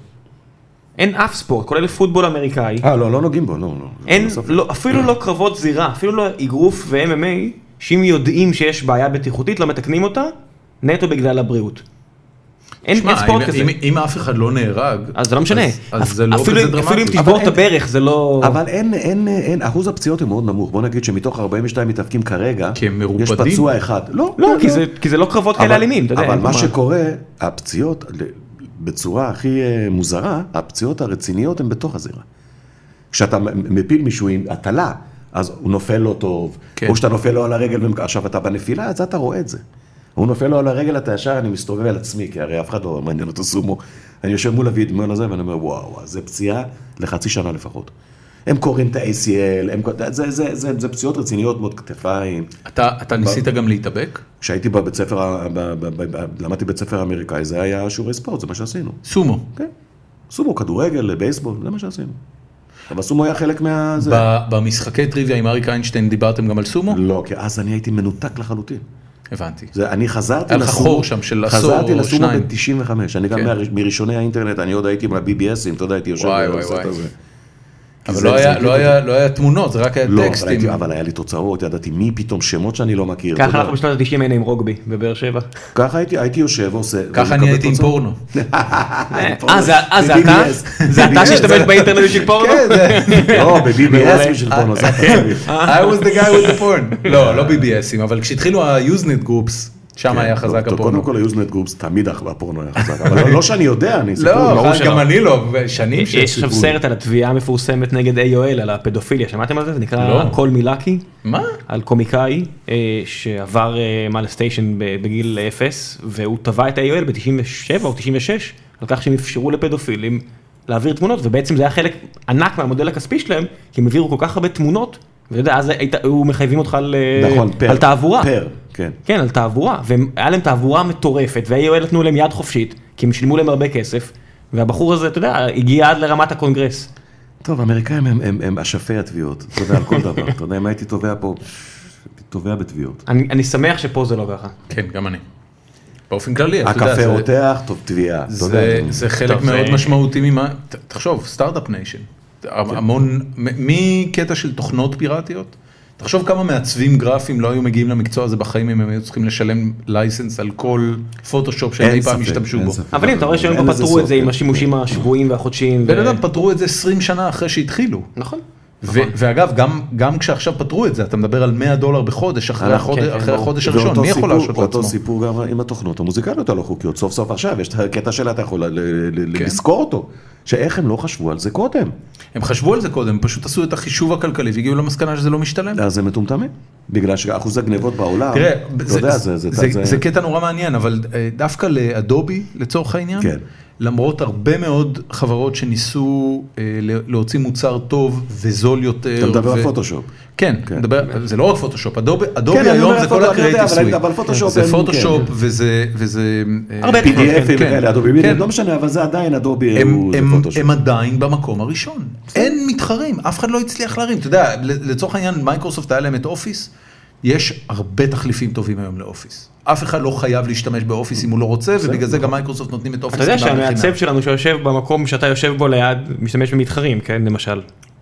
אין אף ספורט, כולל פוטבול אמריקאי,
אה, לא, לא נוגעים בו, לא, לא.
אין,
בסוף.
לא, אפילו לא קרבות זירה, אפילו לא אגרוף ו-MMA, שאם יודעים שיש בעיה בטיחותית לא מתקנים אותה, נטו בגלל הבריאות. אין,
שמע,
אין ספורט
אם-
כזה,
אם- אם אף אחד לא נהרג,
אז זה לא משנה,
אז- אז זה לא
אפילו,
כזה
אפילו אם
דרמטי.
תשבור את
אבל אין-
הברך זה לא...
אבל אין, אין, אין, אחוז הפציעות הוא מאוד נמוך. בוא נגיד שמתוך 42 מתאבקים כרגע,
כי הם
יש
מרופדים?
פצוע אחד. לא,
לא, כי זה, כי זה לא קרבות כאלה אלימים, אתה יודע.
אבל
אין
מה
פה
שקורה, הפציעות, ל- בצורה הכי אה, מוזרה, הפציעות הרציניות הן בתוך הזירה. כשאתה מ- מפיל מישהו עם הטלה, אז הוא נופל לא טוב,
כן.
או שאתה נופל לו על הרגל, ומק- עכשיו אתה בנפילה, אז אתה רואה את זה. הוא נופל לו על הרגל, אתה ישר, אני מסתובב על עצמי, כי הרי אף אחד לא מעניין אותו סומו. אני יושב מול הווידמיון הזה ואני אומר, וואו, וואו, זה פציעה לחצי שנה לפחות. הם קוראים את ה-ACL, הם... זה, זה, זה, זה, זה פציעות רציניות מאוד, כתפיים.
אתה אתה ניסית גם להתאבק?
כשהייתי בבית ספר, ה- ב- ב- ב- ב- למדתי בבית ספר אמריקאי, זה היה שיעורי ספורט, זה מה שעשינו.
סומו.
כן. סומו, כדורגל, בייסבול, זה מה שעשינו. אבל סומו היה חלק מה... זה.
ב- במשחקי טריוויה עם אריק איינשטיין דיברתם גם על סומו?
לא, כי אז אני הייתי מנותק לחלוטין.
הבנתי.
זה, אני חזרתי
היה לך
לסומו,
חור שם של עשור
חזרתי
או
לסומו
שניים.
ב-95, אני גם
כן.
מהר- מראשוני האינטרנט, אני עוד הייתי עם ה-BBSים, אתה יודע, הייתי יושב...
וואי,
ועושה
וואי,
את
וואי.
הזה. כי
אבל
זה-
לא
זה
היה-
הדליק
לא
אותי.
היה- לא היה תמונות, זה רק היה
לא, אבל
טקסטים.
הייתי- אבל היה לי תוצאות, ידעתי מי פתאום שמות שאני לא מכיר. אתה
ככה
יודע.
אנחנו בשנות ה-90 היינו עם רוגבי בבאר שבע.
ככה הייתי, הייתי יושב ועושה...
ככה
ומקבל
אני הייתי עם
תוצאות.
פורנו.
אה, זה אה, זה אתה?
ב-BBS.
זה אתה
ב-BBS.
שהשתמש באינטרנט בשביל פורנו?
כן, זה- לא, ב-BBS
מעולה.
בשביל פורנו, זה אתה
כן.
צריך.
I was the guy with the porn. לא, לא BBSים, אבל כשהתחילו ה-Usenet groups, שם היה חזק
כן, לא, טוב,
הפורנו.
קודם כל היוזנט גרופס תמיד אח- הפורנו היה חזק, אבל לא- לא שאני יודע, אני נכון,
לא,
ברור
אבל
שלא.
גם אני לא, שנים של
יש עכשיו
סיפור.
סרט על התביעה המפורסמת נגד AOL, על הפדופיליה, שמעתם על זה? זה
לא.
נקרא "קול מלאקי",
מה?
על קומיקאי אה, שעבר אה, מאלסטיישן ב- בגיל אפס, והוא תבע את AOL ב-97 או 96, על כך שהם אפשרו לפדופילים להעביר תמונות, ובעצם זה היה חלק ענק מהמודל הכספי שלהם, כי הם העבירו כל כך הרבה תמונות, ואתה יודע, אז היית- היו מחייבים אותך על, אה,
נכון, פר.
על תעבורה.
פר, כן.
כן, על תעבורה, והיה להם תעבורה מטורפת, וה-AOL נתנו להם יד חופשית, כי הם שילמו להם הרבה כסף, והבחור הזה, אתה יודע, הגיע עד לרמת הקונגרס.
טוב, האמריקאים הם- הם הם אשפי התביעות, אתה יודע, על כל דבר. אתה יודע, אם הייתי תובע פה, הייתי תובע בתביעות.
אני, אני שמח שפה זה לא ככה.
כן, גם אני. באופן כללי, אתה יודע,
הקפה
זה-
רותח, טוב, תביעה. אתה לא יודע,
זה, זה חלק
טוב, זה-
מאוד משמעותי ממה, ת- תחשוב, סטארט-אפ ניישן, המון, מ- מקטע של תוכנות פיראטיות, תחשוב כמה מעצבים גרפיים לא היו מגיעים למקצוע הזה בחיים אם הם היו צריכים לשלם לייסנס על כל פוטושופ שהם
אין
אי פעם
ספק,
השתמשו
אין
בו.
ספק.
אבל אם אתה רואה שהם
אין
כבר
לזה
פתרו את
סוף,
זה עם
כן.
השימושים השבועיים והחודשיים. ו-
בן אדם פתרו את זה 20 שנה אחרי שהתחילו.
נכון.
ו- ואגב, גם, גם כשעכשיו פתרו את זה, אתה מדבר על 100 דולר בחודש אחרי,
אנחנו-
החוד...
כן, כן,
אחרי
ברור.
החודש
ואותו
הראשון, מי יכול
סיפור-
להרשות לעצמו?
לא. אותו סיפור גם עם התוכנות המוזיקליות הלא חוקיות, סוף סוף עכשיו, יש את הקטע שלה, אתה יכול ל- ל- ל-
כן.
לזכור אותו, שאיך הם לא חשבו על זה קודם,
הם חשבו על זה קודם, פשוט עשו את החישוב הכלכלי והגיעו למסקנה שזה לא משתלם.
אז הם מטומטמים, בגלל שאחוז הגנבות בעולם,
תראה,
אתה
זה-
יודע,
זה-
זה- זה-
זה-
זה-
זה קטע נורא מעניין, אבל אה, דווקא לאדובי, לצורך העניין,
כן.
למרות הרבה מאוד חברות שניסו אה, ל- להוציא מוצר טוב וזול יותר.
אתה מדבר
כאילו, ו-
על פוטושופ.
כן,
כן.
מדבר- זה לא רק פוטושופ, אדובי אדובי
אני
היום
מדבר
זה
על
כל
פוטו- אני יודע,
הקריאיטיב
אבל-
סוויט.
אבל פוטושופ
זה
הם-
פוטושופ
כן.
וזה... וזה, אה,
הרבה
כן,
PDFים
כן.
כאלה, אדובי,
כן.
לא משנה, אבל זה עדיין אדובי,
הם,
הוא- זה
הם,
פוטושופ.
הם עדיין במקום הראשון, אין מתחרים, אף אחד לא הצליח להרים, אתה יודע, ל- לצורך העניין מייקרוסופט היה להם את אופיס, יש הרבה תחליפים טובים היום לאופיס, אף אחד לא חייב להשתמש באופיס אם הוא לא רוצה, ובגלל זה גם מייקרוסופט נותנים את אופיס
אתה יודע
חינם
שהמעצב
בחינם.
שלנו שיושב במקום שאתה יושב בו ליד, משתמש במתחרים, כן, למשל,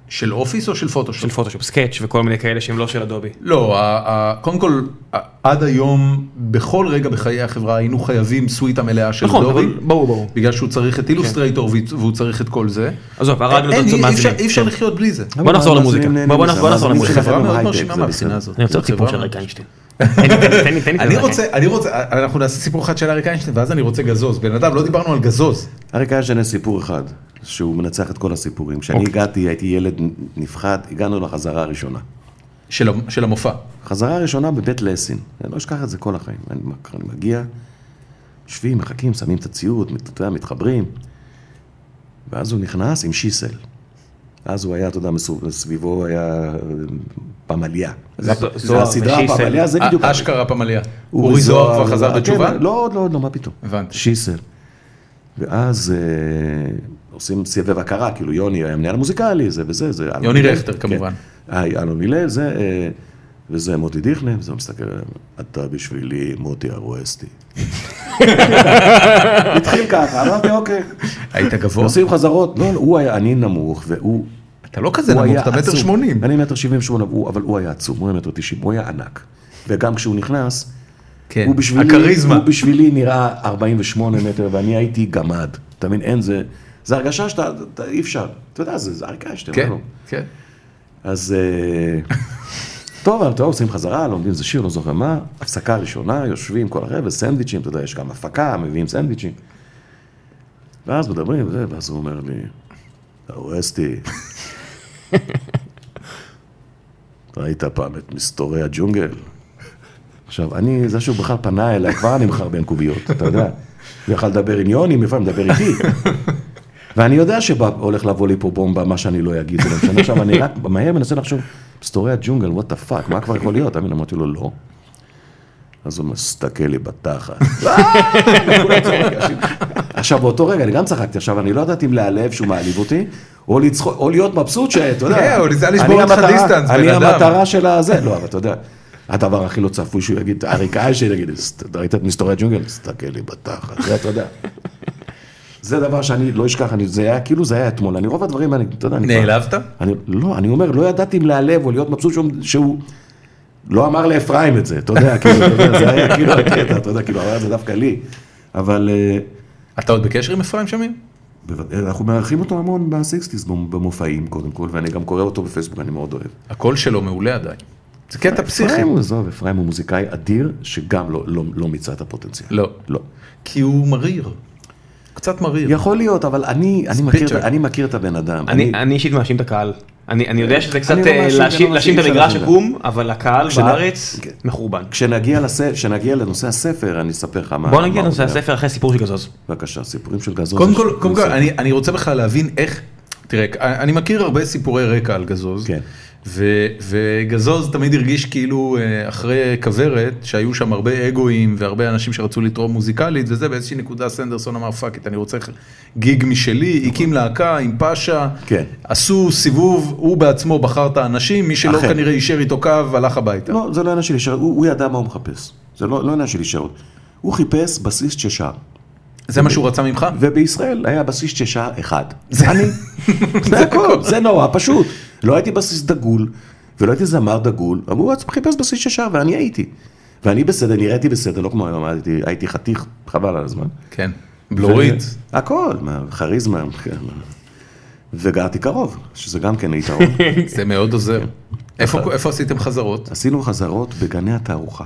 של אופיס או של
של
פוטושופ?
פוטושופ, סקאץ' וכל מיני כאלה שהם לא של אדובי.
לא, ה- ה- קודם כל, ה- עד היום, בכל רגע בחיי החברה היינו חייבים סוויטה מלאה של
נכון,
דובי,
אבל ברור, ברור.
בגלל שהוא צריך את אילוסטרייטור והוא- והוא צריך את כל זה.
עזוב, הרגנו את
אה, אין, אי- אי אפשר-
המאזינים,
אי אפשר
כן.
לחיות בלי זה.
בוא נחזור
המאזינים
למוזיקה.
נהנים
בוא- בוא
מזה,
נחזור
המאזינים
למוזיקה.
שלכם
חברה
הם
מאוד
הייטק,
מרשימה
זה לא
מהבחינה
בסדר.
הזאת.
אני רוצה עוד
חברה
סיפור של
מאוד-
אריק איינשטיין. תן לי, תן לי, תן לי, תן
לא אני
לי.
רוצה, אני רוצה, אנחנו נעשה סיפור אחד של אריק איינשטיין, ואז אני רוצה גזוז. בן אדם, לא דיברנו על גזוז.
אריק איינשטיין יש סיפור אחד, שהוא מנצח את כל הסיפורים.
אוקיי.
כשאני הגעתי, הייתי ילד נפחד, הגענו לחזרה הראשונה.
של המ- של המופע.
חזרה ראשונה בבית לסין, אני לא אשכח את זה כל החיים. אני, אני מגיע, יושבים, מחכים, שמים את הציוד, מת- אתה יודע, מתחברים, ואז הוא נכנס עם שיסל. אז הוא היה, אתה יודע, מסוב- סביבו היה אה, פמליה. זה
זוהר
זה הסדרה
ושיסל. אה,
פמליה, זה
א-
בדיוק.
אשכרה פמליה. אורי זוהר כבר חזר
כן,
בתשובה?
לא, עוד לא, עוד לא, מה פתאום.
הבנתי.
שיסל. ואז אה, עושים סבב הכרה, כאילו יוני היה מנהל המוזיקלי, זה וזה, זה. אלון
יוני
הלל,
רכטר,
כן.
כמובן.
אה, אלון הלל, זה, אה, וזה מוטי דיכלין, זה מסתכל עליהם, אתה בשבילי מוטי ארואסטי. התחיל ככה, אמרתי אוקיי.
היית גבוה?
עושים חזרות, לא, לא, הוא היה, אני נמוך, והוא
אתה לא כזה
הוא
נמוך,
היה
אתה מטר
עצום.
שמונים.
אני מטר שבעים שמונה, הוא- אבל הוא היה עצום, הוא היה מטר תשעים, הוא היה ענק. וגם כשהוא נכנס,
כן,
הוא בשבילי,
הכריזמה.
הוא בשבילי נראה 48 מטר, ואני הייתי גמד. אתה מבין, אין זה, זה הרגשה שאתה, אתה- אי אפשר. אתה יודע, זה זה הרגשה שאתה לא.
כן,
אומר לו.
כן.
אז אה, טוב, אבל טוב, עושים חזרה, לומדים איזה שיר, לא זוכר מה, הפסקה ראשונה, יושבים כל הרבע, סנדוויצ'ים, אתה יודע, יש גם הפקה, מביאים סנדוויצ'ים. ואז מדברים, וזה, ואז הוא אומר לי, אתה הורס אותי. ראית פעם את מסתורי הג'ונגל? עכשיו, אני, זה שהוא בכלל פנה אליי, כבר אני מחרבן קוביות, אתה יודע. הוא יכל לדבר עם יוני, מפעם מדבר איתי. ואני יודע שהולך לבוא לי פה בומבה, מה שאני לא אגיד, זה לא משנה. עכשיו אני רק מהר מנסה לחשוב, מסתורי הג'ונגל, וואט דה פאק, מה כבר יכול להיות? תאמין, אמרתי לו, לא. אז הוא מסתכל לי בתחת. אה, כולם צוחקים. עכשיו באותו רגע אני גם צחקתי, עכשיו אני לא ידעתי אם להיעלב שהוא מעליב אותי, או לצחוק, או להיות מבסוט שאתה
כן,
יודע.
או ניסה
אני
לשבור אותך
המטרה-
דיסטנס, בן
אני
אדם.
המטרה של הזה, לא, אבל אתה יודע. הדבר הכי לא צפוי שהוא יגיד, הריקאי שלי יגיד, "סת- ראית את מסתורי הג'ונגל? תסתכל לי בתחת, זה אתה יודע. זה דבר שאני לא אשכח, אני, זה היה כאילו זה היה אתמול, אני רוב הדברים, אני, אתה יודע, אני... כבר-
נעלבת?
אני, לא, אני אומר, לא ידעתי אם להיעלב או להיות מבסוט שהוא, שהוא לא אמר לאפרים את זה, אתה יודע, כאילו, אתה יודע, זה היה כאילו הקטע, אתה יודע, כאילו, אמר את זה דווקא לי, אבל אה,
אתה עוד בקשר עם אפרים שמיר?
בוודאי, אנחנו מארחים אותו המון בסיקסטיס, במופעים קודם כל, ואני גם קורא אותו בפייסבוק, אני מאוד אוהב.
הקול שלו מעולה עדיין. זה קטע פסיכי.
אפרים הוא, עזוב, אפרים הוא מוזיקאי אדיר, שגם לא, לא, לא מיצה את הפוטנציאל.
לא.
לא.
כי הוא מריר. קצת מריר.
יכול להיות, אבל אני, אני, מכיר, את
Pitcher.
ה- אני מכיר את הבן אדם.
אני אני אישית מאשים את הקהל. אני אני יודע שזה קצת
מאשים,
אה,
אני לא
להאשים
מאשים,
להאשים את
אי אפשר
המגרש
להאשים.
עקום, אבל הקהל
כשנ-
בארץ
כן.
מחורבן.
כשנגיע, לס... כשנגיע לנושא הספר, אני אספר לך מה...
בוא נגיע
מה
לנושא
הוא אומר.
הספר אחרי סיפור של גזוז.
בבקשה, סיפורים של גזוז.
קודם
יש-
כל, קודם כל,
נושא.
אני אני רוצה בכלל להבין איך, תראה, אני מכיר הרבה סיפורי רקע על גזוז,
כן.
ו- וגזוז תמיד הרגיש כאילו אה, אחרי כוורת, שהיו שם הרבה אגואים והרבה אנשים שרצו לתרום מוזיקלית, וזה באיזושהי נקודה סנדרסון אמר פאק איט, אני רוצה גיג משלי, הקים להקה עם פאשה,
נכון. כן.
עשו סיבוב, הוא בעצמו בחר את האנשים, מי שלא
אכן.
כנראה יישר איתו קו, הלך הביתה.
לא, זה לא עניין של הישארות, הוא הוא ידע מה הוא מחפש. זה לא לא עניין של הישארות. הוא חיפש בסיסט ששר,
זה מה שהוא רצה ממך?
ובישראל היה בסיסט ששר אחד. זה אני. זה הכל, זה נורא פשוט. לא הייתי בסיסט דגול, ולא הייתי זמר דגול, אבל הוא עצמו חיפש בסיסט ששר, ואני הייתי. ואני בסדר, נראיתי בסדר, לא כמו היום, הייתי- הייתי חתיך, חבל על הזמן.
כן. בלורית.
ו- הכל, מה, כריזמה. כן. וגרתי קרוב, שזה גם כן יתרון.
זה מאוד
כן.
עוזר.
נכון.
איפה איפה עשיתם חזרות?
עשינו חזרות בגני התערוכה.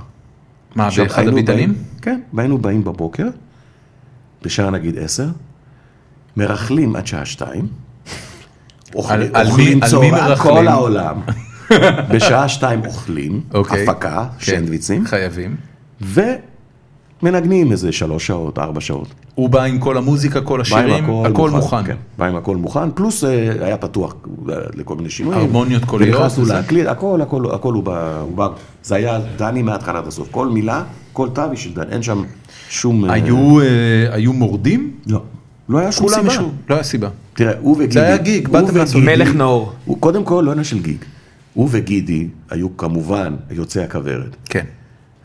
מה,
עכשיו,
באחד
היינו
הביתנים?
באים- כן, והיינו באים בבוקר, בשעה נגיד 10, מרכלים עד שעה 2,
על-
אוכלים
על מי- על
אוכלים
מי
צהריים,
מרכלים?
כל העולם. בשעה 2 אוכלים,
אוקיי.
הפקה,
כן,
שנדוויצים,
חייבים.
ומנגנים איזה 3 שעות, 4 שעות.
הוא בא עם כל המוזיקה, כל
בא עם
השירים, הכל מוכן.
כן, בא עם הכל מוכן, פלוס אה, היה פתוח אה, לכל מיני שינויים.
הרמוניות קוליות
ונכנסנו
וזה?
להקליט, הכל, הכל, הכל הוא ב- הוא בא. זה היה דני מההתחלה עד הסוף. כל מילה, כל תו היא של דני, אין שם שום... אה,
היו, אה, היו מורדים?
לא. לא היה שום
כולם
סיבה.
ישבו. לא היה סיבה.
תראה, הוא וגידי...
היה גיג,
הוא
באתם
וגידי-
לעשות
מלך נאור.
הוא- קודם כל, לא עניין של גיג. הוא וגידי היו כמובן יוצאי הכוורת.
כן.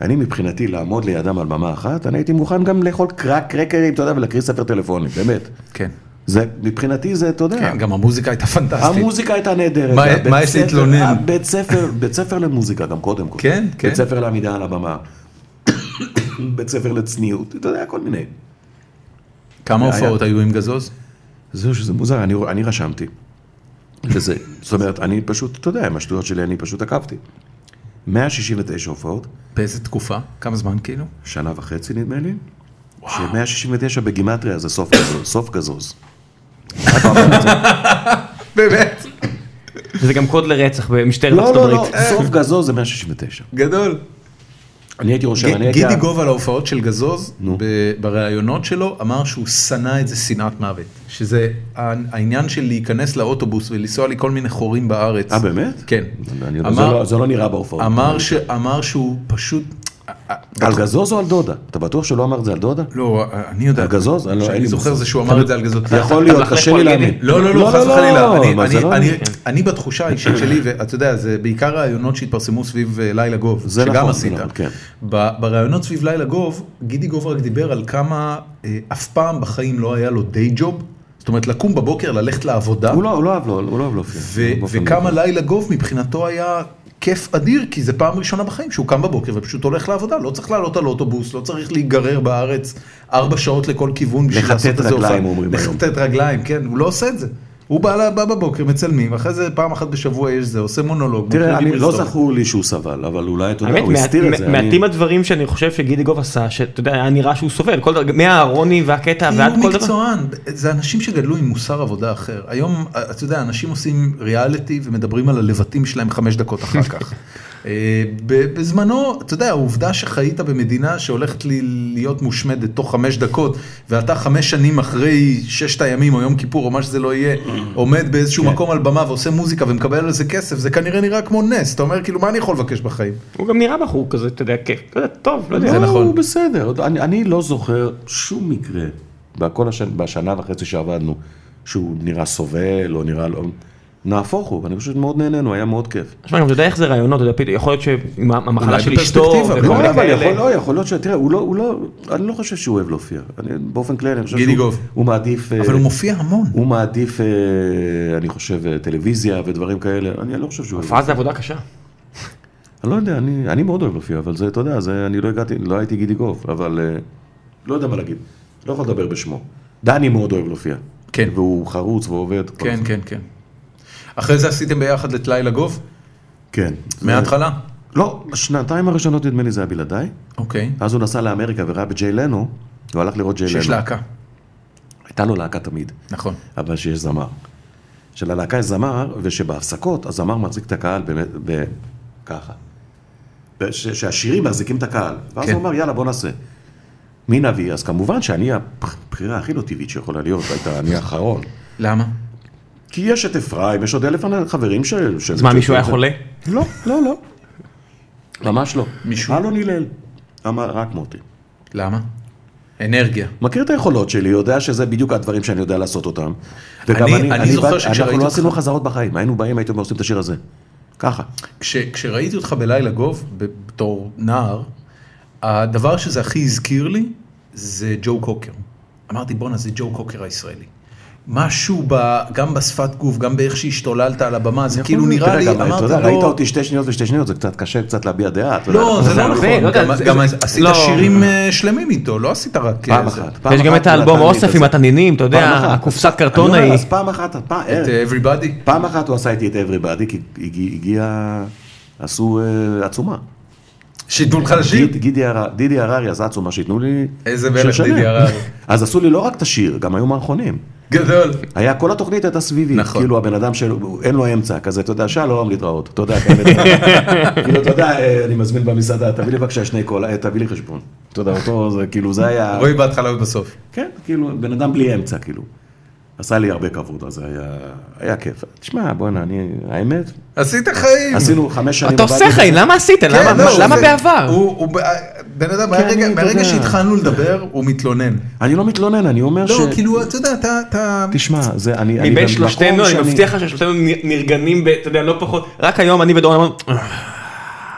אני מבחינתי לעמוד לידם על במה אחת, אני הייתי מוכן גם לאכול קרק קרקרים, אתה יודע, ולהקריא ספר טלפונים, באמת.
כן.
זה, מבחינתי זה, אתה יודע.
כן, גם המוזיקה הייתה פנטסטית.
המוזיקה הייתה נהדרת.
מה-
הבית
מה יש
ספר-
להתלונן?
הבית ספר, בית ספר למוזיקה גם קודם כל.
כן, כן.
בית ספר לעמידה על הבמה. בית ספר לצניעות, אתה יודע, כל מיני.
כמה
היה.
הופעות היו עם גזוז?
זהו שזה מוזר, אני, אני רשמתי. וזה, זאת אומרת, אני פשוט, אתה יודע, עם השטויות שלי אני פשוט עקבתי. 169 הופעות,
באיזה תקופה? כמה זמן כאילו?
שנה וחצי נדמה לי. ש-169 בגימטריה זה סוף גזוז. סוף גזוז. אתה אומר את זה.
באמת?
זה גם קוד לרצח במשטרת
לא,
ארצות
לא, לא,
הברית.
סוף גזוז זה 169.
גדול.
אני הייתי ראש
ג-
אני הייתי...
גידי
ה-
גוב על ההופעות של גזוז,
נו.
ב- בראיונות שלו, אמר שהוא שנא את זה שנאת מוות. שזה ה- העניין של להיכנס לאוטובוס ולנסוע לי כל מיני חורים בארץ.
אה, באמת?
כן.
אני- זה
אמר-
לא- זה לא נראה בהופעות.
אמר, ש... אמר שהוא פשוט,
על גזוז או על דודה? אתה בטוח שהוא לא אמר את זה על דודה?
לא, אני יודע.
על גזוז? אני לא- אין
שאני
לי
זוכר
מושג.
זה שהוא אמר את זה על גזוז.
יכול
אתה
להיות,
מחלק
קשה לי
פה על
להאמין.
לא, לא, לא, חס וחלילה. אני-
אבל זה
אני-
לא-
אני- אני בתחושה האישית שלי, ואתה יודע, זה בעיקר רעיונות שהתפרסמו סביב אה, לילה גוב,
זה
שגם
נכון,
עשית.
זה נכון, כן.
ב- ברעיונות סביב לילה גוב, גידי גוב רק דיבר על כמה אה, אף פעם בחיים לא היה לו דיי ג'וב. זאת אומרת, לקום בבוקר, ללכת לעבודה,
הוא לא הוא לא אהב לו, הוא לא אהב לו.
ו-
כן, באופן
וכמה
מיוחד.
לילה גוב מבחינתו היה כיף אדיר, כי זה פעם ראשונה בחיים שהוא קם בבוקר ופשוט הולך לעבודה, לא צריך לעלות על אוטובוס, לא צריך להיגרר בארץ ארבע שעות לכל כיוון בשביל
לכתת
לעשות איזה
רגליים,
הופעה.
אומרים היום.
לכתת רגליים, כן, הוא לא עושה את זה. הוא בא לה- בא בבוקר, מצלמים, אחרי זה פעם אחת בשבוע יש זה, עושה מונולוג.
תראה,
מקריא
אני-
דיבור
לא
היסטורי.
זכור לי שהוא סבל, אבל אולי, אתה יודע,
האמת,
לא, הוא
מעט-
הסתיר את זה. אני-
מעטים הדברים שאני חושב שגידי גוב עשה, שאתה יודע, היה נראה שהוא סובל, כל דבר, מהאהרוני והקטע
כי
אה, ועד
הוא
כל דבר.
מקצוען, זה אנשים שגדלו עם מוסר עבודה אחר. היום, אתה יודע, אנשים עושים ריאליטי ומדברים על הלבטים שלהם חמש דקות אחר כך. אה, ב- בזמנו, אתה יודע, העובדה שחיית במדינה שהולכת ל- להיות מושמדת תוך חמש דקות, ואתה חמש שנים אחרי ששת הימים או יום כיפור או מה שזה לא יהיה, עומד באיזשהו מקום על במה ועושה מוזיקה ומקבל על זה כסף, זה כנראה נראה כמו נס. אתה אומר, כאילו, מה אני יכול לבקש בחיים?
הוא גם נראה בחור כזה, אתה יודע, כיף, אתה יודע, טוב, לא יודע.
זה
לא,
נכון.
הוא בסדר. אני, אני לא זוכר שום מקרה, בכל השנה, בשנה וחצי שעבדנו, שהוא נראה סובל או נראה לא... נהפוך הוא, אני פשוט מאוד נהנינו, היה מאוד כיף.
תשמע, גם אתה יודע איך זה רעיונות, אתה יודע, פתאום, יכול להיות שעם המחלה
אולי
של אשתו,
בפרספקטיבה,
וכל
אולי
מיני
לא, אבל יכול,
כאלה.
לא, יכול להיות ש... תראה, הוא לא, הוא לא... אני לא חושב שהוא אוהב להופיע. אני, באופן כללי, אני חושב
גידי
שהוא...
גוב.
הוא מעדיף... אה,
אבל הוא מופיע המון.
הוא מעדיף, אה, אני חושב, אה, טלוויזיה ודברים כאלה. אני לא חושב שהוא... אוהב.
הופעה זה עבודה קשה.
אני לא יודע, אני, אני מאוד אוהב להופיע, אבל זה, אתה יודע, זה, אני לא הגעתי, לא הייתי גידי גוב, אבל אה, לא יודע מה להגיד, לא יכול לדבר בשמו. דני מאוד אוהב להופיע.
כן.
והוא חרוץ ועובד. כל
כן,
הזמן.
כן, כן. אחרי זה עשיתם ביחד את לילה גוב?
כן. זה-
מההתחלה?
לא, בשנתיים הראשונות נדמה לי זה היה בלעדיי.
אוקיי.
אז הוא נסע לאמריקה וראה בג'יי לנו, והוא הלך לראות ג'יי לנו.
שיש להקה.
הייתה לו להקה תמיד,
נכון.
אבל שיש זמר. שללהקה יש זמר, ושבהפסקות הזמר מחזיק את הקהל באמת, ב... ככה. ש- שהשירים מחזיקים את הקהל. ואז
כן.
הוא אמר, יאללה, בוא נעשה. מי נביא? אז כמובן שאני הבחירה הכי לא טבעית שיכולה להיות, הייתה אני האחרון.
למה?
כי יש את אפרים, יש עוד אלף חברים ש... ש-
אז מה,
ש-
מישהו היה
ש-
חולה?
לא, לא, לא. ממש לא.
מישהו?
אלון הלל. אמר, רק מוטי.
למה? אנרגיה.
מכיר את היכולות שלי, יודע שזה בדיוק הדברים שאני יודע לעשות אותם. וגם
אני-
אני, אני,
אני זוכר
בא-
שכשראיתי
אנחנו לא
אותך-
עשינו חזרות בחיים, היינו באים, הייתם עושים את השיר הזה. ככה.
כש, כשראיתי אותך בלילה גוב, ב- בתור נער, הדבר שזה הכי הזכיר לי זה ג'ו קוקר. אמרתי, בואנה, זה ג'ו קוקר הישראלי. משהו ב, גם בשפת גוף, גם באיך שהשתוללת על הבמה, זה כאילו נראה
תראה,
לי,
גם, אתה
אמרתי
יודע, ראית
לו...
אותי שתי שניות ושתי שניות, זה קצת קשה קצת להביע דעה. אתה
לא,
יודע.
זה לא
הרבה,
נכון,
לא יודע,
גם-
זה-
גם
זה-
עשית
לא.
שירים אה, שלמים איתו, לא עשית רק...
פעם
אה, זה.
אחת. פעם
ויש גם
אחת
את האלבום
הוא נתן לי
אוסף
את
עם
זה.
התנינים, אתה
פעם
יודע,
אחת.
הקופסת קרטון
אני אומר,
ההיא.
אז פעם אחת, פעם-
את
אה,
אה, Everybody.
פעם אחת הוא עשה איתי את Everybody, כי הגיע- הגיע, עשו אה, עצומה.
שייתנו לך לשיר.
גיד- גידי הר- דידי הררי עשה עצומה שייתנו לי...
איזה מלך
שישלם.
דידי הררי.
אז עשו לי לא רק את השיר, גם היו מערכונים.
גדול.
היה, כל התוכנית הייתה סביבי,
נכון.
נכון. כאילו הבן אדם שאין לו אמצע, כזה, אתה יודע, שלום, להתראות, אתה יודע, כאלה, כאילו, אתה יודע, אה, אני מזמין במסעדה, תביא לי בבקשה שני קולה, אה, תביא לי חשבון, אתה יודע, אותו, זה כאילו, זה היה,
רואי בהתחלה ובסוף.
כן, כאילו, בן אדם בלי אמצע, כאילו, עשה לי הרבה כבוד, אז היה, היה כיף, תשמע, בוא'נה, אני, האמת,
עשית חיים.
עשינו חמש שנים,
אתה עושה
עבדנו-
חיים, למה עשיתם?
כן,
למה-
לא,
למה
זה-
בעבר?
הוא, הוא, ב- בן אדם, מהרגע-
כן, אני, אתה
מהרגע
יודע.
שהתחלנו לדבר, הוא מתלונן.
אני לא מתלונן, אני אומר
לא,
ש...
כאילו, אתה יודע, אתה- אתה...
תשמע, זה, אני, אני
מבין
במקום
שלושתנו, אני
שאני-
מבטיח לך ששלושתנו נ- נרגנים, ב- אתה יודע, לא פחות. רק היום אני ודורון אמרנו, "אה,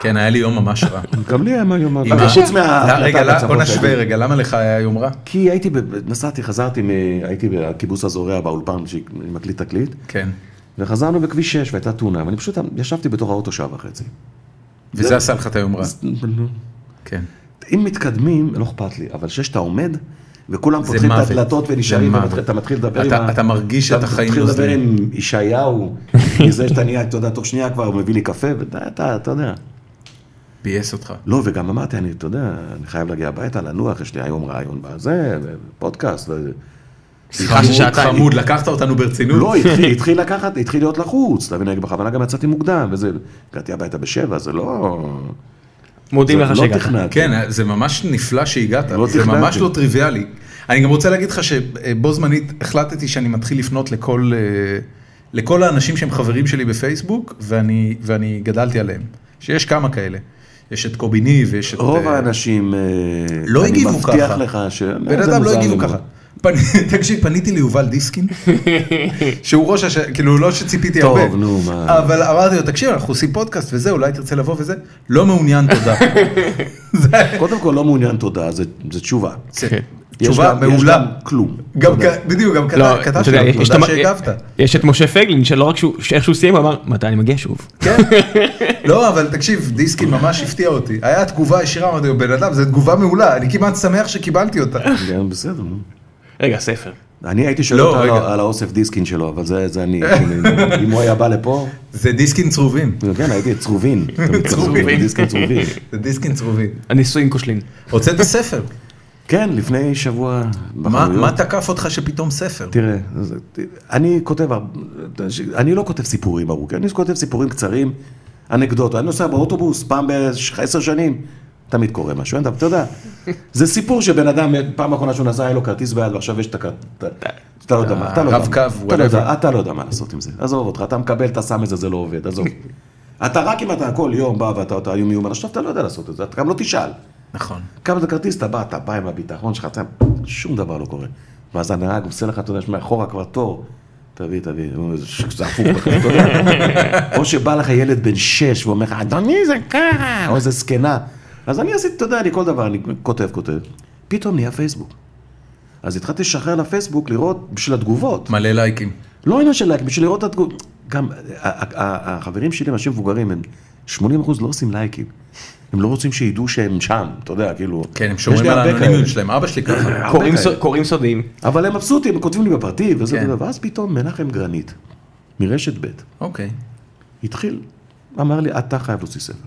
כן, היה לי יום ממש רע.
גם לי היה מה יום,
עם ה-
חוץ
לא,
מההחלטה
רגע, לא,
אה, בצפון
בוא
שהייתי
נשווה רגע, למה לך היה יום רע?
כי הייתי, ב- נסעתי, חזרתי, מ... הייתי בקיבוץ הזורע באולפן, שאני מקליט תקליט,
כן.
לא. וחזרנו בכביש 6 והייתה תאונה, ואני פשוט אמ- ישבתי בתוך האוטו שעה וחצי.
וזה עשה לך את היום רע. כן.
אם מתקדמים, לא אכפת לי, אבל כשאתה עומד, וכולם פותחים את
מוות.
הדלתות ונשארים,
זה מוות.
ומתחיל- אתה מתחיל לדבר
אתה-
עם... ה-
אתה מרגיש
אתה
את החיים
מתחיל לדבר
נוזלים.
עם ישעיהו, מזה שאתה נהיה, אתה יודע, תוך שנייה כבר הוא מביא לי קפה, ואתה, אתה- אתה יודע.
ביאס אותך.
לא, וגם אמרתי, אני, אתה יודע, אני חייב להגיע הביתה, לנוח, יש לי היום רעיון בזה, פודקאסט. ו-
סליחה ששעתיים.
חמוד, לקחת אותנו ברצינות.
לא, התחיל, התחיל לקחת, התחיל להיות לחוץ, אתה מבין, בכוונה גם יצאתי מוקדם, וזה, הגעתי הביתה בשבע, זה לא...
מודים
זה
לך
לא
שהגעת.
תכננתי.
כן, זה ממש נפלא שהגעת,
לא
זה
תכננתי.
ממש לא טריוויאלי. אני גם רוצה להגיד לך שבו זמנית החלטתי שאני מתחיל לפנות לכל, אה, לכל האנשים שהם חברים שלי בפייסבוק, ואני, ואני גדלתי עליהם, שיש כמה כאלה. יש את קובי ניב, ויש את...
רוב
אה,
האנשים, אה,
לא הגיבו
אני
ככה.
מבטיח לך ש...
בן
אה,
אדם
זה
לא
מוזר לי
הגיבו
מאוד.
ככה. פנ- תקשיב, פניתי ליובל דיסקין, שהוא ראש הש... כאילו, לא שציפיתי
טוב,
הרבה.
נו, מה.
אבל אמרתי לו, תקשיב, אנחנו עושים פודקאסט וזה, אולי תרצה לבוא וזה. לא מעוניין, תודה. זה-
קודם כל, לא מעוניין תודה, זה זה תשובה.
זה-
כן. יש
תשובה
גם- יש
מעולה.
גם כלום.
גם
תודה.
כ- בדיוק, גם
לא,
כתב-
אתה
כתבתי
יודע,
לו,
יש
תודה
את המ-
שהגבת.
יש את משה פייגלין, שלא רק שהוא, שאיך שהוא סיים, הוא אמר, מתי אני מגיע שוב?
כן. לא, אבל תקשיב, דיסקין ממש הפתיע אותי. היה תגובה ישירה, אמרתי לו, בן אדם, זו תגובה מעולה, אני כמעט שמח שקיבלתי אותה.
גם בסדר, נו.
רגע, ספר.
אני הייתי שואל
לא,
אותו על
רגע.
ה- על האוסף דיסקין שלו, אבל זה זה אני, כאילו, אם הוא היה בא לפה,
זה דיסקין צרובים.
כן, הייתי צרובין,
צרובין.
דיסקין צרובין.
זה דיסקין צרובים.
הנישואים כושלים.
הוצאת ספר.
כן, לפני שבוע,
מה-
בחנויות.
מה תקף אותך שפתאום ספר?
תראה, אז- אני כותב, הר- אני לא כותב סיפורים ארוכים, אני כותב סיפורים קצרים, אנקדוטה. אני נוסע באוטובוס פעם בעשר שנים, תמיד קורה משהו, אין דבר, אתה יודע. זה סיפור שבן אדם, פעם אחרונה שהוא נסע, היה לו כרטיס ביד, ועכשיו יש את הכרטיס. אתה לא יודע מה, אתה לא יודע.
הרב-קו,
אתה לא יודע,
whatever.
אתה לא יודע מה לעשות עם זה, עזוב אותך, אתה מקבל, אתה שם את זה, זה לא עובד, עזוב. אתה רק אם אתה כל יום בא ואתה אתה איום איום, עכשיו אתה לא יודע לעשות את זה, אתה גם לא תשאל.
נכון.
כמה זה כרטיס, אתה בא, אתה בא עם הביטחון שלך, אתה, שום דבר לא קורה. ואז הנהג עושה לך, אתה יודע, יש מאחורה כבר תור, תביא, תביא, הוא- זה הפוך בכלל, אתה יודע. או שבא לך ילד בן שש ואומר לך, אדוני זה ככה, או איזה זקנה. אז אני עשיתי, אתה יודע, אני כל דבר, אני כותב, כותב. פתאום נהיה פייסבוק. אז התחלתי לשחרר לפייסבוק לראות בשביל התגובות.
מלא לייקים.
לא עניין של לייק, בשביל לראות את התגובות. גם אה, ה- ה- ה- החברים שלי, הם אנשים מבוגרים, הם 80 אחוז לא עושים לייקים. הם לא רוצים שידעו שהם שם, אתה יודע, כאילו...
כן, הם
יש
שומרים
לי
על
הרבה
האנונימיות
כאלה.
שלהם, אבא שלי ככה.
הרבה
קוראים
כאלה.
סוד- קוראים סודיים.
אבל הם מבסוטים, הם כותבים לי בפרטי, וזה,
כן.
וזה, ואז פתאום מנחם גרנית, מרשת ב',
אוקיי.
התחיל, אמר לי, אתה חייב להוציא ספר.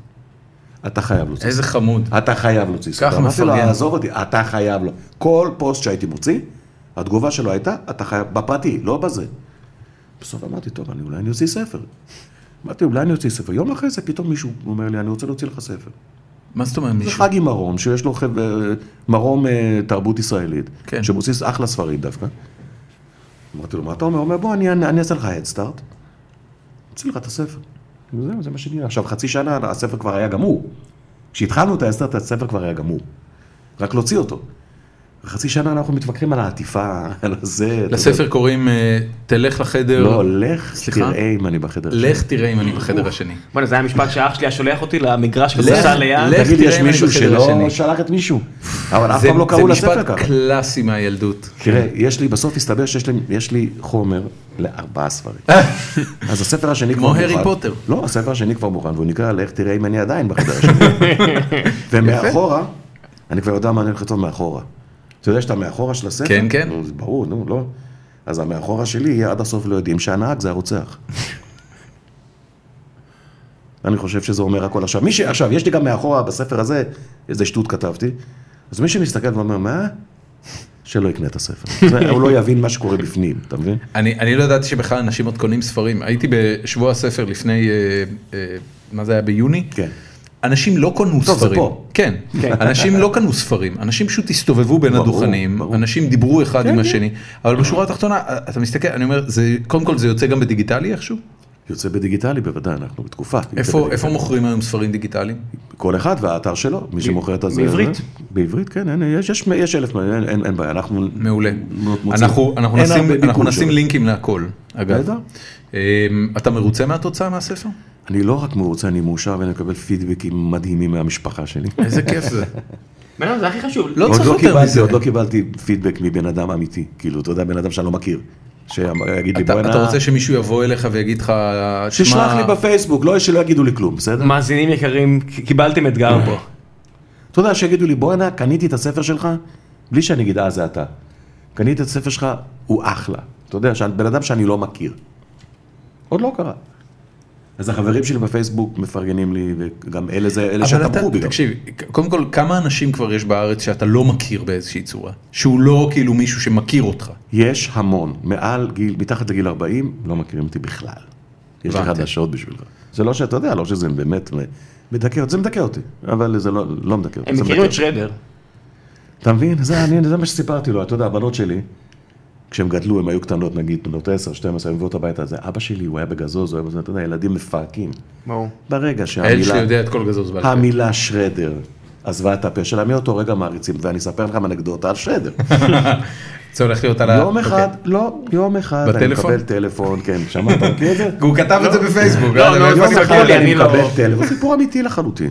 אתה חייב להוציא
איזה חמוד.
אתה חייב להוציא ספר.
ככה
אמרתי לו,
מפרגן.
עזוב אותי, אתה חייב לו. כל פוסט שהייתי מוציא, התגובה שלו הייתה, אתה חייב, בפרטי, לא בזה. בסוף אמרתי, טוב, אני, אולי אני אוציא ספר. אמרתי, אולי אני אוציא ספר. יום אחרי זה פתאום מישהו אומר לי, אני רוצה להוציא לך ספר.
מה זאת אומרת
זה
מישהו?
חגי מרום, שיש לו חבר, מרום אה, תרבות ישראלית,
כן.
כן. שמוציא אחלה ספרים דווקא. אמרתי לו, מה אתה אומר? הוא אומר, בוא, אני, אני, אני אעשה לך הדסטארט, אוציא לך את הספר. וזהו, זה מה שנראה. עכשיו, חצי שנה הספר כבר היה גמור. כשהתחלנו את ההדסטארט, הספר כבר היה גמור. רק להוציא אותו. חצי שנה אנחנו מתווכחים על העטיפה, על הזה. אתה יודע.
לספר קוראים אה, תלך לחדר,
לא, לך,
סליחה?
תראה אם אני בחדר.
לך תראה אם אני בחדר השני.
בוא'נה, זה היה משפט שאח שלי היה שולח אותי למגרש
לך-
כדורסל ליד.
לך
תגיד,
תראה
יש
אם אני
מישהו
בחדר השני.
שלא שלח את מישהו. אבל אף
זה-
פעם לא קראו
זה
לספר
משפט
ככה.
קלאסי מהילדות.
תראה, יש לי, בסוף הסתבר שיש לי, יש לי חומר לארבעה ספרים. אז הספר השני כבר
כמו
מוכן.
הארי פוטר.
לא, הספר השני כבר מוכן, והוא נקרא לך תראה אם אני עדיין בחדר השני. ומאחורה, אני כבר יודע מה אני הולך לכתוב מאחורה. אתה יודע שאתה מאחורה של הספר?
כן, כן.
נו, זה ברור, נו, לא. אז המאחורה שלי יהיה עד הסוף לא יודעים שהנהג זה הרוצח. אני חושב שזה אומר הכל עכשיו. מי ש... עכשיו, יש לי גם מאחורה בספר הזה, איזה שטות כתבתי, אז מי שמסתכל ואומר, מה? שלא יקנה את הספר. זה- הוא לא יבין מה שקורה בפנים, אתה מבין?
אני, אני לא ידעתי שבכלל אנשים עוד קונים ספרים. הייתי בשבוע הספר לפני, אה, אה, מה זה היה, ביוני?
כן.
אנשים לא קנו
טוב, זה
ספרים.
פה.
כן. אנשים לא קנו ספרים. אנשים פשוט הסתובבו בין
ברור,
הדוכנים,
ברור. כן,
אנשים דיברו אחד עם השני, אבל בשורה התחתונה, אה, אתה מסתכל, אני אומר, זה, קודם כל זה יוצא גם בדיגיטלי איכשהו?
יוצא בדיגיטלי, בוודאי, אנחנו בתקופה. יוצא
איפה,
בדיגיטלי.
איפה מוכרים היום ספרים דיגיטליים?
כל אחד והאתר שלו, מי שמוכר את הזה.
בעברית.
בעברית, כן, אין, יש, יש, יש אלף, אין, אין, אין בעיה, אנחנו...
מעולה.
מוצאים.
אנחנו, אנחנו,
אין
נשים,
הרבה ביקוש
אנחנו נשים
שלו.
לינקים להכל, אגב.
נהדר.
אמ, אתה מרוצה מהתוצאה מהספר?
אני לא רק מרוצה, אני מאושר ואני מקבל פידבקים מדהימים מהמשפחה שלי.
איזה כיף זה.
בוא'נה, זה הכי חשוב.
לא
עוד
צריך
לא
יותר
קיבלתי,
מזה.
עוד לא קיבלתי פידבק מבן אדם אמיתי, כאילו, אתה יודע, בן אדם שאני לא מכיר, שיגיד לי,
אתה,
בוא'נה,
אתה רוצה שמישהו יבוא אליך ויגיד לך,
שישלח לי
"שמע,
בפייסבוק, לא שלא יגידו לי כלום, בסדר?
מאזינים יקרים, ק- קיבלתם אתגר פה.
אתה יודע, שיגידו לי, בואנה, קניתי את הספר שלך, בלי שאני אגיד, אה, זה אתה. קניתי את הספר שלך, הוא אחלה. אתה יודע, שאני- בן אדם שאני לא מכיר. עוד לא קרה. אז החברים שלי בפייסבוק מפרגנים לי, וגם אלה זה,
אבל
אלה שתמכו בי.
אתה,
גם.
תקשיב, קודם כל, כמה אנשים כבר יש בארץ שאתה לא מכיר באיזושהי צורה? שהוא לא כאילו מישהו שמכיר אותך.
יש המון, מעל גיל, מתחת לגיל 40, לא מכירים אותי בכלל. יש לי
הבנתי.
חדשות בשבילך. זה לא שאתה יודע, לא שזה באמת מ- מדכא אותי, זה מדכא אותי, אבל זה לא, לא מדכא אותי.
הם
זה
מכירים
מדכא.
את שרדר.
אתה מבין? זה, אני, זה מה שסיפרתי לו, אתה יודע, הבנות שלי, כשהם גדלו, הם היו קטנות, נגיד, בנות 10, 12, הם מביאות הביתה, זה אבא שלי, הוא היה בגזוז, הוא היה בזה, אתה יודע, ילדים מפהקים.
ברור.
ברגע שהמילה...
האל שלי יודע את כל גזוז בעל פה.
המילה שרדר עזבה את הפה שלה, מאותו רגע מעריצים, ואני אספר לכם אנקדוטה על שרדר.
זה הולך להיות על ה...
יום אחד,
אוקיי.
לא, יום אחד, אני
בטלפון?
מקבל טלפון, כן, שמעת, מכיר את זה?
הוא כתב את זה בפייסבוק.
לא,
אה,
לא,
אני
לא
יום
מכיר.
סגור
אחד
לי,
אני
אני לא-
מקבל טלפון, סיפור אמיתי לחלוטין.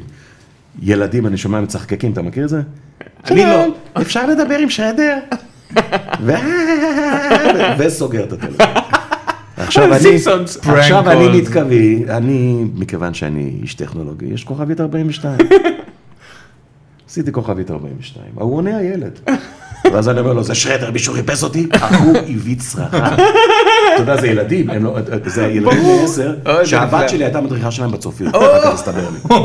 ילדים, אני שומע מצחקקים, אתה מכיר את זה?
אני לא.
"שלום, אפשר לדבר עם שדר? ו- וסוגר את הטלפון. עכשיו אני,
סימפסונס.
פרנק
עכשיו
קול.
אני מתכוון, אני, מכיוון שאני איש טכנולוגי, יש כוכבית 42. עשיתי כוכבית 42, ההוא עונה הילד. ואז אני אומר לו, זה שרדר, מישהו חיפש אותי? ההוא הביץ רעה. אתה יודע, זה ילדים, הם לא, זה ילדים בני עשר,
אוי, זה נפלא.
שהבת שלי הייתה מדריכה שלהם בצופים, אחר כך הסתבר לי.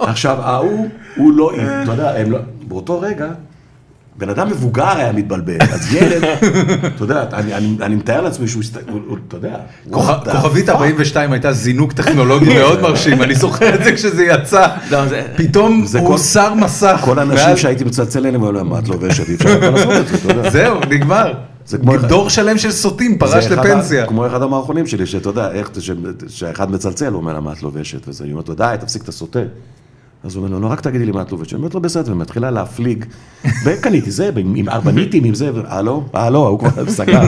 עכשיו, ההוא, הוא לא, אתה יודע, הם לא, באותו רגע, בן אדם מבוגר היה מתבלבל, אז ילד, אתה יודע, אני- אני אני מתאר לעצמי שהוא, הסת- הוא- הוא- אתה יודע, what the
כוכב- כוכבית
fuck?
42 הייתה זינוק טכנולוגי מאוד מרשים, אני זוכר את זה כשזה יצא.
לא, זה-
פתאום
זה
הוא
כל-
שר מסך.
כל האנשים
מעל-
שהייתי מצלצל אליהם, היו להם, מה את לובשת, אי אפשר לעשות את זה, אתה יודע.
זהו, נגמר.
זה כמו-
דור שלם של סוטים פרש
זה אחד ה-
לפנסיה.
כמו אחד המערכונים שלי, שאתה יודע, איך, ש- שהאחד מצלצל, הוא אומר לה, מה את לובשת? וזה, היא אומרת לו, די, תפסיק, אתה סוטה. אז הוא אומר לו, לא, רק תגידי לי מה את לובשת. היא אומרת לו, בסדר, ומתחילה להפליג. וקניתי זה, עם עם ארבע ניטים, עם זה, והלו, הלו, הוא כבר סגר.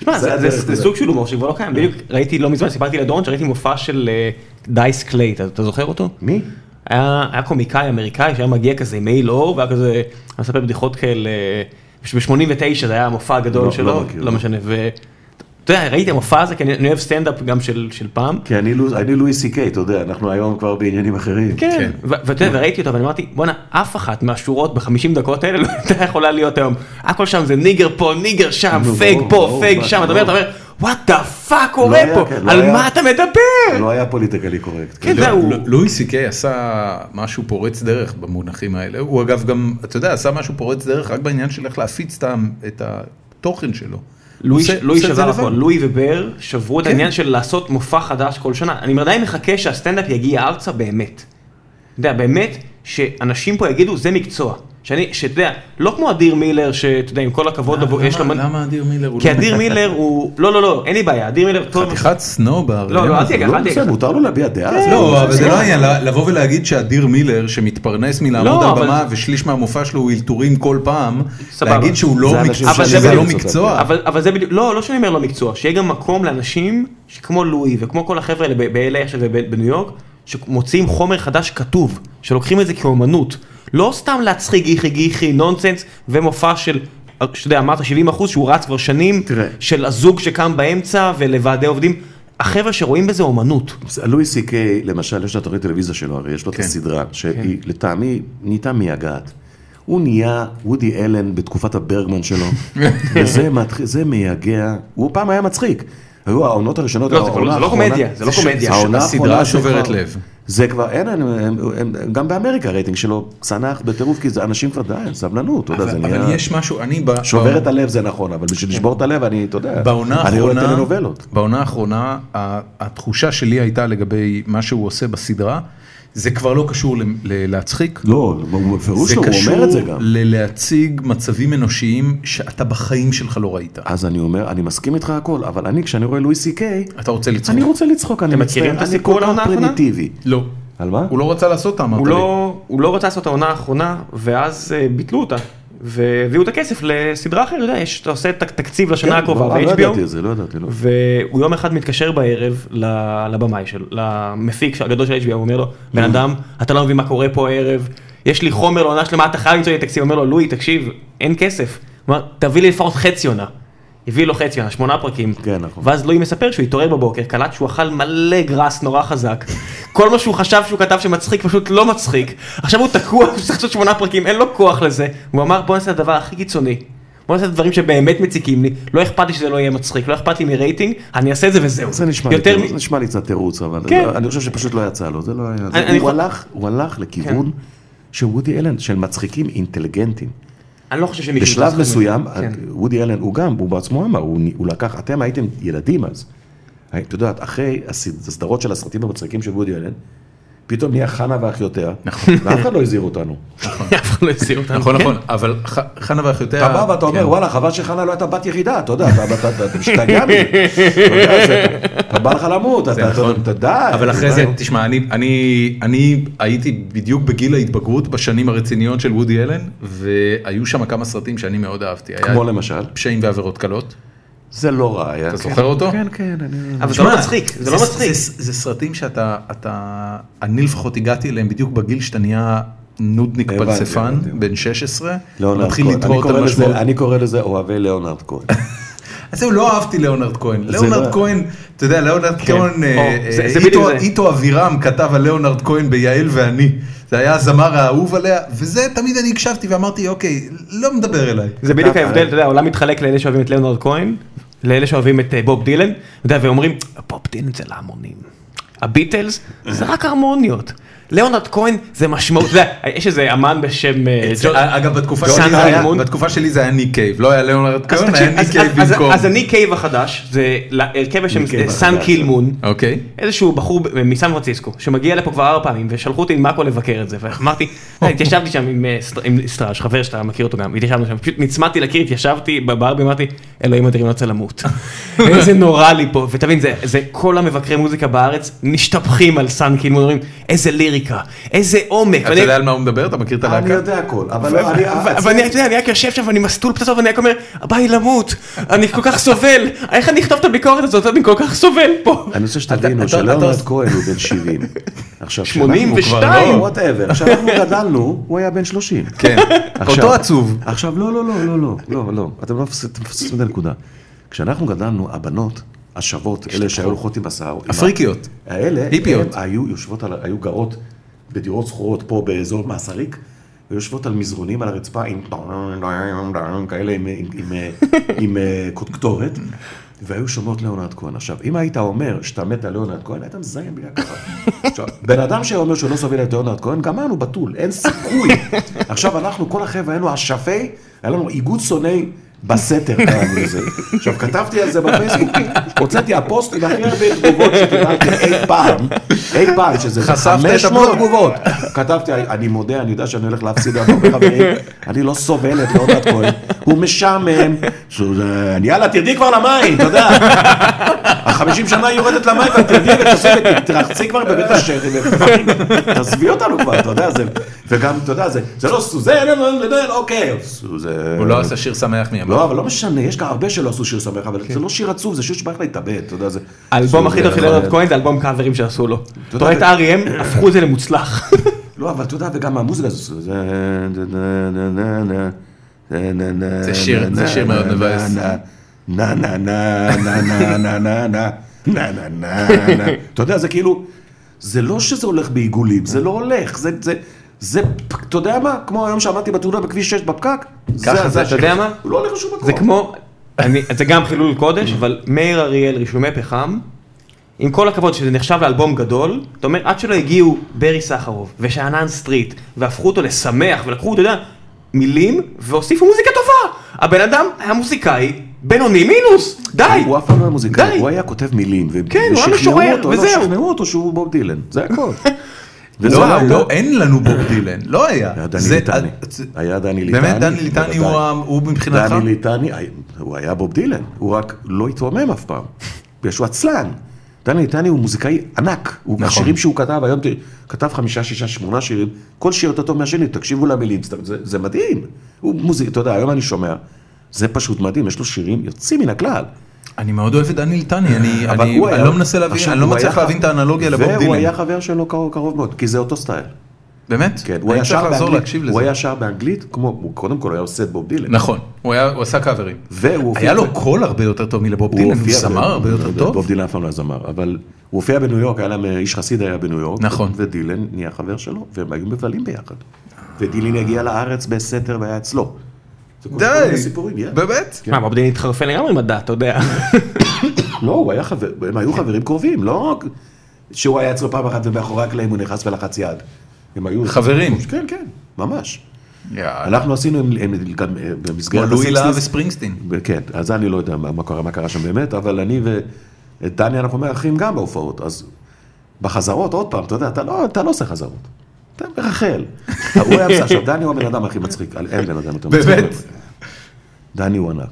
שמע,
זה
זה-
הדרך,
זה
כן. אתה
זה
יודע.
סוג של הומור שכבר לא קיים, בדיוק ראיתי לא מזמן, סיפרתי לדורון שראיתי מופע של אה, דייס קלייט, אתה זוכר אותו?
מי?
היה היה קומיקאי אמריקאי שהיה מגיע כזה עם מעיל אור והיה כזה, היה מספר בדיחות כאלה, אה, ב-89 זה היה המופע הגדול
לא-
שלו,
לא מכיר.
לא משנה, ואתה יודע, ראיתי המופע הזה, כי אני אני אוהב סטנדאפ גם של של פעם,
כי אני לו- אני לואי סי קיי, אתה יודע, אנחנו היום כבר בעניינים אחרים.
כן, ו- ואתה יודע, וראיתי אותה ואני אמרתי, בואנה, אף אחת מהשורות בחמישים דקות האלה לא הייתה יכולה להיות היום. הכל שם זה ניגר פה, ניגר שם,
נו,
פייק
ברור,
פה,
ברור,
פייק
מה,
שם, אתה אומר, אתה
ברור.
אומר, וואט דה פאק קורה
היה,
פה,
כן, לא
על
היה.
מה אתה מדבר?
לא היה פוליטיקלי קורקט.
כן,
כן.
לא,
זהו.
לא, לואי סי קיי עשה משהו פורץ דרך במונחים האלה. הוא אגב גם, אתה יודע, עשה משהו פורץ דרך רק בעניין של איך להפיץ את ה- את התוכן שלו.
לואי
הוא
ש-
עושה-
לואי
עושה את זה
שבר
לבד.
הכל, לא לואי ובר שברו
כן.
את העניין של לעשות מופע חדש כל שנה. אני עדיין מחכה שהסטנדאפ יגיע ארצה באמת. אתה יודע, באמת, שאנשים פה יגידו, זה מקצוע. שאני, שאתה יודע, לא כמו אדיר מילר, שאתה יודע, עם כל הכבוד, לבוא- יש לו...
למה-
מנ-
למה אדיר מילר הוא
כי
לא-
אדיר מילר הוא, לא, לא, לא, אין לי בעיה, אדיר מילר, טוב,
חתיכת סנובר.
לא, לא, אל תהיה ככה, אל תהיה
בסדר,
ככה.
מותר לו להביע דעה. זה-
לא, אבל זה לא היה לבוא ולהגיד שאדיר מילר, שמתפרנס מלעמוד
לא,
על
אבל-
במה ושליש מהמופע שלו הוא אלתורים כל פעם,
סבבה.
להגיד שהוא
זה
לא
אנשים
מקצוע,
שאני
שזה
לא
לא
מצפה.
מקצוע.
אבל, אבל זה בדיוק, לא, לא שאני אומר לא מקצוע, שיהיה גם מקום לאנשים שכמו לואי וכמו כל החבר'ה האלה ב- ב-LA עכשיו ובניו יורק, שמוציאים חומר חדש כתוב, שלוקחים את זה כאומנות, לא סתם להצחיק גיחי גיחי נונסנס ומופע של, שאתה יודע, אמרת 70 אחוז שהוא רץ כבר שנים,
תראה.
של הזוג שקם באמצע ולוועדי עובדים, החבר'ה שרואים בזה אומנות.
לואי סי קיי, למשל, יש לו תוכנית טלוויזיה שלו, הרי
כן.
יש לו את הסדרה, שהיא לטעמי נהייתה מייגעת. הוא נהיה וודי אלן בתקופת הברגמן שלו, וזה מתח- זה מייגע, הוא פעם היה מצחיק. היו העונות הראשונות,
לא, זה כבר-
העונה
זה לא
האחרונה-
קומדיה, זה לא קומדיה.
העונה
הסדרה
האחרונה זה
שוברת
כבר-
לב.
זה כבר, אין, אין, אין, אין, גם באמריקה הרייטינג שלו צנח בטירוף, כי זה אנשים כבר די, סבלנות, אתה יודע, זה נהיה...
אבל יש משהו, אני... ב-
שובר את הלב זה נכון, אבל בשביל לשבור את הלב, אני, אתה יודע,
בעונה
אני רואה
האחרונה,
טלנובלות.
בעונה האחרונה, ה- התחושה שלי הייתה לגבי מה שהוא עושה בסדרה, זה כבר לא קשור ל- ל- להצחיק.
לא, הוא בפירוש לא, הוא אומר את זה גם.
ללהציג מצבים אנושיים שאתה בחיים שלך לא ראית.
אז אני אומר, אני מסכים איתך הכל, אבל אני, כשאני רואה לואי סי קיי,
אתה רוצה לצחוק.
אני רוצה לצחוק, אני
אתם מכירים
מצטער,
את
אני
הסיפור
כל
לעונה
כך
האחרונה?
פרימיטיבי.
לא.
על מה?
הוא לא רצה לעשות, אמרת
הוא
לי.
לא, הוא לא רצה לעשות את העונה האחרונה, ואז אה, ביטלו אותה. והביאו את הכסף לסדרה אחרת, אתה יודע, יש- אתה עושה את התקציב לשנה הקרובה,
לא, לא
ו-HBO.
ידעתי את זה, לא ידעתי,
כן.
לא.
והוא יום אחד מתקשר בערב ל- לבמאי שלו, למפיק הגדול של HBO, הוא אומר לו, בן אדם, אתה לא מבין מה קורה פה הערב, יש לי חומר לעונה שלמה, אתה חייב למצוא לי תקציב, הוא אומר לו, לואי, תקשיב, אין כסף. הוא אמר, תביא לי לפחות חצי עונה. הביא לו חצי עונה, שמונה פרקים.
כן, נכון.
ואז לואי מספר שהוא התעורר בבוקר, קלט שהוא אכל מלא גראס נורא חזק. כל מה שהוא חשב שהוא כתב שמצחיק פשוט לא מצחיק. עכשיו הוא תקוע, הוא צריך לעשות שמונה פרקים, אין לו כוח לזה. הוא אמר בוא נעשה את הדבר הכי קיצוני. בוא נעשה את הדברים שבאמת מציקים לי, לא אכפת לי שזה לא יהיה מצחיק, לא אכפת לי מרייטינג, אני אעשה את זה וזהו.
זה נשמע לי
יותר
תירוץ,
מ...
נשמע לי קצת תירוץ, אבל
כן.
לא, אני חושב שפשוט לא יצא לו, זה לא היה... זה-
אני כן.
הוא
חו-
הלך- הוא הלך לכיוון של וודי אלן, של מצחיקים אינטליגנטים.
אני לא חושב שמישהו...
בשלב
צריך-
מסוים,
כן.
וודי אלן, הוא גם, הוא בעצמו אמר, הוא הוא לקח, אתם הייתם ילדים אז. את יודעת, אחרי הסד-
נכון.
הסדרות של הסרטים המצחיקים של וודי אלן, פתאום נהיה חנה ואחיותיה, ואף אחד לא הזהיר אותנו.
נכון.
אף אחד לא הסיר אותנו.
נכון,
כן.
נכון, אבל ח- חנה ואחיותיה...
אתה בא ואתה אומר,
כן.
וואלה, חבל שחנה לא הייתה בת יחידה, אתה יודע, אתה- אתה אתה- אתה משתגע מזה. אתה יודע שאתה- אתה בא לך למות, אתה- אתה
נכון.
אתה די.
אבל אחרי
די.
זה, תשמע, אני, אני, אני הייתי בדיוק בגיל ההתבגרות בשנים הרציניות של וודי אלן, והיו שם כמה סרטים שאני מאוד אהבתי. היה
כמו למשל,
פשעים ועבירות קלות,
זה לא רע היה.
אתה
כן.
זוכר אותו?
כן, כן, אני...
אבל זה
תשמע,
לא מצחיק, זה לא מצחיק.
זה, זה, זה סרטים שאתה, אתה, אני לפחות הגעתי אליהם בדיוק בגיל שאתה נהיה נודניק
הבנתי,
פלספן,
הבנתי.
בן 16,
ליאונרד
מתחיל
כהן. לא, אני
לתהות
קורא
על
לזה-
משמעות.
אני קורא לזה אוהבי ליאונרד כהן.
אז זהו, לא אהבתי ליאונרד כהן.
זה
ליאונרד
לא- כן.
כהן, אתה יודע, ליאונרד כהן, אה,
או,
אה,
זה- זה
איתו-
בדיוק זה.
איתו אבירם כתב על ליאונרד כהן ביעל ואני. זה היה הזמר האהוב עליה, וזה תמיד אני הקשבתי ואמרתי, אוקיי, לא מדבר אליי.
זה בדיוק ההבדל, אתה יודע, העולם מתחלק לאלה שאוהבים את ליאונרד כהן, לאלה שאוהבים את אה, בוב דילן, אתה יודע, ואומרים, בוב דילן זה להמונים. הביטלס זה רק הרמוניות. ליאונרד כהן זה משמעות, אתה יודע, יש איזה אמן בשם... אה,
זה-
ג'ון-
אגב, בתקופה
ג'ון
שלי זה היה-
סנדרמון.
בתקופה שלי זה היה ניק קייב, לא היה ליאונרד
אז
כהן,
תקשיב,
היה ניק
אז-
קייב
אז-
במקום.
אז הניק קייב החדש, זה הרכב בשם
ניק קייב
אה, סאן
החדש.
קילמון.
אוקיי.
איזשהו בחור ב- מסן פרנסיסקו שמגיע לפה כבר ארבע פעמים ושלחו אותי עם מאקו לבקר את זה ואמרתי "אה, התיישבתי שם עם, אה, סט- עם סטראז' חבר שאתה מכיר אותו גם התיישבנו שם פשוט נצמדתי לקיר התיישבתי בבר ואמרתי אלוהים אדירים לא רוצה למות איזה נורא לי פה ותבין זה זה כל המבקרי מוזיקה בארץ משתפכים על סאן כאילו אומרים איזה ליריקה איזה עומק.
אתה
ואני-
יודע על מה הוא מדבר? אתה מכיר את
אני
הלהקה?
יודע הכל, אבל לא, אני...
אבל אני, אתה יודע, אני רק יושב שם ואני מסטול פצצות ואני רק אומר, בא לי למות, אני כל כך סובל, איך אני אכתוב את הביקורת הזאת, אני כל כך סובל פה.
אני רוצה
אתה-
שתבינו
אתה-
שלאונרד
אתה-
כהן הוא בן 70. עכשיו,
82.
וואטאבר. כשאנחנו גדלנו, הוא היה בן 30.
לא- כן.
עכשיו-
אותו עצוב.
עכשיו, לא, לא, לא, לא, לא, לא, לא, אתם לא מפס- אתם מפספסים את הנקודה. כשאנחנו גדלנו, הבנות השוות, אלה שהיו הולכות עם השיער, עם ה-
אפריקיות.
האלה,
היפיות.
הן היו יושבות, על, היו גרות בדירות שכורות פה באזור מאסריק, ויושבות על מזרונים על הרצפה עם כאלה עם, עם, עם, עם אה, קטורת, והיו שומעות ליאונרד כהן. עכשיו, אם היית אומר שאתה מת על ליאונרד כהן, היית מזיין בגלל ככה. עכשיו, בן אדם שאומר שהוא לא סובל את ליאונרד כהן, גמרנו בתול, אין סיכוי. עכשיו, אנחנו, כל החבר'ה, היינו אשפי, היה לנו איגוד שונאי. בסתר קראנו לזה. עכשיו, כתבתי על זה בפייסבוק, הוצאתי הפוסט עם הכי הרבה תגובות שקיבלתי אי פעם, אי פעם, שזה
חשפת את
500
הבלוג.
תגובות. כתבתי, אני מודה, אני יודע שאני הולך להפסיד הרבה חברים, אני לא סובל את ליאונרד כהן, הוא משעמם, שזה- יאללה, תרדי כבר למים, אתה יודע. החמישים שנה היא יורדת למים, ואת תרדי ותעשי ותתרחצי כבר בבית השרי, ופאקינג, תעזבי אותנו כבר, אתה יודע, זה, וגם, אתה יודע, זה זה לא סוזן, אוקיי, סוזן.
הוא לא עשה שיר שמח מימיו.
לא, אבל לא משנה, יש כאן הרבה שלא עשו שיר שמח, אבל זה לא שיר עצוב, זה שיר שבא לך להתאבד, אתה יודע, זה...
האלבום הכי
זה-
טוב של
זה-
ארנב כהן זה אלבום קאברים שעשו לו. אתה רואה את R.E.M, הפכו את זה למוצלח.
לא, אבל אתה יודע, וגם המוזיקה הזו, זה...
זה שיר- זה שיר מאוד מבאס.
נה נה נה נה נה נה נה נה נה נה נה נה אתה יודע, זה כאילו, זה לא שזה הולך בעיגולים, זה לא הולך, זה, זה, זה, אתה יודע מה, כמו היום שעמדתי בתאונה בכביש 6 בפקק,
ככה זה,
אתה יודע מה?
הוא לא הולך לשום מקום.
זה כמו, אני- זה גם חילול קודש, אבל מאיר אריאל רישומי פחם, עם כל הכבוד שזה נחשב לאלבום גדול, אתה אומר עד שלא הגיעו ברי סחרוף ושאנן סטריט, והפכו אותו לשמח ולקחו, אתה יודע, מילים והוסיפו מוזיקה טובה. הבן אדם היה מוזיקאי בינוני מינוס, די.
הוא אף פעם לא היה
די.
מוזיקאי, הוא היה כותב מילים, ו-
כן, הוא היה
ושכנעו
משורר,
אותו, לא,
וזהו.
שכנעו אותו שהוא בוב דילן, זה הכל. וזה
לא,
היה-
לא, אין לנו בוב דילן, לא היה.
היה דני
זה- אה,
ליטני.
זה-
היה דני ליטני.
באמת, דני ליטני הוא
בוודאי.
ה- הוא מבחינתך?
דני ליטני, אה, הוא היה בוב דילן, הוא רק לא התרומם אף פעם. בגלל שהוא עצלן. דני ליטני הוא מוזיקאי ענק. הוא
נכון.
השירים שהוא כתב, היום ת- כתב חמישה, שישה, שמונה שירים, כל שיר יותר טוב מהשני, תקשיבו למילים, זה- זה זה מדהים. הוא מוזיק, אתה יודע, היום אני שומע, זה פשוט מדהים, יש לו שירים יוצאים מן הכלל.
אני מאוד אוהב את דני ליטני, אני
אה, אבל
אני-
הוא היה-
אני לא מנסה להבין,
עכשיו,
אני לא
הוא
מצליח
היה-
להבין את האנלוגיה לבוב
והוא היה
דילן.
חבר שלו קרוב קרוב מאוד, כי זה אותו סטייל.
באמת?
כן, הוא
אני
היה
צריך
שר
לעזור
באנגלית,
להקשיב
הוא
לזה.
היה שר באנגלית, כמו, הוא קודם כל היה עושה את בוב דילן.
נכון, הוא היה- הוא עשה קאברים.
והוא
היה
הופיע-
לו קול הרבה יותר טוב מלבוב
הוא
דילן, הוא
הופיע ב-
זמר הרבה יותר
בוב
טוב.
דילן אף פעם לא היה זמר, אבל הוא הופיע בניו יורק, היה להם, אה, איש חסיד היה בניו יורק.
נכון.
ודילן נהיה חבר שלו, והם היו מבלים ביחד. ודילן הגיע לארץ בסתר והיה אצלו. זה כל מיני סיפורים, yeah.
באמת?
מה, בוב דילן התחרפן לגמרי עם הדת, אתה יודע.
לא, הוא היה חבר, הם היו חברים קרובים, לא רק שהוא היה אצלו פעם אחת ומאחורי הקלעים הוא נכנס ולחץ יד. הם היו...
חברים.
כן, כן, ממש.
יאללה.
אנחנו עשינו עם, עם, גם אה,
כמו
במסגרת
לואי להב
הסיקסטיז.
וספרינגסטין.
כן, אז אני לא יודע מה, מה, קרה, מה קרה שם באמת, אבל אני ודני, אנחנו מארחים גם בהופעות, אז בחזרות, עוד פעם, אתה יודע, אתה לא, אתה לא עושה חזרות. אתה מרחל. הוא היה מספר, עכשיו דני הוא הבן אדם הכי מצחיק, על- אין בן אדם יותר מצחיק.
באמת?
דני הוא ענק.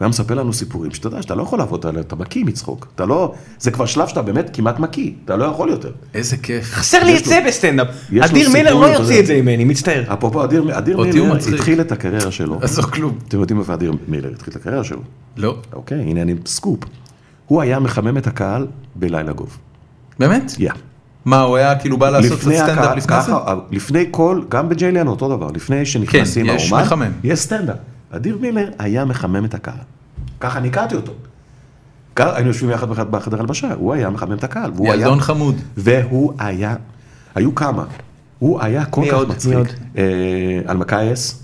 והיה מספר לנו סיפורים שאתה יודע שאתה לא יכול לעבוד עליהם, אתה מקיא מצחוק. אתה לא, זה כבר שלב שאתה באמת כמעט מקיא, אתה לא יכול יותר.
איזה כיף.
חסר לי
יש
את
לו-
זה בסטנדאפ.
יש לו
אדיר
סיפור,
מילר לא
אתה
יוציא
יודע.
את זה ממני, מצטער.
אפרופו אדיר, אדיר
אותי הוא
מילר
מצחיק.
התחיל את הקריירה שלו.
אז לא כלום.
אתם יודעים איפה אדיר מילר התחיל את הקריירה שלו.
לא.
אוקיי, הנה אני סקופ. הוא היה מחמם את הקהל בלילה גוב.
באמת?
יא.
מה, הוא היה כאילו בא לעשות את
לפני
הסטנדאפ
הקהל,
לפני זה?
ככה, לפני כל, גם בג'יילן אותו דבר, לפני שנכנסים
כן, יש
האומן,
מחמם.
יש סטנדאפ. אדיר מילר היה מחמם את הקהל. ככה אני הכרתי אותו. כ- היינו יושבים יחד בחד- בחדר הלבשה, הוא היה מחמם את הקהל. והוא היה-
ילדון חמוד.
והוא היה, היו כמה. הוא היה כל
מי
כך
עוד? מי
מצחיק.
עוד?
אה, אלמקייס,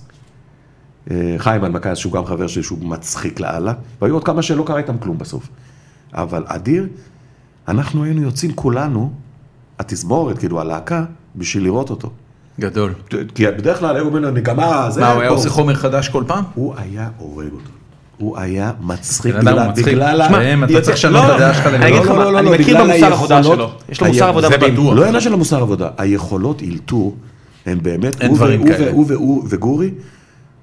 אה, חיים אלמקייס, שהוא גם חבר שלי, שהוא מצחיק לאללה, והיו עוד כמה שלא קרה איתם כלום בסוף. אבל אדיר, אנחנו היינו יוצאים כולנו, התזמורת, כאילו הלהקה, בשביל לראות אותו.
גדול.
כי בדרך כלל היו אומרים לו, נגמה, זה,
מה, הוא היה
בואו."
עושה חומר חדש כל פעם?
הוא היה הורג אותו. הוא היה מצחיק
בן אדם
בגלל,
מצחיק.
בגלל ה...
שמע, ראם, אתה צריך לשנות את הדעה שלך
אני אגיד לך
לגמרי.
לא, לא,
מה,
לא,
אני
לא,
מכיר
בגלל
במוסר עבודה שלו.
היכולות-
יש לו מוסר
היה-
עבודה
זה
מדהים.
בטוח.
לא עניין של המוסר עבודה, היכולות אילתור, הם באמת,
אין
הוא ו-
דברים
הוא ו-
כאלה.
הוא ו- הוא וגורי,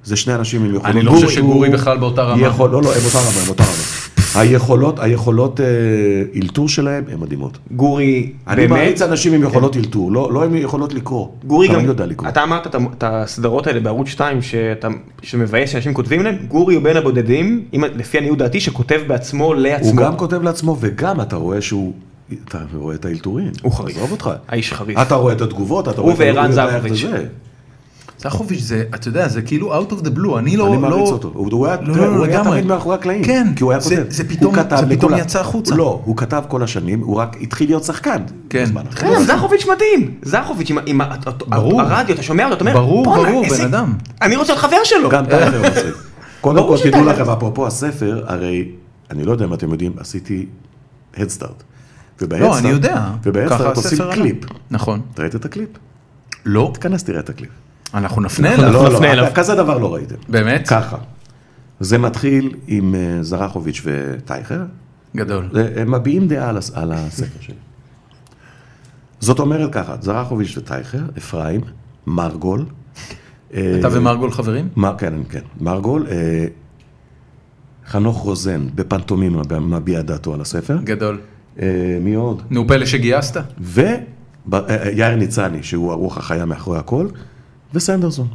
זה שני אנשים עם יכולות.
אני לא
גורי
חושב שגורי
הוא-
בכלל באותה רמה.
יכול- לא, לא, הם באותה רמה, הם באותה רמה. היכולות, היכולות אה, אילתור שלהם הן מדהימות.
גורי,
אני
באמת, כן.
מעריץ אנשים עם יכולות אילתור, לא לא עם יכולות לקרוא.
גורי
אתה לא
גם,
יודע לקרוא.
אתה אמרת את המ- את הסדרות האלה בערוץ 2 שאתה, שמבאס שאנשים כותבים להם, גורי הוא בין הבודדים, אם- לפי עניות דעתי, שכותב בעצמו
הוא
לעצמו.
גם כותב לעצמו, וגם אתה רואה שהוא... אתה רואה את האלתורים.
הוא חריף.
עזוב אותך.
האיש חריף.
אתה רואה את התגובות, אתה
הוא
רואה... את ה-
וערן
יודע איך
זהבוביץ'.
זה.
סחוביץ' זה, אתה יודע, זה כאילו out of the blue, אני לא...
אני
לא-
מעריץ אותו. הוא- הוא היה
לא,
תראה,
לא,
הוא היה
לגמרי.
תמיד מאחורי הקלעים.
כן,
כי הוא היה
זה-
כותב.
זה
הוא
פתאום-
כתב
זה פתאום
לכולם.
יצא החוצה.
לא, הוא כתב כל השנים, הוא רק התחיל להיות שחקן.
כן.
בזמן אחר.
כן, זרחוביץ' מדהים, זרחוביץ' עם ה- עם ה-
ברור.
הרדיו, אתה שומע אותו, אתה אומר,
ברור,
"בואנה,
ברור,
איזה-
בן אדם."
אני רוצה להיות חבר שלו.
גם טייכר מצחיק. קודם
ברור
כל, תדעו
שטייכר.
לכם, אפרופו הספר, הרי, אני לא יודע אם אתם יודעים, עשיתי הדסטארט.
לא, אני יודע. ככה
ובהדסטארט עושים
הספר עלה.
קליפ.
נכון.
אתה ראית את הקליפ?
לא,
תיכנס, תראה את הקליפ.
אנחנו נפנה
לא,
אליו.
לא,
נפנה אליו.
לא, כזה דבר לא ראיתם.
באמת?
ככה. זה מתחיל עם אה, זרחוביץ' וטייכר,
לא- גדול.
זה- הם מביעים דעה על, הס- על הספר שלי. זאת אומרת ככה, זרחוביץ' וטייכר, אפרים, מרגול. אה,
אתה ומרגול חברים?
מר, כן, כן, מרגול. אה, חנוך רוזן בפנטומימה מביע דעתו על הספר.
גדול.
אה, מי עוד?
נו, פלא שגייסת?
ויאיר אה, ניצני, שהוא הרוח החיה מאחורי הכל, וסנדרסון.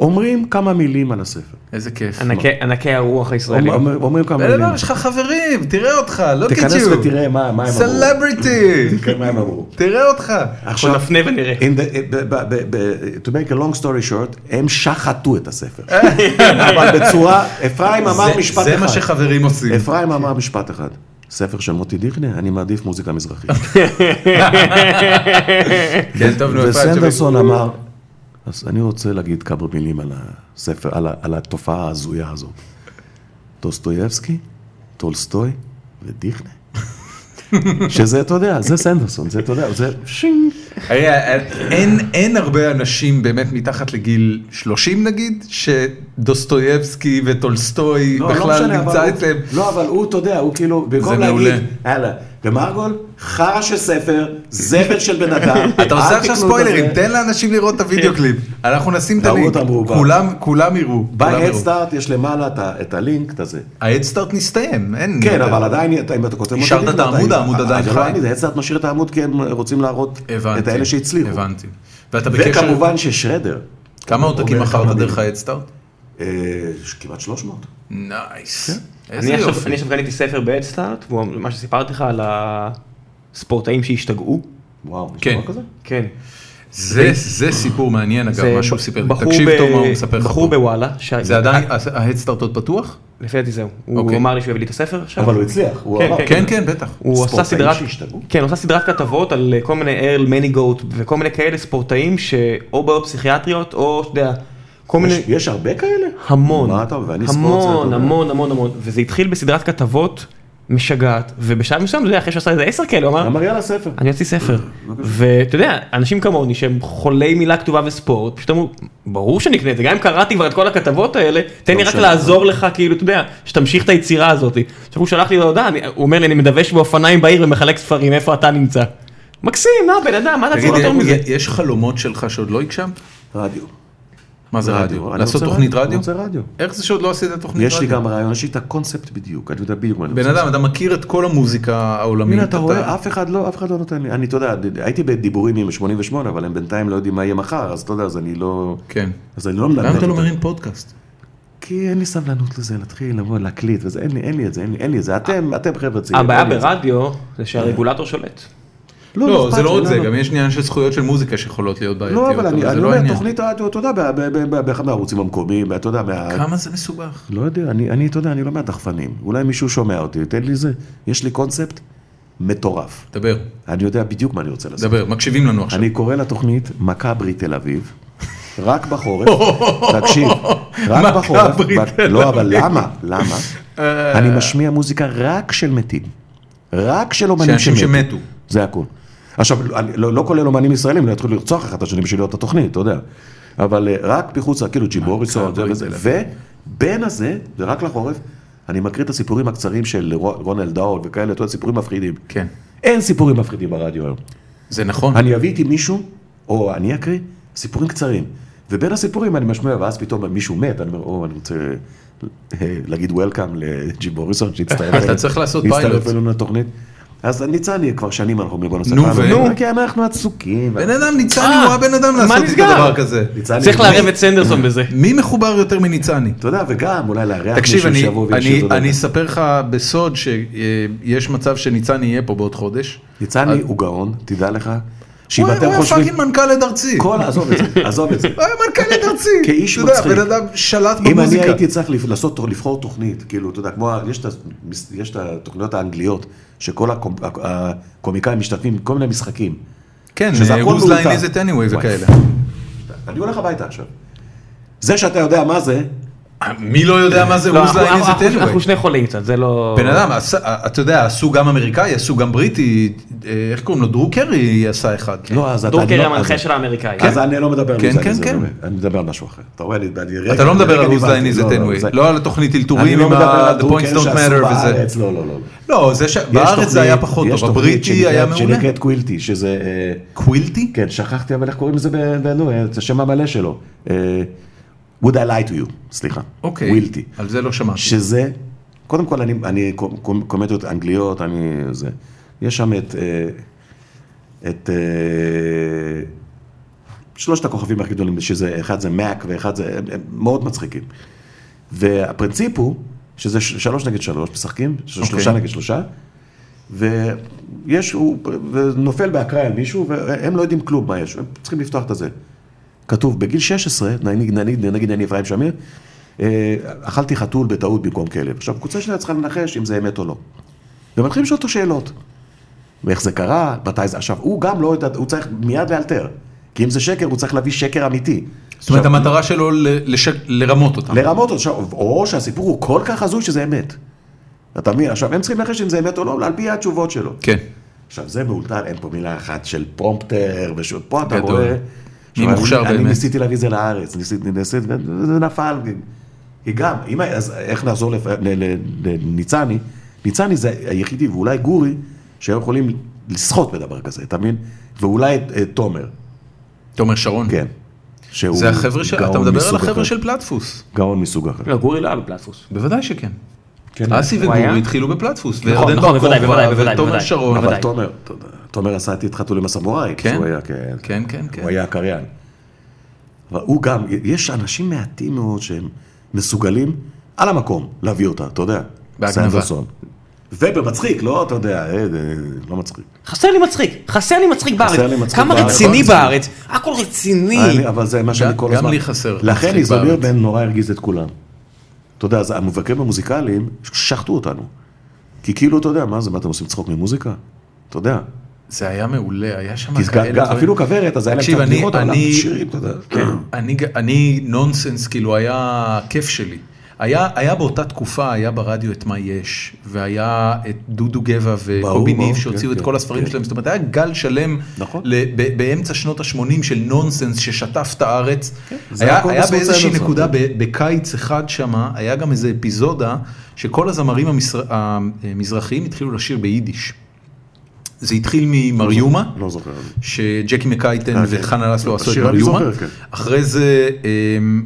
אומרים כמה מילים על הספר.
איזה כיף.
ענקי- ענקי הרוח הישראלים.
אומר, אומרים כמה
בן
מילים.
אדם, יש לך חברים, תראה אותך, לא
תיכנס
קיצ'ו.
ותראה מה, מה הם אמרו.
סלבריטי,
תראה מה הם אמרו.
תראה אותך.
אנחנו נפנה ונראה.
In the, ב- ב- ב- ב- to make a long story short, הם שחטו את הספר. אבל בצורה, אפרים אמר
אה, זה-
משפט
זה
אחד.
מה שחברים עושים.
אפרים אמר משפט אחד. ספר של מוטי דיכנה, אני מעדיף מוזיקה מזרחית.
כן, טוב, נו, אפרת,
וסנדרסון אמר, אז אני רוצה להגיד כמה מילים על הספר, על, ה- על התופעה ההזויה הזאת. טוסטויבסקי, טולסטוי ודיכנה. שזה, אתה יודע, זה סנדרסון, זה, אתה יודע, זה שינג.
היה- אה, אין, אין הרבה אנשים באמת מתחת לגיל 30 נגיד, שדוסטויבסקי וטולסטוי
לא,
בכלל
לא משנה, אבל
נמצא
הוא-
אצלם.
לא, אבל הוא, אתה יודע, הוא כאילו, במקום
מעולה.
להגיד, יאללה, ומרגול, חרא של ספר, זבל של בן אדם.
אתה
אל
עושה עכשיו
תקנו את
ספוילרים,
זה. כן.
תן לאנשים לראות את הוידאו קליפ. אנחנו נשים את
ראו
הלינק,
אותם רובם.
כולם, כולם יראו. כולם
ב-Head
יראו.
Start יש למעלה את ה- את הלינק, את הזה.
ההדסטארט נסתיים, אין...
כן, אבל עדיין, אתה- אם אתה כותב...
השארת
מודדים,
את העמוד,
אתה-
העמוד
אבל
עדיין
זה
חי.
לא העמוד, ה-Head Start משאיר את העמוד כי הם רוצים להראות
הבנתי.
את האלה שהצליחו.
הבנתי. ואתה בקשר...
וכמובן ששרדר.
כמה עותקים
אומר כמה
מכרת
מילים.
דרך ההדסטארט?
אה, ש- כמעט 300.
נייס.
כן.
איזה
אני עכשיו-
יופי.
אני עכשיו קניתי ספר בהדסטארט, והוא- מה שסיפרתי לך על הספורטאים שהשתגעו.
וואו, יש
כן.
דבר כזה?
כן.
זה- זה סיפור מעניין אגב, מה שהוא סיפר לי.
בחור
תקשיב
ב-
טוב מה הוא מספר לך
בחור
פה.
בוואלה. שה-
זה עדיין, ה- ההדסטארט עוד פתוח?
לפי דעתי זהו. הוא
אוקיי.
אמר לי שהוא יביא לי את הספר עכשיו.
אבל הוא הצליח, הוא
כן,
עבר.
כן,
כן, כן, בטח.
הוא עשה
ספורטאים
סדרת,
שהשתגעו?
כן, הוא עשה סדרת כתבות על אה, כל מיני ארל מניגוט וכל מיני כאלה ספורטאים שאו בעיות פסיכיאטריות או שאתה יודע, כל
כן.
מיני,
יש- יש הרבה כאלה?
המון,
מה אתה אומר? ואני ספורט, זה אתה
המון,
יודע.
המון, המון, המון, וזה התחיל בסדרת כתבות משגעת, ובשלב מסוים, אתה יודע, אחרי שעשה איזה עשר כאלה, הוא אמר,
אמר יאללה ספר.
אני אוציא ספר, ואתה יודע, אנשים כמוני שהם חולי מילה כתובה וספורט, פשוט אמרו, ברור שנקנה את זה, גם אם קראתי כבר את כל הכתבות האלה, תן
לא
לי רק
משנה.
לעזור לך, כאילו, אתה יודע, שתמשיך את היצירה הזאת. עכשיו הוא שלח לי הודעה, אני- הוא אומר לי, אני מדווש באופניים בעיר ומחלק ספרים, איפה אתה נמצא? מקסים, מה בן אדם, מה
תגיד,
תעצור יותר מזה?
יש חלומות שלך שעוד לא הגשמת?
רדיו.
מה זה רדיו?
אני
לעשות
רוצה
תוכנית רדיו?
אני רוצה רדיו.
איך זה שעוד לא עשית תוכנית רדיו?
יש לי גם רעיון, יש לי את הקונספט בדיוק, אני יודע בדיוק מה אני
בן
רוצה.
אדם, אתה מכיר את כל המוזיקה העולמית.
הנה, אתה רואה, אף אחד לא, אף אחד לא נותן לי. אני, אתה יודע, הייתי בדיבורים עם 88, אבל הם בינתיים לא יודעים מה יהיה מחר, אז אתה יודע, אז אני לא...
כן.
אז אני לא מלמד.
למה אתה לא
אותם.
מרים פודקאסט?
כי אין לי סבלנות לזה, להתחיל לבוא, להקליט וזה, אין לי, אין לי את זה, אין לי, אין לי את זה. אתם, אתם חבר'ה צעירים.
הבעיה
אין לי את זה.
ברדיו זה שהרגולטור שולט.
לא, זה
אכפת
לא
לי,
רק זה, גם יש עניין של זכויות של מוזיקה שיכולות להיות בעייתיות,
לא, אבל אני
זה
אני
לא
אומר,
העניין.
תוכנית רדיו, אתה יודע, ב- ב- ב- באחד מהערוצים המקומיים, אתה יודע, מה-
כמה זה מסובך?
לא יודע, אני, אני, אתה יודע, אני לא מהדחפנים. אולי מישהו שומע אותי, תן לי זה. יש לי קונספט מטורף.
דבר,
אני יודע בדיוק מה אני רוצה לעשות.
דבר, מקשיבים לנו עכשיו.
אני קורא לתוכנית מכברי תל אביב, רק בחורף, תקשיב, רק
מכבי
בחורף,
תל אה.
ב- לא, אבל למה, למה? אני משמיע מוזיקה רק של מתים, רק של אומנים
שאנשים
שמתו.
שמתו.
זה הכול. עכשיו, אני- לא לא כולל אומנים ישראלים, לא יתחילו לרצוח אחד את השני בשביל להיות התוכנית, אתה יודע. אבל אה, רק מחוץ, כאילו ג'יבוריסון, זה
מכבי
וזה,
תל
ובין הזה, זה רק לחורף, אני מקריא את הסיפורים הקצרים של רון רון אלדאו וכאלה, אתה יודע, סיפורים מפחידים.
כן.
אין סיפורים מפחידים ברדיו היום.
זה נכון.
אני אביא איתי מישהו, או אני אקריא, סיפורים קצרים. ובין הסיפורים אני משמיע, ואז פתאום מישהו מת, אני אומר, או, אני רוצה אה, להגיד וולקאם לג'י בוריסון, שהצטרף
אתה צריך לעשות פיילוט.
הצטרף אלינו לתוכנית. אז ניצני, כבר שנים אנחנו אומרים בנושא.
נו,
פעם,
ו-
נו. כי אנחנו עצוקים.
בן אדם ניצני
אה,
הוא הבן אדם
מה
לעשות איתו
נסגר?
דבר כזה.
ניצני,
צריך
מי-
לערב את סנדרסון בזה.
מי מחובר יותר מניצני?
אתה יודע, וגם אולי לארח
תקשיב,
מישהו
אני,
שיבוא
אני,
וישיר. אתה יודע.
אני אספר לך בסוד שיש מצב שניצני יהיה פה בעוד חודש.
ניצני הוא גאון, תדע לך, שאם
אה, הוא
אתם
היה
חושבים...
פאקינג מנכ"ל עד ארצי.
כל, עזוב את זה, עזוב את זה.
הוא היה מנכ"ל עד ארצי.
כאיש
אתה יודע,
מצחיק.
בן אדם שלט
אם אני
במוזיקה.
הייתי צריך לפ- לעשות, לבחור תוכנית, כאילו, אתה יודע, כמו, ה- יש את, ה- יש את התוכניות האנגליות, שכל הקומ, ה- הקומיקאים משתתפים בכל מיני משחקים.
כן,
שזה
אה,
הכל
whose line
מאולתר.
is it anyway
וואי.
וכאלה.
אני הולך הביתה עכשיו. זה שאתה יודע מה זה,
מי לא יודע
כן.
מה זה
לא,
whose
אנחנו-
line is it
אנחנו- אנחנו
anyway.
שני חולים קצת, זה לא...
בן אדם, עשה- אה, אתה יודע, עשו גם אמריקאי, עשו גם בריטי, אה, איך קוראים לו? דרו קרי עשה אחד.
לא, אז אתה... אני
דורקר
לא-
המנחה
אז-
של האמריקאי.
אז אני לא מדבר על
כן,
מוזיאל,
כן,
זה
כן.
לא מבין. אני מדבר על משהו אחר. אתה רואה, אני... אני רגע-
אתה לא מדבר
רגע
על whose
נבהלתי.
line is
לא,
it
לא, זה-
anyway. לא על התוכנית
אני
אלתורים
לא
עם
מדבר
ה-
על
the points
הדרוקר
don't
שעשו
matter וזה.
בארץ, לא, לא, לא.
לא, זה ש...
יש
בארץ זה
תוכנית-
היה פחות
יש
טוב,
תוכנית
הבריטי
שנקראת-
היה מעולה.
שנקראת קווילטי, שזה... אה,
קווילטי?
כן, שכחתי, אבל איך קוראים לזה, ב- ב- נו, אה, את השם המלא שלו. אה, Would I lie to you, סליחה.
אוקיי.
ווילטי.
על זה לא שמעתי.
שזה, קודם כל, אני, אני קומ- קומ- קומדיות אנגליות, אני זה. יש שם את, אה, את אה, שלושת הכוכבים הכי גדולים, שזה, אחד זה מאק ואחד זה, הם, הם מאוד מצחיקים. והפרינציפ הוא, שזה ש- שלוש נגד שלוש, משחקים, ש-
אוקיי.
שלושה נגד שלושה, ויש, הוא נופל באקראי על מישהו, והם לא יודעים כלום מה יש, הם צריכים לפתוח את הזה. כתוב, בגיל 16, נגיד, נגיד, נגיד אני אפרים שמיר, אה, אכלתי חתול בטעות במקום כלב. עכשיו, הקבוצה שלה צריכה לנחש אם זה אמת או לא. ומתחילים לשאול אותו שאלות. ואיך זה קרה, מתי זה... עכשיו, הוא גם לא יודע, הוא צריך מיד לאלתר. כי אם זה שקר, הוא צריך להביא שקר אמיתי.
זאת אומרת, המטרה שלו ל- לש- לרמות אותם.
לרמות אותו, עכשיו, או שהסיפור הוא כל כך הזוי שזה אמת. אתה מבין? עכשיו, הם צריכים לנחש אם זה אמת או לא, על פי התשובות שלו.
כן.
עכשיו, זה מאולתר, אין פה מילה אחת של פרומפטר, ושוב, פה אתה
גדול.
רואה...
מי
עכשיו,
מוכשר
אני,
באמת.
אני ניסיתי להביא את זה לארץ, ניסיתי, ניסיתי, וזה נפל. כי גם, אם, אז איך נחזור לפ- ל- ל- לניצני? ניצני זה היחידי, ואולי גורי, שהיו יכולים לסחוט בדבר כזה, אתה מבין? ואולי את, את תומר,
תומר שרון.
כן. שהוא
זה החבר'ה של... אתה
גאון
מדבר על
מסוג
החבר'ה
אחר.
של פלטפוס.
גאון מסוג אחר.
לא, גורי לא היה בפלטפוס.
בוודאי שכן.
כן.
אסי
היה?
וגורי התחילו בפלטפוס.
נכון,
וירדן
נכון, בוודאי,
ברקובה,
בוודאי, בוודאי,
ותומר
בוודאי.
שרון.
אבל
בוודאי.
תומר, תומר עשה את התחתולים הסמוראי,
כן?
כשהוא היה, כן.
כן, כן, כן.
הוא היה קריין. אבל הוא גם, יש אנשים מעטים מאוד שהם מסוגלים על המקום להביא אותה, אתה יודע.
בהגנבה.
סנדרסון. ובמצחיק, לא, אתה יודע, אה, אה, לא מצחיק.
חסר לי מצחיק, חסר לי מצחיק בארץ.
חסר לי מצחיק
כמה
בארץ. לא,
רציני
נכון,
בארץ, הכל רציני. לא
אני- אבל זה מה
גם-
שאני כל
גם
הזמן...
לי חסר
לכן
מצחיק
איזוניר
בארץ.
בן נורא הרגיז את כולם. אתה יודע, אז המבקרים המוזיקליים שחטו אותנו. כי כאילו, אתה יודע, מה זה, מה אתם עושים צחוק ממוזיקה? אתה יודע.
זה היה מעולה, היה שם
כי זה
כאלה
גם-
דברים.
אפילו כוורת, אז היה להם
תקשיב,
קצת
אני-
בדיחות, אבל
אני-
שירים, אתה יודע.
אני, ג- אני נונסנס, כאילו היה כיף שלי. היה, היה באותה תקופה, היה ברדיו את מה יש, והיה את דודו גבע וקובי
ברור,
ניב
כן,
שהוציאו את
כן,
כל הספרים
כן.
שלהם, זאת אומרת, היה גל שלם
נכון.
ל, ב, באמצע שנות ה-80 של נונסנס ששטף את הארץ.
כן, זה
היה,
הכל
היה
בזכות
באיזושהי
סנדרסון.
נקודה, ב, בקיץ אחד שמה, היה גם איזה אפיזודה שכל הזמרים המשר, המזרחיים התחילו לשיר ביידיש. זה התחיל ממריומה,
לא זוכר.
שג'קי מקייטן
אה, כן.
וחנה לסלו עשו את
השיר אני
מריומה.
זוכר, כן.
אחרי זה אה,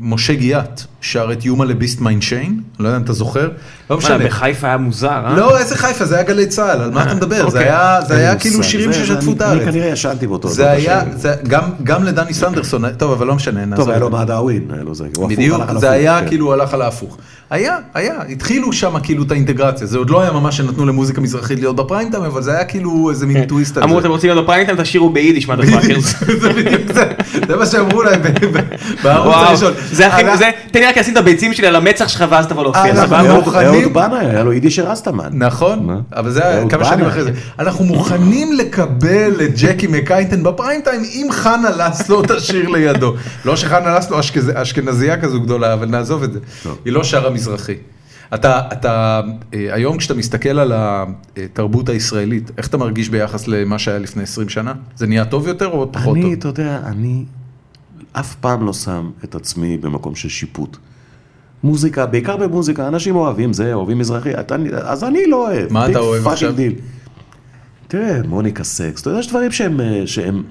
משה גיאת שר את יומה לביסט מיינד שיין, לא יודע אם אתה זוכר, לא
מה,
משנה.
בחיפה היה מוזר, אה?
לא, איזה חיפה, זה היה גלי צה"ל, על מה אתה מדבר? זה
אוקיי.
היה זה היה
אין
כאילו
מושג.
שירים
אה, זה- זה-
ששטפו
אני-
את הארץ.
אני כנראה לא ישנתי באותו.
זה היה, זה- גם- גם לדני סנדרסון, טוב, אבל לא משנה,
טוב,
נעזוב.
היה לו בעד האווין, היה לו זה. הוא הפוך,
בדיוק,
הלך על
זה
הפוך,
היה
כן.
כאילו הלך על ההפוך. היה, היה, התחילו שם כאילו את האינטגרציה, זה עוד לא היה ממש שנתנו למוזיקה מזרחית להיות בפריים טיים, אבל זה היה כאילו איזה
כן.
מין טוויסט על
אמרו
זה.
אתם רוצים להיות בפריים טיים תשאירו ביידיש מה
בדיוק, זה בדיוק זה, זה מה שאמרו להם ב- ב- בערוץ הראשון.
וואו, זה הכי, זה, תן לי רק לשים את הביצים שלי על המצח שלך ואז תבוא להופיע,
אנחנו-
סבבה?
אהוד-
מוכנים-
אהוד בנאי, היה לו יידיש רסטמן. מה?
נכון, אבל זה היה
אהוד
כמה שנים
בנאי.
אחרי זה. אנחנו מוכנים לקבל את ג'קי מקייטן בפריים טיים אם חנה לסלו תשיר לידו. לא שחנה לסלו אשכז- אשכנזייה כזו גדולה, אבל נעזוב את זה. היא לא שרה מזרחי. אתה, אתה, אה, היום כשאתה מסתכל על התרבות הישראלית, איך אתה מרגיש ביחס למה שהיה לפני 20 שנה? זה נהיה טוב יותר או פחות טוב?
אני, אתה יודע, אני אף פעם לא שם את עצמי במקום של שיפוט. מוזיקה, בעיקר במוזיקה, אנשים אוהבים זה, אוהבים מזרחי, אתה- אז אני לא אוהב.
מה אתה
Big
אוהב
fucking
עכשיו?
deal. תראה, מוניקה סקס, אתה יודע, יש דברים שהם, אה, שהם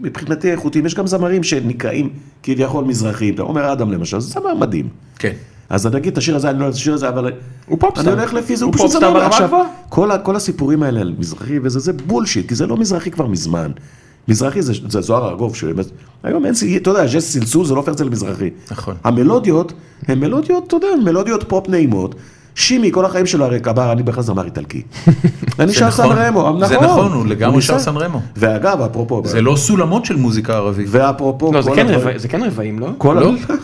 מבחינתי איכותיים, יש גם זמרים שנקראים כביכול מזרחיים, אתה אומר אדם למשל, זה זמר מדהים.
כן.
אז אני אגיד את השיר הזה, אני לא אוהב את השיר הזה, אבל...
הוא פופסטאר.
אני הולך לפי זה, הוא
הוא
פשוט
פופסטאר
סבבה.
ברמה
עכשיו,
גבוהה.
כל, ה- כל הסיפורים האלה על מזרחי וזה, זה בולשיט, כי זה לא מזרחי כבר מזמן. מזרחי זה, זה זוהר ארגוב, שבאמת- היום אין, סי- אתה יודע, יש סלסול, זה לא הופך את זה למזרחי.
נכון.
המלודיות, הן מלודיות, אתה יודע, הן מלודיות פופ נעימות. שימי, כל החיים שלו הרי קבר, אני בכלל זמר איטלקי. אני שר סן
נכון.
רמו,
זה נכון, הוא לגמרי
ניסה.
שר סן רמו.
ואגב, אפרופו,
זה לא סולמות של מוזיקה ערבית.
ואפרופו,
לא, זה
כל
כן
הדברים-
רבע- זה כן רבעים, לא?
כל
לא?
לא?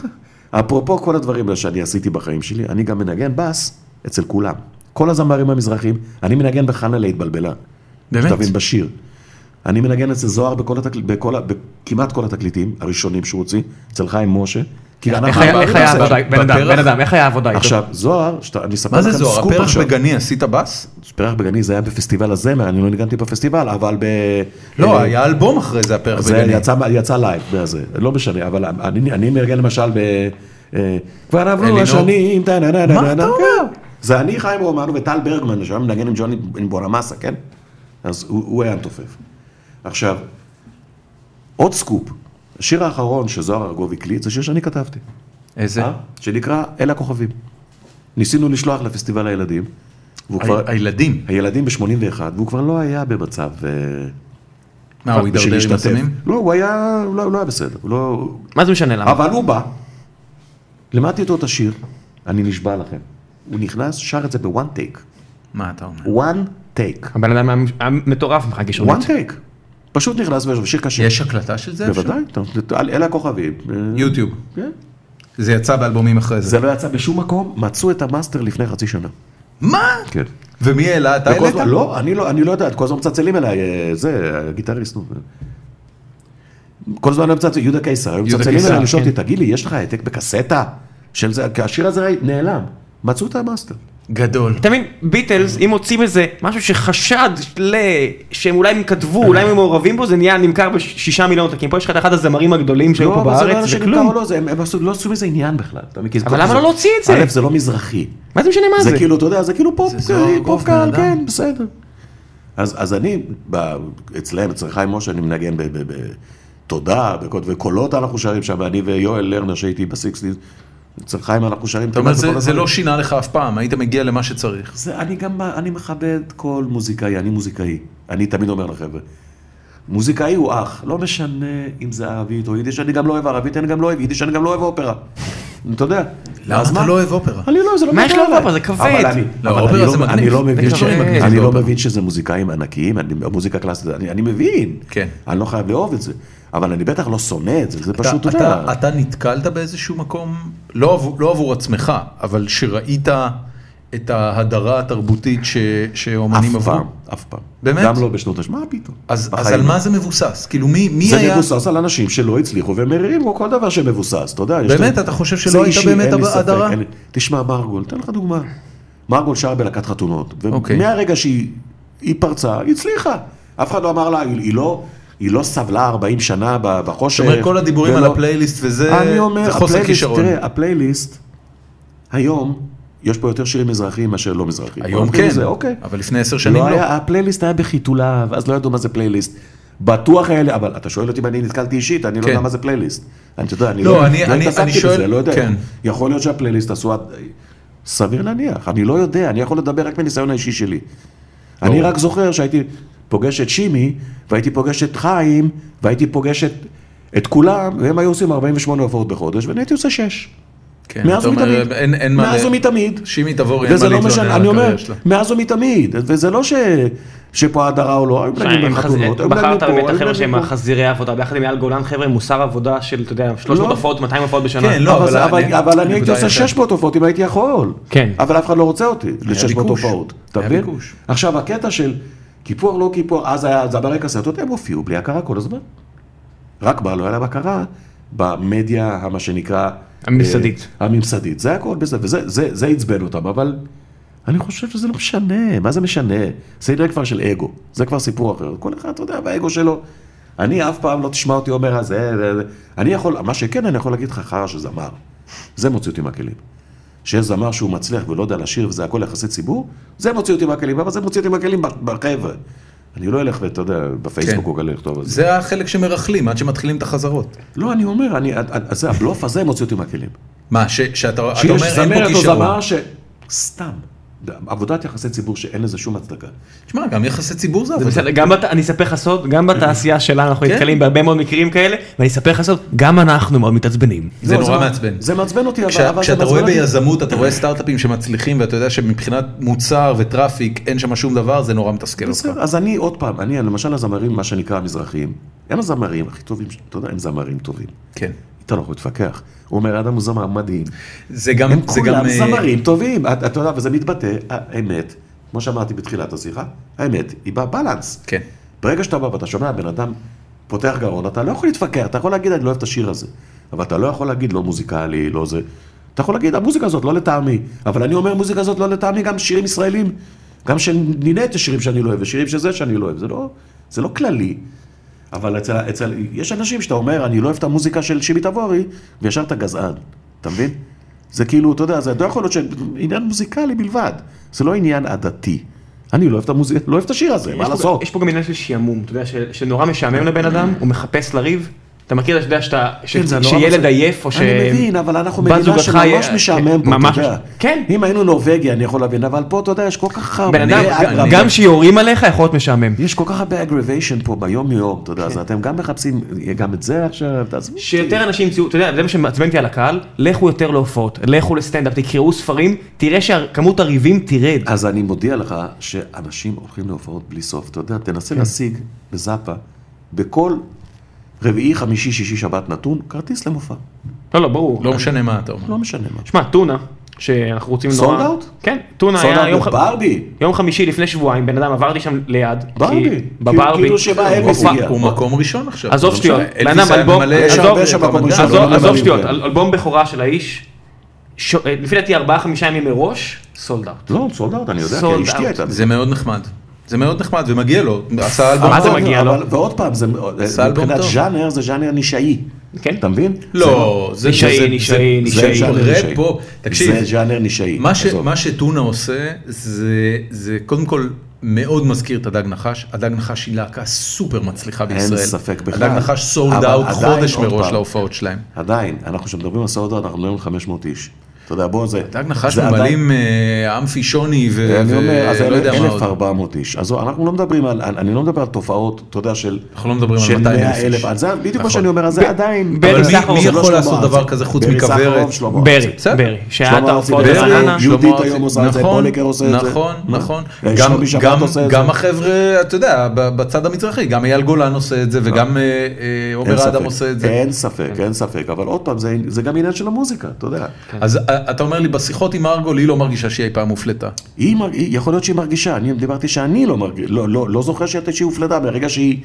אפרופו כל הדברים שאני עשיתי בחיים שלי, אני גם מנגן בס אצל כולם. כל הזמרים המזרחים, אני מנגן בחנה להתבלבלה.
באמת?
שתבין בשיר. אני מנגן אצל זוהר בכל התקל... בכל ה... בכמעט כל התקליטים הראשונים שהוא הוציא, אצל חיים משה. כי אנחנו
איך היה- איך
מעריכים
היה
את זה.
העבודה, בן אדם,
בפרח?
בן אדם, איך היה העבודה איתו?
עכשיו, זוהר, שת... אני אספר
מה
לכם
זה
סקופ עכשיו.
זוהר? הפרח בגני עשית בס?
פרח בגני זה היה בפסטיבל הזמר, אני לא ניגנתי בפסטיבל, אבל ב...
לא,
אה,
היה אלבום אחרי זה הפרח
זה
בגני.
יצא, יצא לייב, זה, לא משנה, אבל אני, אני מארגן למשל ב... אה, כבר עברו
אלינור.
השנים, טה נה נה נה
מה
נה,
אתה
כן.
אומר?
זה אני, חיים רומנו וטל ברגמן, שהיום מנגן עם ג'וני עם בורמאסה, כן? אז הוא, הוא היה מתופף. עכשיו, עוד סקופ, השיר האחרון שזוהר ארגוב הקליט, זה שיר שאני כתבתי,
איזה?
אה? שנקרא אל הכוכבים. ניסינו לשלוח לפסטיבל הילדים, והוא כבר...
ה- הילדים.
הילדים ב-81, והוא כבר לא היה במצב... אה,
מה, אה, הוא
בשביל
הידרדר עם
להשתתף.
הסמים?
לא, הוא היה, הוא לא, הוא לא היה בסדר, הוא לא...
מה זה משנה למה?
אבל הוא בא, לימדתי אותו את השיר, אני נשבע לכם. הוא נכנס, שר את זה בוואן טייק.
מה אתה אומר?
וואן טייק.
הבן אדם היה היה מטורף ממך
וואן
כישרונית.
טייק. פשוט נכנס ויש שיר קשה.
יש הקלטה של זה?
בוודאי, אתה- על- אלה הכוכבים. אה,
יוטיוב.
כן.
זה יצא באלבומים אחרי זה.
זה לא יצא בשום מקום, מצאו את המאסטר לפני חצי שנה.
מה?
כן.
ומי העלה? אתה
וכל הזמן-
העלית?
לא, אני לא, אני לא יודעת, כל הזמן מצלצלים אליי, אה, זה, הגיטריסט, נו. כל הזמן הם מצלצלים, יהודה קיסר, היו
יהודה
מצלצלים
קיסר,
אליי, לשאול
כן.
אותי, תגיד לי, יש לך העתק בקסטה? של זה, כי השיר הזה ראי- נעלם. מצאו את המאסטר. לא,
גדול.
אתה מבין, ביטלס, אם מוצאים איזה משהו שחשד ל... שהם אולי הם כתבו, אולי הם מעורבים בו, זה נהיה נמכר בשישה מיליון עותקים. פה יש לך את אחד הזמרים הגדולים שהיו פה
אבל זה לא
בארץ,
אנשים
זה
נמכר או
כלום.
לא, זה- הם הם עשו- לא עשו מזה עניין בכלל. אתה מכיר?
אבל למה
זה-
לא להוציא את זה?
א', זה לא מזרחי.
מה זה משנה מה זה?
זה כאילו, אתה יודע, זה כאילו פופ,
זה זוהר
אה,
גוף,
פופ
בן
קהל,
אדם.
כן, בסדר. אז, אז אני, ב, אצלם, אצל חיים משה, אני מנגן ב- ב- ב- תודה, בקוד- וקולות אנחנו שרים שם, אני ויואל לרנר שהייתי בסיקסטיז, אצל חיים אנחנו שרים.
אתה אומר, זה- זה לא שינה לך אף פעם, היית מגיע למה שצריך.
זה, אני גם, אני מכבד כל מוזיקאי, אני מוזיקאי. אני תמיד אומר לחבר'ה, מוזיקאי הוא אח, לא משנה אם זה ערבית או יידיש, אני גם לא אוהב ערבית, אני גם לא אוהב יידיש, אני גם לא אוהב אופרה. אתה יודע.
למה
אז
אתה
מה?
לא אוהב אופרה?
אני לא, זה לא
מה
מגיע
יש לאופרה?
אליי.
זה כבד.
אבל אני-
לא,
אבל
אופרה
אני
זה
לא-
מגניב.
אני לא מבין
יש
שזה-
דברים מגניבים
אני לא
באופרה.
מבין שזה מוזיקאים ענקיים, אני- מוזיקה קלאסית, אני אני מבין.
כן.
אני לא חייב לאהוב את זה. אבל אני בטח לא שונא את זה, זה
אתה-
פשוט, אתה
אתה-
יודע.
אתה נתקלת באיזשהו מקום, לא עבור- לא עבור עצמך, אבל שראית את ההדרה התרבותית ש-
אף
שאומנים עברו?
פעם, אף פעם.
באמת?
גם לא בשנות ה... מה פתאום?
אז אז
בחיים
על מה זה מבוסס? כאילו מי מי
זה
היה...
מבוסס על אנשים שלא הצליחו והם הרימו כל דבר שמבוסס, אתה יודע. יש
באמת?
להם-
אתה חושב שלא
זה
הייתה
אישי,
באמת
אין לי
הב-
ספק,
הדרה?
אין לי- תשמע, מרגול, אתן לך דוגמה. מרגול שרה בלהקת חתונות,
אוקיי.
ומהרגע שהיא היא פרצה, היא הצליחה. אף אחד לא אמר לה, היא היא לא... היא לא סבלה 40 שנה ב- בחושך.
אתה אומר, כל הדיבורים על
אה, ולא-
הפלייליסט וזה,
אני אומר,
זה חוסר
הפלייליסט,
כישרון.
תראה, הפלייליסט היום יש פה יותר שירים מזרחיים מאשר לא מזרחיים.
היום
אמרתי
כן,
לזה, אוקיי.
אבל לפני עשר שנים
לא
לא.
היה, הפלייליסט היה בחיתוליו, אז לא ידעו מה זה פלייליסט. בטוח היה לי, אבל אתה שואל אותי אם אני נתקלתי אישית, אני לא
כן.
יודע מה זה פלייליסט. אני אתה יודע, אני
לא,
לא
אני-
לא
אני-
התעסקתי
אני שואל-
בזה, לא יודע.
כן.
יכול להיות שהפלייליסט עשו... עד- סביר להניח, אני לא יודע, אני יכול לדבר רק מניסיון האישי שלי. אני רק זוכר שהייתי פוגש את שימי, והייתי פוגש את חיים, והייתי פוגש את, את כולם, והם היו עושים 48 הופעות בחודש, ואני הייתי עושה 6.
כן,
מאז
אתה אומר,
ומתמיד.
אין אין מה...
מאז
ל-
ומתמיד.
שימי תבורי, אין מה
וזה לא
להתלונן
משנה,
על
אני אומר,
הקריירה שלה.
מאז ומתמיד, וזה לא ש... שפה הדרה או לא, היו מנגנים בחתונות, היו מנגנים
בחרת
פה,
באמת
היו
החבר'ה שהם
מנגנים פה.
החזירי העבודה, ביחד עם אייל גולן, חבר'ה, מוסר עבודה של, אתה יודע, 300
לא.
הופעות, 200 הופעות בשנה.
כן, לא,
אבל זה-
אבל
אבל-
אני-
אבל אני הייתי
הנקודה
עושה
היא אחרת.
600 הופעות אם הייתי יכול.
כן.
אבל אף אחד לא רוצה אותי ל-600
ביקוש.
הופעות. אתה
היה
מבין?
ביקוש.
עכשיו, הקטע של קיפוח, לא קיפוח, אז היה זמרי קסטות, הם הופיעו בלי הכרה כל הזמן. רק מה, לא היה להם הכרה במדיה, מה שנקרא...
הממסדית.
אה, הממסדית. זה הכל בסדר, וזה זה- זה עצבן אותם, אבל אני חושב שזה לא משנה, מה זה משנה? זה עניין כבר של אגו, זה כבר סיפור אחר. כל אחד, אתה יודע, באגו שלו. אני אף פעם לא תשמע אותי אומר, אז אה, אה, אה." אני יכול, מה שכן, אני יכול להגיד לך, חרא של זמר. זה מוציא אותי מהכלים. שיש זמר שהוא מצליח ולא יודע לשיר וזה הכל יחסי ציבור, זה מוציא אותי מהכלים, אבל זה מוציא אותי מהכלים ב- בחבר'ה. אני לא אלך ואתה יודע, בפייסבוק
כן.
הוא כאלה לכתוב על זה.
זה החלק שמרכלים עד שמתחילים את החזרות.
לא, אני אומר, אני, אז זה הבלוף הזה מוציא אותי מהכלים.
מה, ש- שאתה אתה
שיש
אומר אין פה
זמרת או
כישרון.
זמר ש... סתם. עבודת יחסי ציבור שאין לזה שום הצדקה.
תשמע, גם יחסי ציבור זה
זה
עבודה.
בסדר, גם בת- אני אספר לך סוד, גם בתעשייה שלנו אנחנו
כן.
נתקלים בהרבה מאוד מקרים כאלה, ואני אספר לך סוד, גם אנחנו מאוד מתעצבנים.
זה
לא,
נורא מעצבן.
זה מעצבן אותי, אבל-
כש-
אבל זה
כשאתה
מעצבן
רואה
אותי.
ביזמות, אתה רואה סטארט-אפים שמצליחים, ואתה יודע שמבחינת מוצר וטראפיק אין שם שום דבר, זה נורא מתסכל אותך.
בסדר, אז אני עוד פעם, אני למשל הזמרים, מה שנקרא המזרחיים, הם הזמרים הכי טובים, ש- אתה יודע, הם זמרים טובים.
כן.
אתה לא יכול להתווכח. הוא אומר, האדם הוא זמר מדהים.
זה גם...
הם
זה גם,
כולם
אה,
זמרים טובים, אתה אתה יודע, וזה מתבטא, האמת, כמו שאמרתי בתחילת השיחה, האמת היא בבלנס.
כן.
ברגע שאתה בא ואתה שומע בן אדם פותח גרון, אתה לא יכול להתווכח, אתה יכול להגיד, אני לא אוהב את השיר הזה, אבל אתה לא יכול להגיד, לא מוזיקלי, לא זה. אתה יכול להגיד, המוזיקה הזאת לא לטעמי, אבל אני אומר, מוזיקה הזאת לא לטעמי, גם שירים ישראלים, גם שניניתי שירים שאני לא אוהב, ושירים שזה שאני לא אוהב, זה לא, זה לא כללי. אבל אצל, אצל, יש אנשים שאתה אומר, אני לא אוהב את המוזיקה של שימי תבורי, וישר אתה גזען, אתה מבין? זה כאילו, אתה יודע, זה לא יכול להיות ש- עניין מוזיקלי בלבד, זה לא עניין עדתי. אני לא אוהב את המוזיקה, לא אוהב את השיר הזה,
יש
מה
פה-
לעשות?
יש פה גם עניין של שעמום, אתה יודע, של- שנורא משעמם לבן אדם, הוא מחפש לריב. אתה מכיר, אתה יודע שאתה, ש-
כן, זה נורא
שילד
מצחיק.
עייף או ש...
אני מבין, אבל אנחנו
בת
מדינה
זוגתך
שממש
היא-
משעמם פה,
ממש
אתה יודע.
מש- כן.
אם היינו נורבגיה, אני יכול להבין, אבל פה, אתה יודע, יש כל כך הרבה...
בן אדם,
אני-
גם-
אני-
גם שיורים עליך יכול להיות משעמם.
יש כל כך הרבה אגרוויישן פה ביום-יום, אתה יודע, אז אתם גם מחפשים גם את זה עכשיו, תעזבי.
כן. שיותר אנשים ימצאו, אתה יודע, זה מה שמעצבן אותי על הקהל, לכו יותר להופעות, לכו לסטנדאפ, תקראו ספרים, תראה שכמות הריבים תרד.
אז אני מודיע לך שאנשים הולכים להופעות בלי סוף, אתה יודע, תנסה
כן.
להשיג בזאפה, בכל רביעי, חמישי, שישי, שבת נתון, כרטיס למופע,
לא, לא, ברור.
לא משנה מה אתה אומר.
לא משנה מה.
שמע, טונה, שאנחנו רוצים
Sold
נורא...
out?
כן, טונה
סולד
היה יום, ח...
ברבי,
יום חמישי לפני שבועיים, בן אדם עברתי שם ליד.
ברבי.
כי-
כאילו-
בברבי.
כאילו שבא אלביס
הופעה-
הגיע.
הוא מקום ראשון עכשיו.
עזוב
לא
שטויות,
משנה.
בן
אלביס
אדם
היה
אלבום-
ממלא-
יש
עזוב-
הרבה שמקום
רמדאן.
ראשון,
עזוב-
אבל-
עזוב, עזוב
מדברים
שטויות,
כאלה.
אל- אלבום בכורה של האיש, ש... אה, לפי דעתי ארבעה חמישה ימים מראש, סולד אאוט.
לא, סולד, אני יודע,
Sold
כי אשתי
out.
הייתה.
זה מאוד נחמד. זה מאוד נחמד, ומגיע לו. עשה אלבום
אה, מה זה
טוב.
מגיע לו?
אבל- ועוד פעם, זה
סל
מבחינת
בום טוב.
ז'אנר, זה ז'אנר נישאי.
כן.
אתה מבין?
לא, זה...
נישאי,
זה-
נישאי,
זה-
נישאי.
זה
ז'אנר
רפ
נישאי.
פה. תקשיב,
זה ז'אנר נישאי.
מה, ש,
עזוב.
מה שטונה עושה זה, זה קודם כל מאוד מזכיר את הדג נחש, הדג נחש היא להקה סופר מצליחה
אין
בישראל.
ספק
הדג
בכלל.
נחש סולד
אבל
אאוט
עדיין,
חודש
עוד
מראש
פעם.
להופעות שלהם.
עדיין, אנחנו כשמדברים על סולד, אנחנו מדברים על 500 איש. אתה יודע, בוא, זה...
דג נחש
זה עדיין-
ממלאים אה, אמפי שוני ו-
אני אומר, אז
ולא יודע מה עוד.
1,400 איש. אז אנחנו לא מדברים על, אני לא מדבר על תופעות, אתה יודע, של...
אנחנו לא מדברים על
של
200,000
100,000
איש.
אז זה בדיוק
נכון.
מה שאני אומר, אז
ב-
זה עדיין...
ברי
אבל
זה
מי-
סחרוף
מי
זה
לא
יכול
שלמה
לעשות
ארצי.
דבר כזה חוץ
ברי
מכוורת?
סחרוף, שלמה
ברי,
ארצי.
בסדר.
ברי, שהיה את
שלמה ארצי
ההופעות
ברי,
בננה.
יהודית
שלמה ארצי.
היום עושה את זה,
נכון,
פוליקר עושה את זה.
נכון,
מה?
נכון.
אה,
גם-
שלומי שבת
גם-
עושה את
גם
זה.
החבר'ה, אתה יודע, ב- בצד המצרכי, גם אייל גולן עושה את זה, וגם אה, אה,
אין
עומר אדם
ספק.
עושה את זה. כן.
אין ספק, אין ספק, אבל עוד פעם, זה- זה גם עניין של המוזיקה, אתה יודע.
אז אה, אתה אומר לי, בשיחות עם ארגול, היא לא מרגישה שהיא אי פעם הופלטה.
היא, מרג- היא- יכול להיות שהיא מרגישה, אני דיברתי שאני לא מרגיש, לא, לא, לא זוכר שהייתה שהיא הופלדה, ברגע שהיא,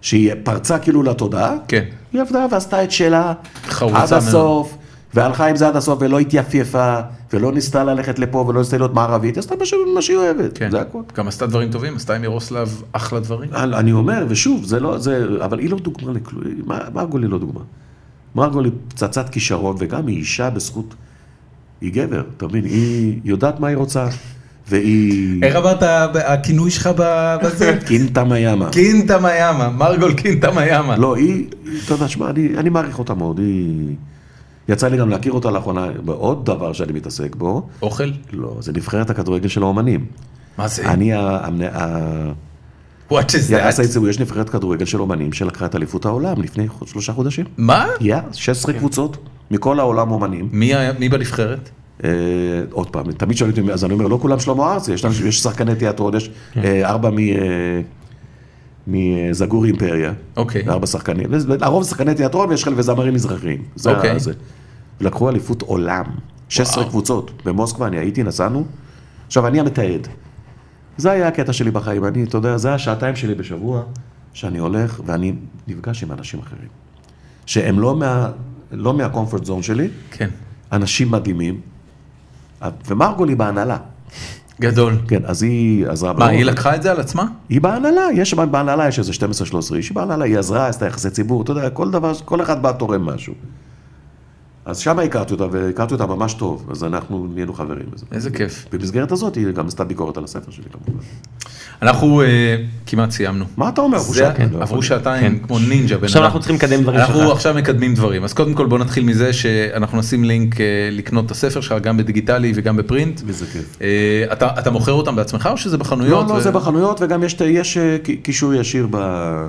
שהיא פרצה כאילו לתודעה,
כן.
היא עבדה ועשתה את שלה,
חרוצה
עד
מאוד.
הסוף, והלכה עם זה עד הסוף, ולא התייפייפה, ולא ניסתה ללכת לפה, ולא ניסתה להיות מערבית, היא עשתה משהו- מה שהיא אוהבת,
כן.
זה אה. הכול.
גם עשתה דברים טובים, עשתה עם ירוסלב אחלה דברים.
אני אני אומר, ושוב, זה לא, זה, אבל היא לא דוגמה לכלום, היא- מ- מרגול היא לא דוגמה. מרגול היא פצצת כישרון, וגם היא אישה בזכות היא גבר, אתה מבין? היא יודעת מה היא רוצה, והיא...
איך אמרת ב- הכינוי שלך ב- בזה?
קינטה מיאמה.
קינטה מיאמה, מרגול קינטה מיאמה.
לא, היא, אתה יודע, שמע, אני, אני מעריך אותה מאוד, היא... יצא לי גם להכיר אותה לאחרונה בעוד דבר שאני מתעסק בו,
אוכל?
לא, זה נבחרת הכדורגל של האומנים.
מה זה?
אני ה... המנה- ה-
What is
יחס
that?
היציאו, יש נבחרת כדורגל של אומנים שלקחה את אליפות העולם לפני חוד- שלושה חודשים.
מה?
יא, 16 קבוצות מכל העולם אומנים.
מי היה- מי בנבחרת?
אה, עוד פעם, תמיד שואלים אותי, אז אני אומר, לא כולם שלמה ארצי, יש, אנשים- יש שחקני תיאטרון, יש אה, ארבע מ... אה, מזגורי אימפריה,
אוקיי.
ארבע שחקנים, לרוב זה שחקני תיאטרון ויש חלק וזמרים מזרחיים, זה
אוקיי.
ה- זה. לקחו אליפות עולם, 16 קבוצות, במוסקבה אני הייתי, נסענו, עכשיו אני המתעד, זה היה הקטע שלי בחיים, אני, אתה יודע, זה השעתיים שלי בשבוע, שאני הולך ואני נפגש עם אנשים אחרים, שהם לא מה... לא מהקומפורט זון שלי,
כן.
אנשים מדהימים, ומרגול היא בהנהלה.
גדול.
כן, אז היא עזרה.
מה,
מאוד.
היא לקחה את זה על עצמה?
היא בהנהלה, יש בהנהלה, יש איזה 12-13 איש, היא בהנהלה, היא עזרה, עשתה יחסי ציבור, אתה יודע, כל דבר, כל אחד בא תורם משהו. אז שם הכרתי אותה, והכרתי אותה ממש טוב, אז אנחנו נהיינו חברים בזה.
איזה כיף.
במסגרת הזאת היא גם עשתה ביקורת על הספר שלי כמובן.
אנחנו אה, כמעט סיימנו.
מה אתה אומר?
זה- כן.
בושה, אני לא
עברו
יכול.
שעתיים כמו נינג'ה בן
כן. עכשיו
אדם.
אנחנו צריכים לקדם דברים
אנחנו
שלך.
עכשיו מקדמים דברים אז קודם כל בוא נתחיל מזה שאנחנו נשים לינק אה, לקנות את הספר שלך גם בדיגיטלי וגם בפרינט.
וזה כיף.
אה, אתה אתה מוכר אותם בעצמך או שזה בחנויות?
לא, לא,
ו-
זה בחנויות, וגם יש- יש אה, ק- קישור ישיר ב-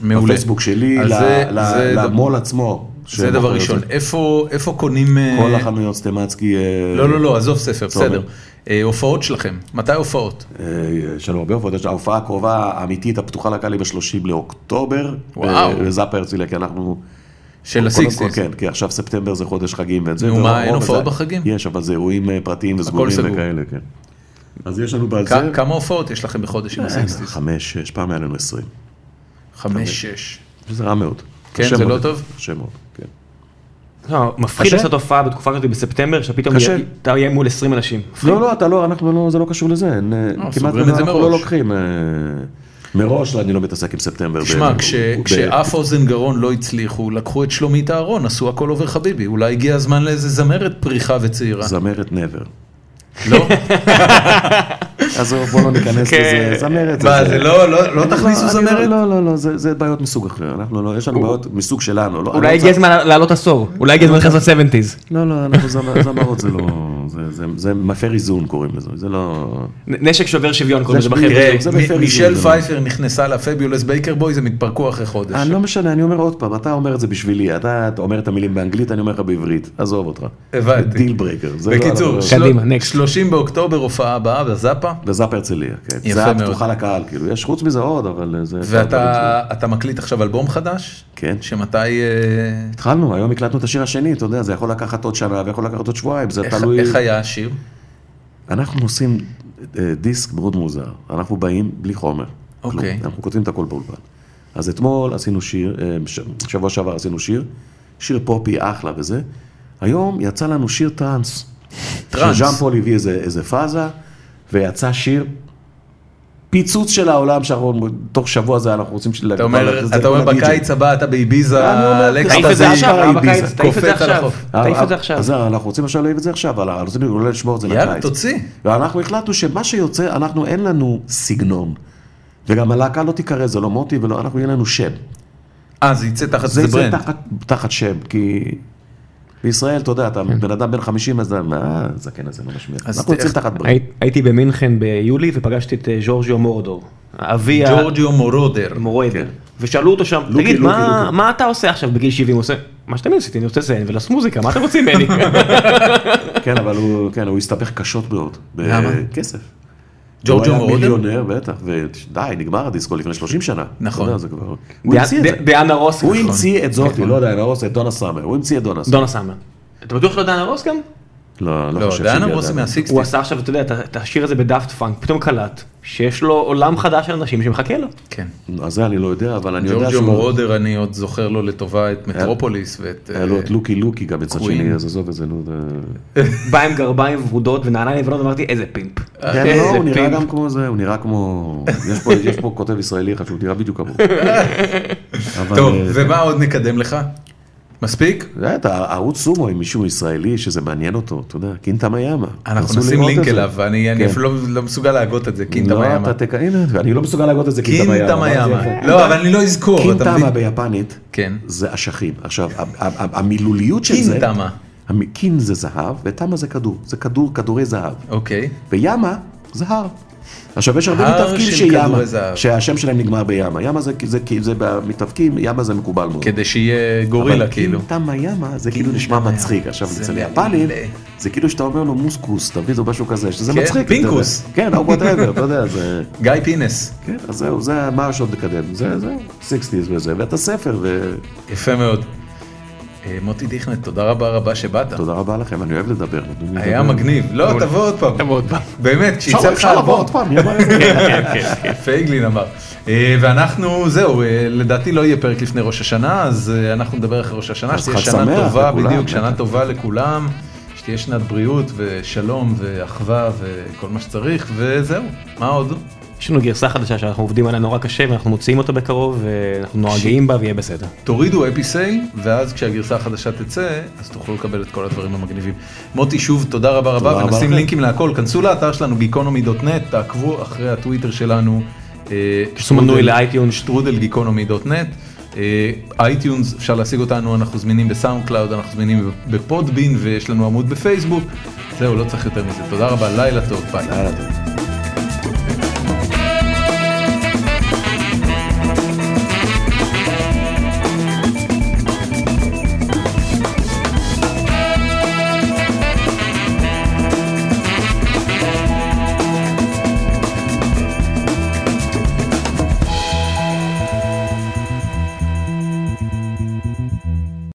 מעולה.
בפייסבוק שלי,
אז
ל-
זה-
ל-
זה-
למו"ל עצמו.
זה
שמוכר
דבר
את
ראשון. איפה איפה קונים? אה,
כל החנויות סטימצקי, אה,
לא לא לא עזוב ספר
תומר.
בסדר. אה, הופעות שלכם מתי הופעות?
אה, יש לנו הרבה הופעות, יש ההופעה הקרובה האמיתית הפתוחה לקהל היא ב-30 לאוקטובר. אה,
וואו.
ב- בזאפה הרצליה, כי אנחנו...
של
קודם כל,
הסיקסיס.
כן, כי עכשיו ספטמבר זה חודש חגים ואת זה.
נו,
זה
מה,
לא-
אין
רוב
הופעות
הזה-
בחגים? יש.
יש, אבל זה אירועים אה, פרטיים וסגורים
סגור.
וכאלה, כן. אז יש לנו בעל
כ-
זה. אה,
כמה הופעות יש לכם בחודש עם
אין,
הסיקסטיס?
חמש, שש, פעם היה לנו עשרים.
חמש, שש.
זה רע מאוד.
כן,
קשה
זה
מאוד.
לא טוב?
קשה מאוד, כן.
לא, מפחיד
קשה?
לעשות הופעה בתקופה כזאת בספטמבר, שפתאום
קשה.
יהיה- אתה יהיה מול 20 אנשים.
לא, לא, אתה לא, אנחנו לא, זה לא קשור לזה, אין, אה, כמעט
סוגרים את זה
אנחנו לא
מראש.
לוקחים. אה, מראש אני לא מתעסק עם ספטמבר.
תשמע,
ב-
כש-
ב-
כשאף אוזן גרון לא הצליחו, לקחו את שלומית אהרון, עשו הכל עובר חביבי. אולי הגיע הזמן לאיזה זמרת פריחה וצעירה.
זמרת נבר.
לא?
עזוב, בוא לא ניכנס
כן.
לזה, זמרת.
מה, זה לא, לא לא תכניסו
אני
זמרת?
לא, לא, לא, זה זה בעיות מסוג אחר, אנחנו לא, יש לנו בעיות מסוג שלנו. לא- אני
אולי
רוצה-
הגיע הזמן לעלות עשור, אולי הגיע הזמן לעשות 70's.
לא, לא, אנחנו זמ- זמרות זה לא, זה- זה- זה מפר איזון קוראים לזה, זה לא...
נ- נשק שובר שוויון קוראים לזה
שביל-
בחבר'ה.
תראה,
זה
מ-
בפייסבוק,
מישל
זה לא.
פייפר נכנסה לפביולס בייקר בויז, הם התפרקו אחרי חודש.
אני לא משנה, אני אומר עוד פעם, אתה אומר את זה בשבילי, אתה אתה אומר את המילים באנגלית, אני אומר לך בעברית, עזוב אותך.
הבנתי.
דיל ברייקר. זה לא-
בקיצור,
לא-
של-
קדימה, next.
30 באוקטובר הופעה הבאה בזאפה,
בזאפ הרצליה, כן.
יפה
זה היה
מאוד.
פתוחה לקהל, כאילו, יש חוץ מזה עוד, אבל אה, זה...
ואתה אתה מקליט עכשיו אלבום חדש?
כן.
שמתי... אה,
התחלנו, היום הקלטנו את השיר השני, אתה יודע, זה יכול לקחת עוד שנה ויכול לקחת עוד שבועיים, זה
איך-
תלוי...
איך היה השיר?
אנחנו עושים אה, דיסק מאוד מוזר, אנחנו באים בלי חומר.
אוקיי.
כלום. אנחנו כותבים את הכל באולפן. אז אתמול עשינו שיר, אה, ש- שבוע שעבר עשינו שיר, שיר פופי אחלה וזה. היום יצא לנו שיר טראנס.
טראנס.
שז'אן פול הביא איזה, איזה פאזה, ויצא שיר פיצוץ של העולם, שאנחנו, תוך שבוע זה אנחנו רוצים... של-
אתה אומר,
זה
אתה
כל
אומר
הדי-ג'יי.
בקיץ הבא אתה באביזה,
אני אומר,
על
תעיף
תעיף את
אקסטזי,
זה עכשיו,
אה,
רב
ביזה.
הקיץ, תעיף את זה
קופץ על
עכשיו.
החוף.
תעיף
אה,
את זה עכשיו.
אז זהו, אנחנו רוצים עכשיו להעיף את זה עכשיו, אבל אנחנו רוצים אולי לשמור את זה לקיץ.
יאללה, תוציא.
ואנחנו החלטנו שמה שיוצא, אנחנו אין לנו סגנון. וגם הלהקה לא תיקרא, זה לא מוטי ולא, אנחנו, יהיה לנו שם.
אה, זה יצא תחת
זה
זה
יצא
ברנד.
תחת, תחת שם, כי בישראל, אתה יודע, אתה
כן.
בן אדם בן 50, אז אתה, מה, הזקן הזה לא משמיע.
אז
אנחנו
איך-
יוצאים תחת ברנד.
הי- הייתי במינכן ביולי ופגשתי את אה, ז'ורג'יו מורדור. אבי ה-
ג'ורג'יו מורודר.
מורדר. ושאלו אותו שם,
לוקי,
תגיד,
לוקי,
מה-
לוקי.
מה אתה עושה עכשיו בגיל 70? הוא עושה, מה שתמיד עשיתי, אני רוצה לציין ולעשות מוזיקה, מה אתם רוצים ממני?
כן, אבל הוא, כן, הוא הסתבך קשות מאוד. ב-
למה?
כסף.
ג'ורג'יו
הוא היה
מורודר.
מיליונר, בטח, ודי, נגמר הדיסקו לפני 30 שנה.
נכון.
אתה יודע, זה כבר... הוא
דיאן-
המציא את זה.
ד- דאנה רוס.
הוא
נכון.
המציא את זאתי, לא יודע, נהרוס את דונה סאמר, הוא המציא את דונה סאמר.
דונה סאמר. אתה בטוח שלא דנה רוס גם?
לא,
לא,
חושב
דנה
שהגיע
רוסי
דנה.
הוא
מהסיקסטיס.
עשה עכשיו, אתה יודע, את ה- את השיר הזה בדאפט פאנק, פתאום קלט שיש לו עולם חדש של אנשים שמחכה לו.
כן.
אז זה אני לא יודע, אבל אני יודע
ג'ורג'יו
שהוא...
מורודר, אני עוד זוכר לו לטובה את מטרופוליס ואת... אה,
היה לו את לוקי לוקי גם מצד
קווין.
שני, אז עזוב את זה, נו. זה-
בא עם גרביים ורודות ונעליים לבנות, אמרתי, איזה פימפ.
אה,
כן, לא, הוא נראה
פימפ.
גם כמו זה, הוא נראה כמו... יש פה- יש פה כותב ישראלי אחד שהוא נראה בדיוק כמוהו. אבל,
טוב,
אה,
ומה עוד נקדם לך? מספיק?
אתה יודע, אתה ערוץ סומו עם מישהו ישראלי שזה מעניין אותו, אתה יודע, קינטה מיאמה.
אנחנו
תרצו
נשים
לראות
לינק
את זה.
אליו, ואני אני
כן.
אפילו לא- לא מסוגל להגות את זה, קינטה
לא,
מיאמה.
אתה תק- הנה, אני לא מסוגל להגות את זה קינטה מיאמה.
קינטה מיאמה. לא, אבל אני לא אזכור, אתה
קינטמה
מבין?
ביפנית
כן.
זה אשכים. עכשיו, ה- ה- ה- המילוליות של זה,
קינטמה.
המ- קין זה זהב ותמה זה כדור, זה כדור, כדורי זהב.
אוקיי.
וימה זה הר. עכשיו יש הרבה
הר
מתאבקים
של
שימה,
כדורי זהב.
שהשם שלהם נגמר בימה. ימה זה, זה, זה במתאבקים, ימה זה מקובל מאוד.
כדי שיהיה גורילה, כאילו.
תמה ימה זה כאילו נשמע
תמה ימה.
מצחיק. עכשיו
זה
אצל
מעולה.
יפנים, זה כאילו שאתה אומר לו מוסקוס, תביא זה משהו כזה, שזה
כן,
מצחיק. אתה יודע.
פינקוס.
כן, או וואטאבר, אתה יודע, זה...
גיא פינס.
כן, אז זהו, זה מה יש עוד לקדם, זה, זה, 60's וזה, ואת הספר, ותודה
יפה מאוד. אה, מוטי דיכנט, תודה רבה רבה שבאת.
רבה לכם, אני אוהב לדבר. נותנים לי
היה
לדבר.
מגניב. לא, תבוא עוד פעם.
תבוא עוד פעם.
באמת, כשיצא
אפשר
לך
אפשר לבוא
אלבום.
עוד פעם, מי אמר את זה?
פייגלין אמר. אה, ואנחנו, זהו, אה, לדעתי לא יהיה פרק לפני ראש השנה, אז אה, אנחנו נדבר אחרי ראש השנה,
אז
שתהיה
חג
שנה
שמח
טובה,
לכולם.
בדיוק, שנה טובה לכולם, שתהיה שנת בריאות ושלום ואחווה וכל מה שצריך, וזהו, מה עוד?
יש לנו גרסה חדשה שאנחנו עובדים עליה נורא קשה ואנחנו מוציאים אותה בקרוב ואנחנו נוהגים בה ויהיה בסדר.
תורידו אפיסיי, ואז כשהגרסה החדשה תצא, אז תוכלו לקבל את כל הדברים המגניבים. מוטי, שוב, תודה רבה רבה,
תודה רבה
ונשים
לכם.
לינקים להכל, כנסו לאתר שלנו, geekonomy.net, תעקבו אחרי הטוויטר שלנו. אה,
תעשו מנוי
שטרודל-
לאייטיונס.
שטרודל geekonomy.net. אה, אייטיונס, אפשר להשיג אותנו, אנחנו זמינים בסאונד קלאוד, אנחנו זמינים בפודבין, ויש לנו עמוד בפייסבוק. זהו, לא צריך יותר מזה. תודה רבה, לילה טוב, ביי.
יאללה, טוב.